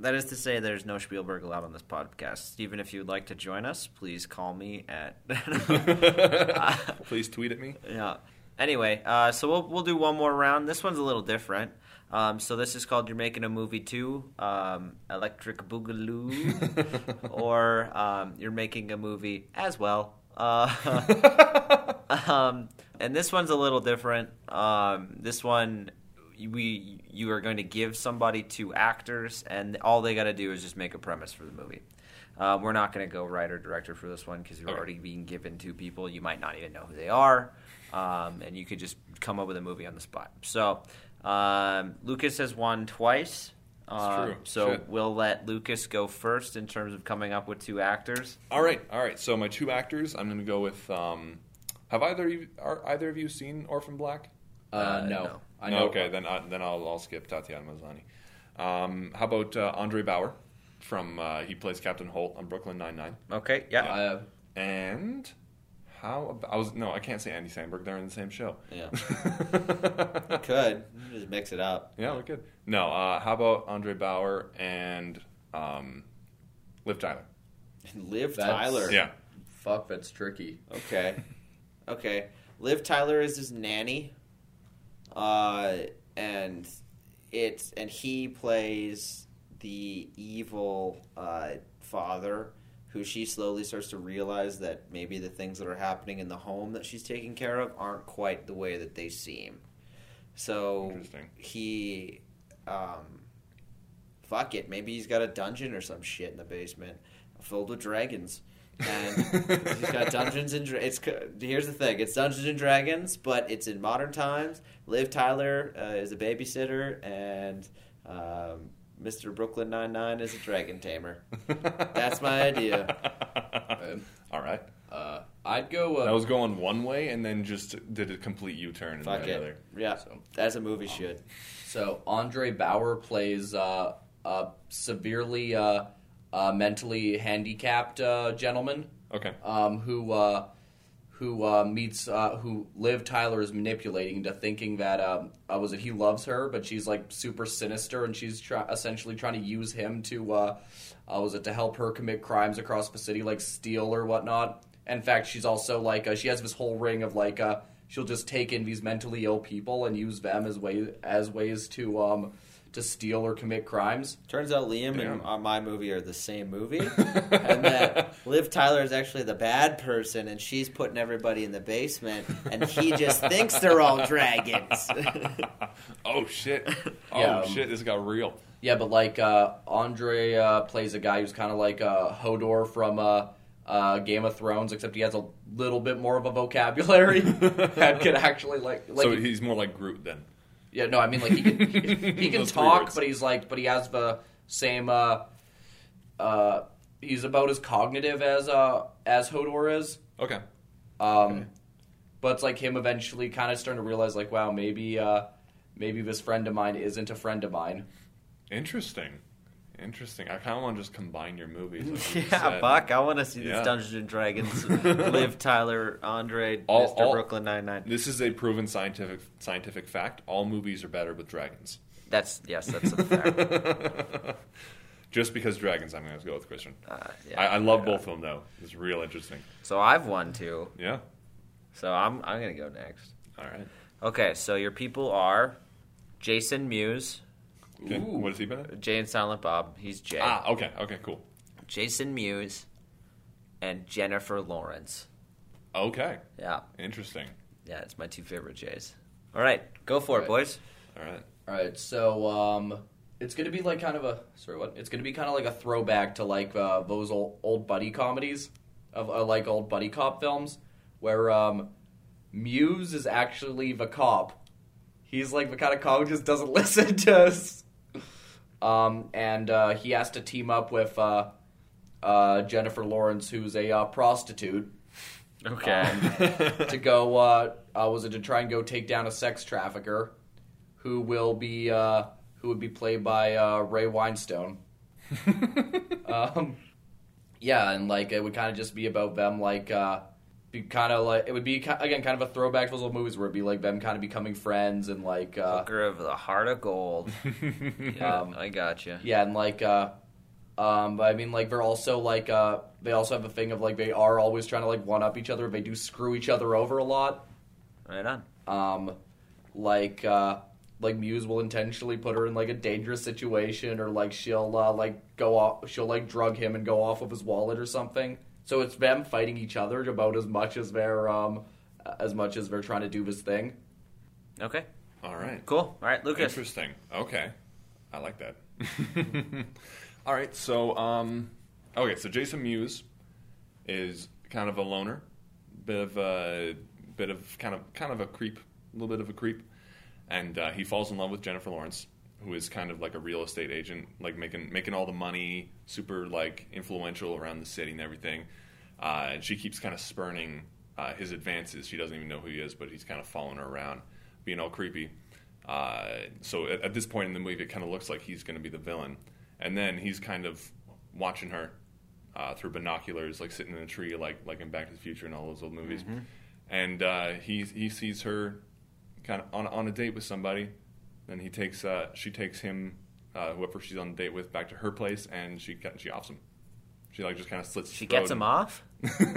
Speaker 3: that is to say, there's no Spielberg allowed on this podcast. Steven, if you'd like to join us, please call me at.
Speaker 1: Please tweet at me.
Speaker 3: yeah. Anyway, uh, so we'll we'll do one more round. This one's a little different. Um, so this is called "You're Making a Movie Too," um, Electric Boogaloo, or um, "You're Making a Movie as Well." Uh, um, and this one's a little different. Um, this one, we you are going to give somebody to actors, and all they got to do is just make a premise for the movie. Uh, we're not going to go writer director for this one because you're
Speaker 1: Okay.
Speaker 3: already being given two people. You might not even know who they are, um, and you could just come up with a movie on the spot. So um, Lucas has won twice. Uh,
Speaker 1: true.
Speaker 3: So
Speaker 1: Shit.
Speaker 3: we'll let Lucas go first in terms of coming up with two actors.
Speaker 1: All right, all right. So my two actors, I'm going to go with. Um, have either you, are either of you seen Orphan Black?
Speaker 2: Uh,
Speaker 3: Uh,
Speaker 2: no.
Speaker 3: no.
Speaker 2: I know.
Speaker 1: okay, then I, then I'll, I'll skip Tatiana Maslany. Um, how about uh, Andre Bauer from uh, he plays Captain Holt on Brooklyn Nine Nine,
Speaker 3: Okay. Yeah.
Speaker 2: Uh,
Speaker 1: and how about I was no I can't say Andy Samberg. They're in the same show.
Speaker 8: Yeah.
Speaker 1: Yeah,
Speaker 8: Could just mix it up.
Speaker 1: yeah, we're good. No, uh, how about Andre Bauer and um, Liv Tyler?
Speaker 8: Liv
Speaker 2: That's-
Speaker 8: Tyler.
Speaker 1: Yeah,
Speaker 2: fuck, that's tricky.
Speaker 8: Okay. Okay. Liv Tyler is his nanny. Uh and it's and he plays the evil uh father who she slowly starts to realize that maybe the things that are happening in the home that she's taking care of aren't quite the way that they seem. So
Speaker 1: Interesting.
Speaker 8: he um fuck it, maybe he's got a dungeon or some shit in the basement filled with dragons. And He's got Dungeons and Dra- it's co- here's the thing it's Dungeons and Dragons but it's in modern times. Liv Tyler uh, is a babysitter and um, Mr. Brooklyn Nine Nine is a dragon tamer. That's my
Speaker 1: idea. All right.
Speaker 2: Uh, I'd go. Uh,
Speaker 1: I was going one way and then just did a complete U turn and
Speaker 8: Fuck
Speaker 1: the
Speaker 8: it,
Speaker 1: other.
Speaker 8: yeah,
Speaker 2: So-
Speaker 8: as a movie should.
Speaker 2: So Andre Bauer plays uh, a severely uh, uh, mentally handicapped uh, gentleman
Speaker 1: Okay.
Speaker 2: um, who uh, who uh, meets uh, who Liv Tyler is manipulating into thinking that um, uh, was it he loves her, but she's like super sinister and she's try- essentially trying to use him to uh, uh, was it to help her commit crimes across the city like steal or whatnot. In fact, she's also like uh, she has this whole ring of like uh, she'll just take in these mentally ill people and use them as way as ways to um, to steal or commit crimes.
Speaker 8: Turns out Liam
Speaker 1: Damn.
Speaker 8: and uh, my movie are the same movie, and that Liv Tyler is actually the bad person, and she's putting everybody in the basement, and he just thinks they're all dragons.
Speaker 1: oh shit! Oh
Speaker 2: Yeah, um,
Speaker 1: shit! This got real.
Speaker 2: Yeah, but like uh, Andre uh, plays a guy who's kind of like uh, Hodor from uh, uh, Game of Thrones, except he has a little bit more of a vocabulary that could actually like like
Speaker 1: so he's more like Groot then.
Speaker 2: yeah no I mean like he can he can
Speaker 1: Those three
Speaker 2: talk,
Speaker 1: words.
Speaker 2: but he's like but he has the same uh, uh, he's about as cognitive as uh, as Hodor is.
Speaker 1: Okay.
Speaker 2: Um, But it's like him eventually kind of starting to realize like wow maybe uh, maybe this friend of mine isn't a friend of mine.
Speaker 1: Interesting. Interesting. I kind of want to just combine your movies. Like you
Speaker 3: Yeah,
Speaker 1: said.
Speaker 3: Buck, I want to see
Speaker 1: Yeah.
Speaker 3: this Dungeons and Dragons. Liv Tyler, Andre,
Speaker 1: All-
Speaker 3: Mr.
Speaker 1: all-
Speaker 3: Brooklyn Nine Nine.
Speaker 1: This is a proven scientific scientific fact. All movies are better with dragons.
Speaker 3: That's yes, that's a fact.
Speaker 1: Just because dragons, I'm going to have to go with Christian.
Speaker 9: Uh, yeah.
Speaker 1: I, I love both of them though. It's real interesting.
Speaker 9: So I've won two.
Speaker 1: Yeah.
Speaker 9: So I'm I'm gonna go next.
Speaker 1: All right.
Speaker 9: Okay, so your people are Jason Mewes,
Speaker 1: Okay. What has he been? In?
Speaker 9: Jay and Silent Bob. He's Jay.
Speaker 1: Ah. Okay. Okay. Cool.
Speaker 9: Jason Mewes, and Jennifer Lawrence.
Speaker 1: Okay.
Speaker 9: Yeah,
Speaker 1: Interesting.
Speaker 9: yeah, it's my two favorite Jays. All right, go for it,
Speaker 2: Right.
Speaker 9: boys.
Speaker 1: All right.
Speaker 2: All right, so um, it's gonna be like kind of a sorry what? It's gonna be kind of like a throwback to like uh, those old, old buddy comedies of uh, like old buddy cop films where um, Muse is actually the cop. He's like the kind of cop who just doesn't listen to us. Um, and uh, he has to team up with uh, uh, Jennifer Lawrence, who's a uh, prostitute,
Speaker 9: Um,
Speaker 2: to go uh, uh was it to try and go take down a sex trafficker who will be uh who would be played by uh Ray Winestone. um yeah, and like it would kind of just be about them like uh be kind of like it would be ki- again kind of a throwback to those old movies where it'd be like them kind of becoming friends and like uh
Speaker 9: Hooker of the heart of gold. yeah,
Speaker 2: Um,
Speaker 9: I got you.
Speaker 2: yeah, and like uh um but I mean like they're also like uh they also have a thing of like they are always trying to like one up each other. They do screw each other over a lot.
Speaker 9: Right on.
Speaker 2: um, like uh, like Muse will intentionally put her in like a dangerous situation, or like she'll uh, like go off, she'll like drug him and go off with his wallet or something. So it's them fighting each other about as much as they're um, as much as they're trying to do this thing.
Speaker 9: Okay,
Speaker 1: All right.
Speaker 9: cool. All right, Lucas.
Speaker 1: Interesting. Okay. I like that. All right. So, um, okay. So Jason Mewes is kind of a loner, bit of a bit of kind of kind of a creep, a little bit of a creep, and uh, he falls in love with Jennifer Lawrence, who is kind of like a real estate agent, like making making all the money, super like influential around the city and everything. Uh, and she keeps kind of spurning uh, his advances. She doesn't even know who he is, but he's kind of following her around, being all creepy. Uh, so at, at this point in the movie, it kind of looks like he's going to be the villain, and then he's kind of watching her uh, through binoculars, like sitting in a tree, like like in Back to the Future and all those old movies.
Speaker 9: Mm-hmm.
Speaker 1: And uh, he he sees her kind of on on a date with somebody, and he takes uh, she takes him uh, whoever she's on a date with back to her place, and she got- she offs him. She like just kind of slits. his
Speaker 9: She
Speaker 1: throat
Speaker 9: gets him
Speaker 1: and-
Speaker 9: off.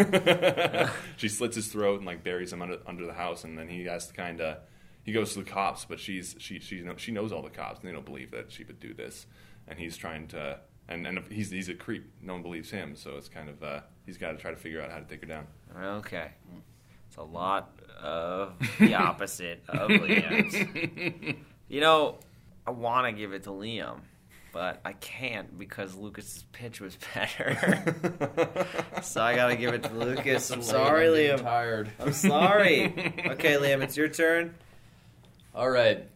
Speaker 1: she slits his throat and like buries him under, under the house, and then he has to kind of he goes to the cops, but she's she she knows, she knows all the cops, and they don't believe that she would do this, and he's trying to and and he's he's a creep, no one believes him, so it's kind of uh, he's got to try to figure out how to take her down.
Speaker 9: Okay. It's a lot of the opposite
Speaker 3: Oh,
Speaker 9: of Liam's. You know, I want to give it to Liam, but I can't because Lucas's pitch was better.
Speaker 3: So I gotta give it to Lucas. I'm
Speaker 2: Liam,
Speaker 3: sorry,
Speaker 2: I'm getting
Speaker 3: Liam.
Speaker 2: Tired.
Speaker 3: I'm sorry. Okay, Liam, it's your turn.
Speaker 2: All right,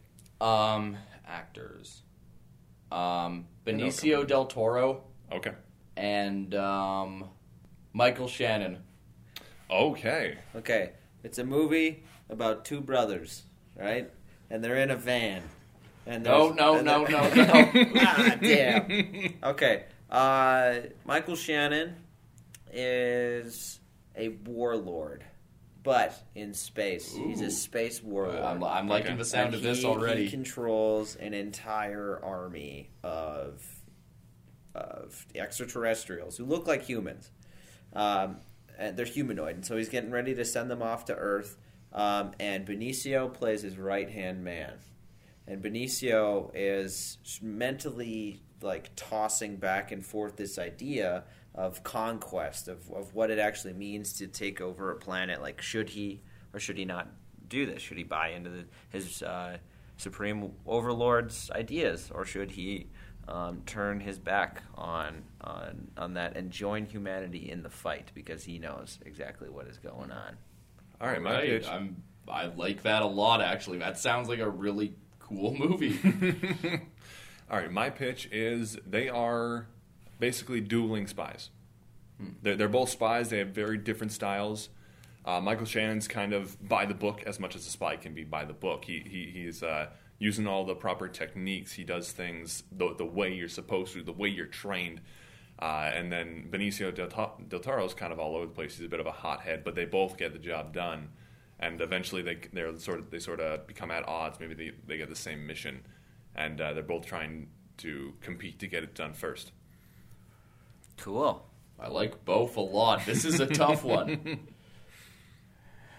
Speaker 2: um, actors, um, Benicio del Toro
Speaker 1: Okay,
Speaker 2: and um, Michael Shannon.
Speaker 1: okay,
Speaker 3: Okay, it's a movie about two brothers, right? And they're in a van. And
Speaker 2: No,
Speaker 3: there's-
Speaker 2: no,
Speaker 3: and
Speaker 2: no, no,
Speaker 3: they're-
Speaker 2: no.
Speaker 3: ah, damn. Okay, uh, Michael Shannon is a warlord, but in space. He's a space warlord.
Speaker 2: I'm, I'm liking
Speaker 1: Okay.
Speaker 2: the sound
Speaker 3: And
Speaker 2: of this
Speaker 3: he-
Speaker 2: already.
Speaker 3: He controls an entire army of of extraterrestrials who look like humans. Um, and they're humanoid, and so he's getting ready to send them off to Earth. Um, and Benicio plays his right hand man, and Benicio is mentally like tossing back and forth this idea of conquest of, of what it actually means to take over a planet. Like, should he or should he not do this? Should he buy into the, his uh, supreme overlord's ideas, or should he um, turn his back on, on on that and join humanity in the fight because he knows exactly what is going on?
Speaker 1: all right, my
Speaker 2: Right,
Speaker 1: pitch.
Speaker 2: I'm, I like that a lot, actually. That sounds like a really cool movie.
Speaker 1: All right, my pitch is they are basically dueling spies. They're, they're both spies. They have very different styles. Uh, Michael Shannon's kind of by the book as much as a spy can be by the book. He, he he's uh, using all the proper techniques. He does things the the way you're supposed to, the way you're trained. Uh, and then Benicio del, To- del Toro's kind of all over the place. He's a bit of a hothead, but they both get the job done. And eventually, they they're sort of they sort of become at odds. Maybe they, they get the same mission, and uh, they're both trying to compete to get it done first.
Speaker 9: Cool.
Speaker 2: I like both a lot. This is a tough one.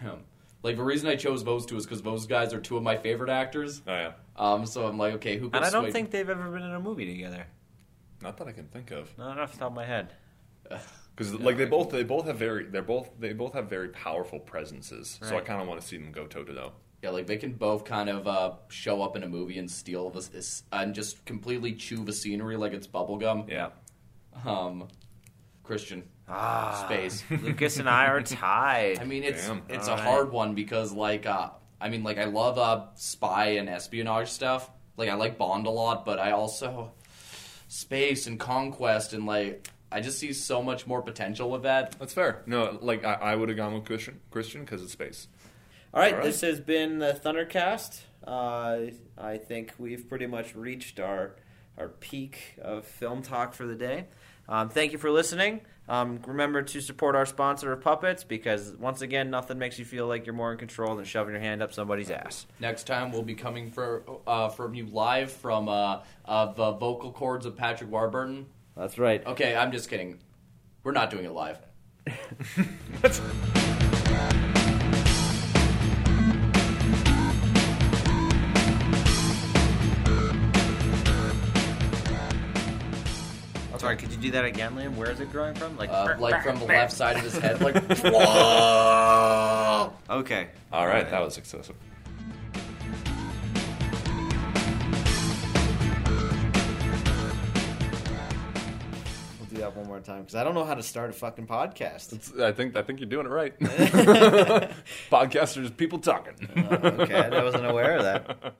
Speaker 2: Um, Like the reason I chose those two is because those guys are two of my favorite actors.
Speaker 1: Oh yeah,
Speaker 2: Um, so I'm like, okay, who? Could
Speaker 9: And I don't
Speaker 2: sway-
Speaker 9: think they've ever been in a movie together.
Speaker 1: not that I can think of.
Speaker 9: Not off the top of my head.
Speaker 1: Because like they both they both have very they're both they both have very powerful presences. So I
Speaker 9: Right.
Speaker 1: kind of want to see them go toe to toe.
Speaker 2: Yeah, like they can both kind of uh, show up in a movie and steal this this- and just completely chew the scenery like it's bubblegum.
Speaker 1: Yeah.
Speaker 2: Um, Christian
Speaker 9: Ah,
Speaker 2: space.
Speaker 9: Lucas and I are
Speaker 2: I
Speaker 9: tied.
Speaker 2: mean, it's
Speaker 1: Damn.
Speaker 2: it's a
Speaker 9: Alright.
Speaker 2: hard one because like uh, I mean, like I love uh, spy and espionage stuff. Like I like Bond a lot, but I also space and conquest and like I just see so much more potential with that.
Speaker 1: That's fair. No, like I, I would have gone with Christian Christian because it's space.
Speaker 4: All right,
Speaker 1: All right.
Speaker 4: this has been the Thundercast. Uh, I think we've pretty much reached our our peak of film talk for the day.
Speaker 3: Um, thank you for listening. Um, remember to support our sponsor of puppets because once again, nothing makes you feel like you're more in control than shoving your hand up somebody's ass.
Speaker 2: Next time we'll be coming for, uh, from you live from uh, uh, the vocal cords of Patrick Warburton.
Speaker 3: That's right.
Speaker 2: Okay, I'm just kidding. We're not doing it live.
Speaker 3: Sorry, could you do that again, Liam? Where is it growing from? Like,
Speaker 2: Uh, like from the left side of his head, like
Speaker 3: Oh. okay.
Speaker 1: All right, that was excessive.
Speaker 4: We'll do that one more time because I don't know how to start a fucking podcast.
Speaker 1: It's- I think I think you're doing it right. Podcasters, people talking.
Speaker 4: Okay, I wasn't aware of that.